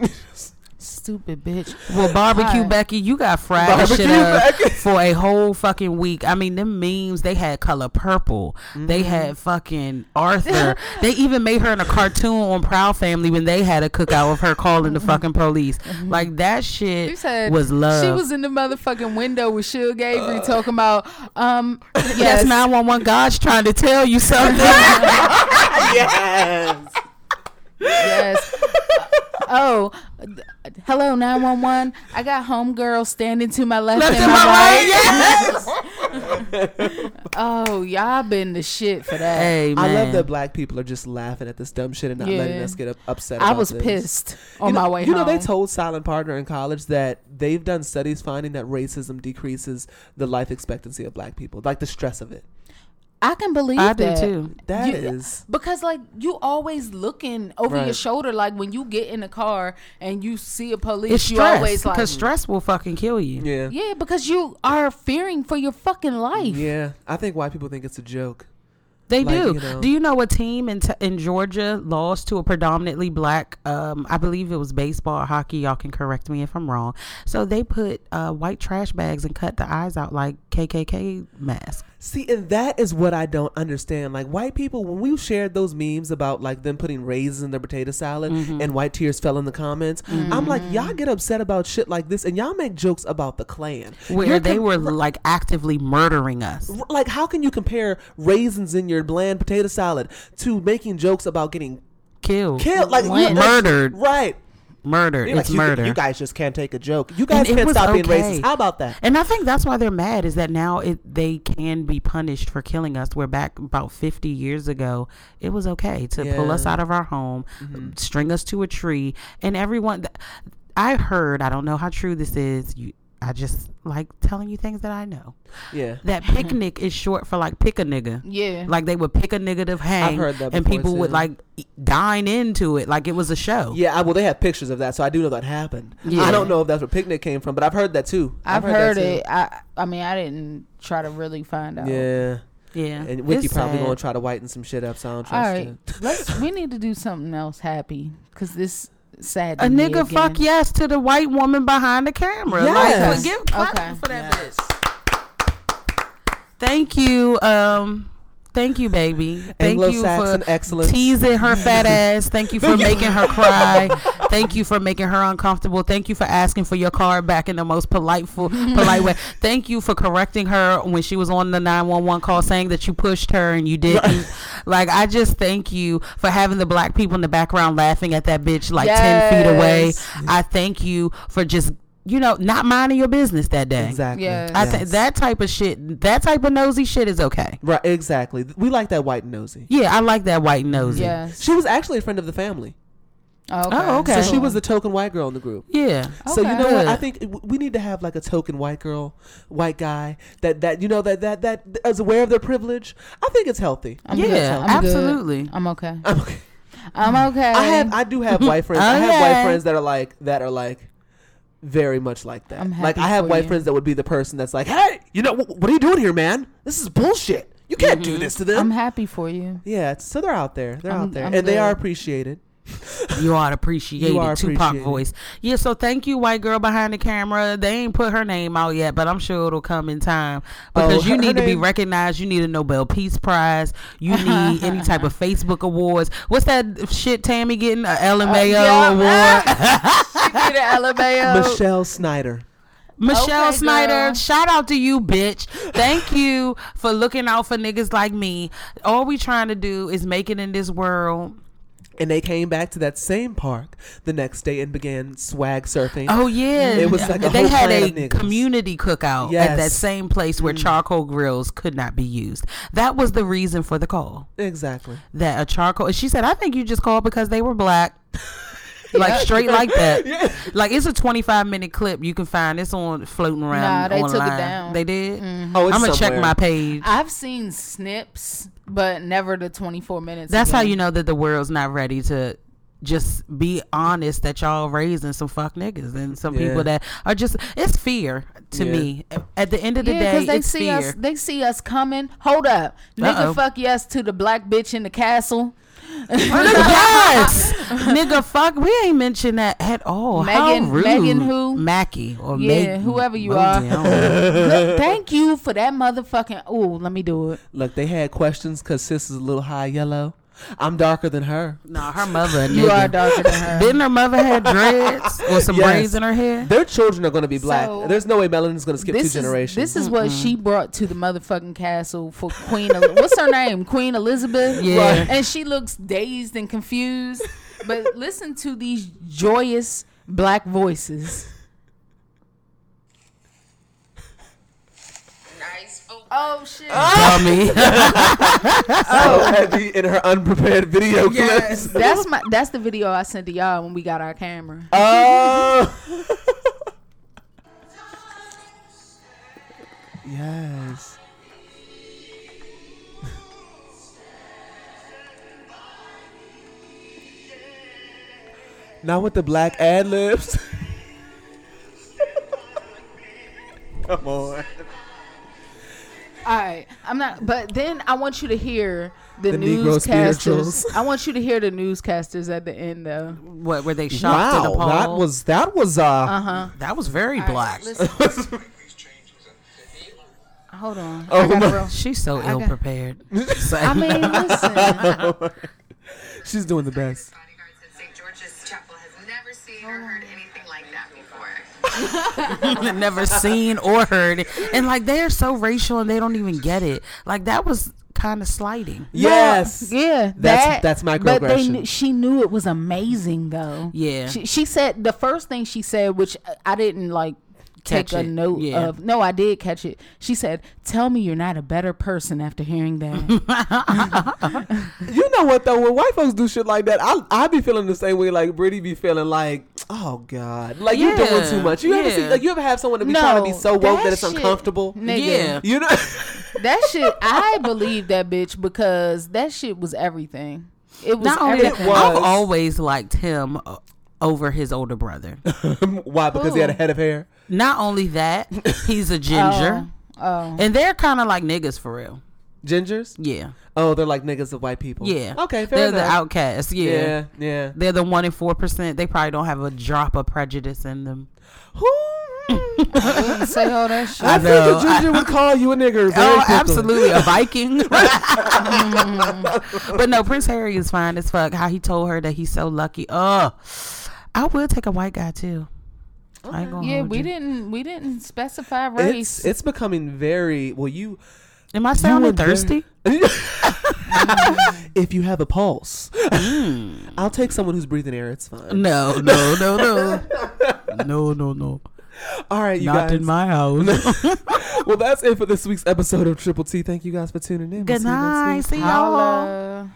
Speaker 3: stupid bitch.
Speaker 4: Well, barbecue
Speaker 3: Hi.
Speaker 4: Becky, you got fried the shit
Speaker 2: Barbecue
Speaker 4: up
Speaker 2: Becky.
Speaker 4: for a whole fucking week. I mean, them memes they had color purple. They
Speaker 3: Mm-hmm.
Speaker 4: had fucking Arthur. they even made her in a cartoon on Proud Family when they had a cookout of her calling the fucking police. Like that shit
Speaker 3: Mm-hmm. You said Uh.
Speaker 4: was love.
Speaker 3: She was in the motherfucking window with Shug Avery talking about um yes,
Speaker 4: That's 911 God's trying to tell you something.
Speaker 2: yes.
Speaker 3: yes. Oh, th- hello, 911. I got homegirl standing to my left, and
Speaker 4: Left
Speaker 3: my,
Speaker 4: and my
Speaker 3: right.
Speaker 4: right, yes.
Speaker 3: Oh, y'all been the shit for that.
Speaker 4: Hey,
Speaker 2: I love
Speaker 4: man.
Speaker 2: that black people are just laughing at this dumb shit and not letting
Speaker 3: Yeah.
Speaker 2: us get up, upset.
Speaker 3: I
Speaker 2: about
Speaker 3: was
Speaker 2: this.
Speaker 3: pissed
Speaker 2: You
Speaker 3: on
Speaker 2: know,
Speaker 3: my way
Speaker 2: You know,
Speaker 3: home.
Speaker 2: they told Silent Partner in college that they've done studies finding that racism decreases the life expectancy of black people, like the stress of it.
Speaker 3: I can believe
Speaker 4: I do
Speaker 3: that.
Speaker 4: too.
Speaker 2: That
Speaker 3: You-
Speaker 2: is
Speaker 3: because like you always looking over your
Speaker 2: Right.
Speaker 3: shoulder like when you get in the car and you see a police
Speaker 4: It's
Speaker 3: you
Speaker 4: stress
Speaker 3: always like
Speaker 4: because stress will fucking kill you.
Speaker 2: yeah. yeah.
Speaker 3: yeah because you are fearing for your fucking life
Speaker 2: I think white people think it's a joke.
Speaker 4: They
Speaker 2: Like,
Speaker 4: do.
Speaker 2: you know.
Speaker 4: Do you know a team in, t- in Georgia lost to a predominantly black? Um, I believe it was baseball or hockey. Y'all can correct me if I'm wrong. So they put uh, white trash bags and cut the eyes out like KKK mask.
Speaker 2: See, and that is what I don't understand. Like white people, when we shared those memes about like them putting raisins in their potato salad
Speaker 3: Mm-hmm.
Speaker 2: and white tears fell in the comments, I'm like, y'all get upset about shit like this, and y'all make jokes about the Klan.
Speaker 4: Where
Speaker 2: You're
Speaker 4: they
Speaker 2: com-
Speaker 4: were like actively murdering us.
Speaker 2: like how can you compare raisins in your bland potato salad to making jokes about getting
Speaker 4: Killed.
Speaker 2: killed like
Speaker 3: Lynched.
Speaker 2: that's-
Speaker 4: Murdered.
Speaker 2: right
Speaker 4: Murdered.
Speaker 2: You're like,
Speaker 4: it's
Speaker 2: you,
Speaker 4: murder.
Speaker 2: you guys just can't take a joke you
Speaker 4: And
Speaker 2: guys
Speaker 4: it
Speaker 2: can't
Speaker 4: was
Speaker 2: stop being
Speaker 4: okay.
Speaker 2: racist how about that
Speaker 4: And I think that's why they're mad is that now it they can be punished for killing us. We're back about 50 years ago. It was okay to pull us
Speaker 2: Yeah. Mm-hmm.
Speaker 4: out of our home, string us to a tree, and everyone. Th- I heard. I don't know how true this is. You, I just like telling you things that I know.
Speaker 2: yeah
Speaker 4: That picnic is short for like pick a nigga.
Speaker 3: Yeah.
Speaker 4: Like they would pick a nigga to hang,
Speaker 2: heard that
Speaker 4: and
Speaker 2: before,
Speaker 4: people would
Speaker 2: too.
Speaker 4: like e- dine into it, like it was a show.
Speaker 2: yeah I, well they have pictures of that so i do know that happened i don't know if that's where picnic came from but i've heard that too
Speaker 3: i've,
Speaker 2: that,
Speaker 3: heard,
Speaker 2: too.
Speaker 3: it i i mean i didn't try to really find out
Speaker 2: yeah
Speaker 4: yeah.
Speaker 2: and
Speaker 4: It's
Speaker 2: wiki probably
Speaker 4: sad.
Speaker 2: gonna try to whiten some shit up so i don't
Speaker 3: all
Speaker 2: trust
Speaker 3: right
Speaker 2: him.
Speaker 3: let's we need to do something else happy because this sad
Speaker 4: a nigga fuck yes to the white woman behind the camera.
Speaker 2: Yes.
Speaker 4: Like, give clap
Speaker 3: Okay.
Speaker 4: for that bitch. Thank you, um, thank you, baby. Thank you
Speaker 2: Anglo-Saxon
Speaker 4: for
Speaker 2: excellence.
Speaker 4: teasing her fat ass. Thank you for making her cry. Thank you for making her uncomfortable. Thank you for asking for your card back in the most polite, polite way. Thank you for correcting her when she was on the nine one one call, saying that you pushed her and you didn't. like, I just thank you for having the black people in the background laughing at that bitch like ten feet away.
Speaker 3: Yes.
Speaker 4: I thank you for just you know not minding your business that day.
Speaker 2: exactly
Speaker 3: Yes.
Speaker 4: I think that type of shit, that type of nosy shit is okay.
Speaker 2: right exactly we like that white and nosy
Speaker 4: Yeah, I like that white nosy.
Speaker 3: yes
Speaker 2: she was actually a friend of the family
Speaker 3: okay.
Speaker 4: Oh, okay.
Speaker 2: so she was the token white girl in the group
Speaker 4: Yeah.
Speaker 2: So you
Speaker 3: Okay.
Speaker 2: know what? I
Speaker 4: Good.
Speaker 2: think w- we need to have like a token white girl, white guy that that you know that that that is aware of their privilege. I think it's healthy.
Speaker 3: I'm
Speaker 4: Yeah,
Speaker 3: good. I'm good.
Speaker 4: absolutely.
Speaker 3: i'm okay
Speaker 2: I'm okay.
Speaker 3: i'm okay
Speaker 2: I have I do have white friends. I have
Speaker 4: Okay.
Speaker 2: white friends that are like that are like very much like that.
Speaker 3: I'm
Speaker 2: like
Speaker 3: happy
Speaker 2: I have
Speaker 3: for
Speaker 2: white
Speaker 3: you.
Speaker 2: friends that would be the person that's like, "Hey, you know wh- what are you doing here, man? This is bullshit. You can't do this to them."
Speaker 3: Mm-hmm. i'm happy for you
Speaker 2: yeah, it's- so they're out there. They're
Speaker 3: I'm-
Speaker 2: out there,
Speaker 3: I'm
Speaker 2: and they are
Speaker 3: good.
Speaker 2: appreciated.
Speaker 4: You ought to appreciate
Speaker 2: You
Speaker 4: it.
Speaker 2: are
Speaker 4: Tupac
Speaker 2: appreciated.
Speaker 4: voice. Yeah, so thank you, white girl behind the camera. They ain't put her name out yet, but I'm sure it'll come in time.
Speaker 2: Oh,
Speaker 4: Because
Speaker 2: her-
Speaker 4: you
Speaker 2: her
Speaker 4: need to be
Speaker 2: name-
Speaker 4: recognized. You need a Nobel Peace Prize. You need any type of Facebook awards. What's that shit Tammy getting? A LMAO
Speaker 3: Uh, yeah.
Speaker 4: award.
Speaker 3: She did it, Alabama.
Speaker 2: Michelle Snyder.
Speaker 4: Michelle
Speaker 3: Okay,
Speaker 4: Snyder,
Speaker 3: girl.
Speaker 4: shout out to you, bitch. Thank you for looking out for niggas like me. All we trying to do is make it in this world.
Speaker 2: And they came back to that same park the next day and began swag surfing.
Speaker 4: Oh yeah,
Speaker 2: It was like a
Speaker 4: they
Speaker 2: whole
Speaker 4: had
Speaker 2: clan
Speaker 4: a
Speaker 2: of niggas.
Speaker 4: community cookout at that
Speaker 2: Yes. Mm-hmm.
Speaker 4: same place where charcoal grills could not be used. That was the reason for the call.
Speaker 2: Exactly.
Speaker 4: That a charcoal. She said, "I think you just called because they were black." like straight like that. Like it's a 25 minute clip. You can find it's on floating around.
Speaker 3: Nah, they took it
Speaker 4: online.
Speaker 3: down. Mm-hmm.
Speaker 4: They did.
Speaker 2: Oh,
Speaker 4: I'm gonna check my page.
Speaker 3: I've seen snips, but never the 24 minutes.
Speaker 4: That's how
Speaker 3: again.
Speaker 4: you know that the world's not ready to just be honest that y'all raising some fuck niggas and some
Speaker 2: Yeah.
Speaker 4: people that are just it's fear to
Speaker 2: Yeah.
Speaker 4: me. At the end of the
Speaker 3: Yeah,
Speaker 4: day,
Speaker 3: because they
Speaker 4: it's
Speaker 3: see
Speaker 4: fear.
Speaker 3: us. They see us coming. Hold up,
Speaker 4: Uh-oh.
Speaker 3: nigga. Fuck yes to the black bitch in the castle.
Speaker 4: yes, nigga, fuck. We ain't mentioned that at all.
Speaker 3: Megan-
Speaker 4: How rude.
Speaker 3: Megan who?
Speaker 4: Mackie or
Speaker 3: Yeah,
Speaker 4: Meg-
Speaker 3: whoever you
Speaker 4: Modi,
Speaker 3: are.
Speaker 4: I don't know.
Speaker 3: Look, Thank you for that motherfucking. Oh, let me do it.
Speaker 2: Look, they had questions because sis is a little high yellow. I'm darker than her.
Speaker 4: nah, her mother. a
Speaker 3: You
Speaker 4: nigga.
Speaker 3: are darker than her.
Speaker 4: Didn't her mother have dreads or some
Speaker 2: Yes.
Speaker 4: braids in her hair?
Speaker 2: Their children are going to be black.
Speaker 3: So-
Speaker 2: There's no way Melanin's going to skip two
Speaker 3: This is,
Speaker 2: generations.
Speaker 3: this is what she brought to the motherfucking castle for Queen. El- what's her name? Queen Elizabeth.
Speaker 4: Yeah.
Speaker 3: And she looks dazed and confused. But listen to these joyous black voices.
Speaker 8: Nice food.
Speaker 3: Oh shit!
Speaker 4: Dummy.
Speaker 2: so heavy in her unprepared video clips.
Speaker 3: That's my. That's the video I sent to y'all when we got our camera.
Speaker 2: Oh. yes. Not with the black ad libs. Come on.
Speaker 3: All right, I'm not. But then I want you to hear the,
Speaker 2: The Negro
Speaker 3: newscasters.
Speaker 2: spirituals.
Speaker 3: I want you to hear the newscasters at the end though.
Speaker 4: what were they shocked to
Speaker 2: Wow,
Speaker 4: the pole?
Speaker 2: that was that was uh,
Speaker 3: Uh-huh.
Speaker 4: that was very black.
Speaker 3: Hold on.
Speaker 2: Oh
Speaker 3: I gotta
Speaker 2: my-
Speaker 3: roll.
Speaker 4: She's so ill prepared.
Speaker 3: I mean, listen.
Speaker 2: she's doing the best.
Speaker 8: Bodyguards at St. George's Chapel has never seen or heard anything like that before.
Speaker 4: never seen or heard it. And like they're so racial and they don't even get it. Like that was kind of slighting.
Speaker 2: Yes.
Speaker 3: Yeah,
Speaker 2: That's-
Speaker 3: that,
Speaker 2: that's
Speaker 3: But they
Speaker 2: microaggression.
Speaker 3: knew, she knew it was amazing though.
Speaker 4: Yeah.
Speaker 3: She, she said the first thing she said, which I didn't like
Speaker 4: Catch
Speaker 3: take
Speaker 4: it,
Speaker 3: a note
Speaker 4: yeah.
Speaker 3: of. No, I did catch it. She said, "Tell me you're not a better person after hearing that."
Speaker 2: You know what though? When white folks do shit like that, I I be feeling the same way. Like Brittany be feeling like, oh god, like you're doing
Speaker 4: Yeah,
Speaker 2: too much. You ever see
Speaker 4: yeah.
Speaker 2: like you ever have someone to be trying to be so woke that it's
Speaker 3: shit,
Speaker 2: uncomfortable?
Speaker 3: Nigga,
Speaker 2: You know,
Speaker 3: that shit. I believe that bitch because that shit was everything. It was
Speaker 4: Not only that,
Speaker 3: everything.
Speaker 2: was-
Speaker 4: I've always liked him uh, over his older brother.
Speaker 2: why? Because he had a
Speaker 3: Who?
Speaker 2: head of hair.
Speaker 4: Not only that, he's a ginger.
Speaker 3: Oh,
Speaker 4: And they're kind of like niggas for real.
Speaker 2: Gingers.
Speaker 4: Yeah.
Speaker 2: Oh, they're like niggas of white people.
Speaker 4: Yeah.
Speaker 2: Okay, fair
Speaker 4: They're the
Speaker 2: enough.
Speaker 4: outcasts. Yeah.
Speaker 2: yeah, yeah.
Speaker 4: They're the one in four percent. They probably don't have a drop of prejudice in them.
Speaker 2: Who?
Speaker 3: I wouldn't say all that shit.
Speaker 2: Hmm. I think a
Speaker 4: know, I-
Speaker 2: ginger would call you a nigger. Very
Speaker 4: Oh,
Speaker 2: quickly.
Speaker 4: absolutely, a Viking. but no, Prince Harry is fine as fuck. How he told her that he's so lucky. Oh, I will take a white guy too. I ain't gonna
Speaker 3: Yeah,
Speaker 4: hold
Speaker 3: we
Speaker 4: you.
Speaker 3: didn't we didn't specify race.
Speaker 2: It's it's becoming very well. You
Speaker 4: Am I
Speaker 2: You
Speaker 4: sounding
Speaker 2: and Dur-
Speaker 4: thirsty?
Speaker 2: if you have a pulse, I'll take someone who's breathing air. It's fine.
Speaker 4: Hmm. No, no, no, no, no, no, no.
Speaker 2: All right, you
Speaker 4: Not
Speaker 2: guys.
Speaker 4: in my house.
Speaker 2: well, that's it for this week's episode of Triple T. Thank you guys for tuning in. We'll
Speaker 4: Good
Speaker 2: see you next week.
Speaker 4: night. See y'all.
Speaker 3: Holla.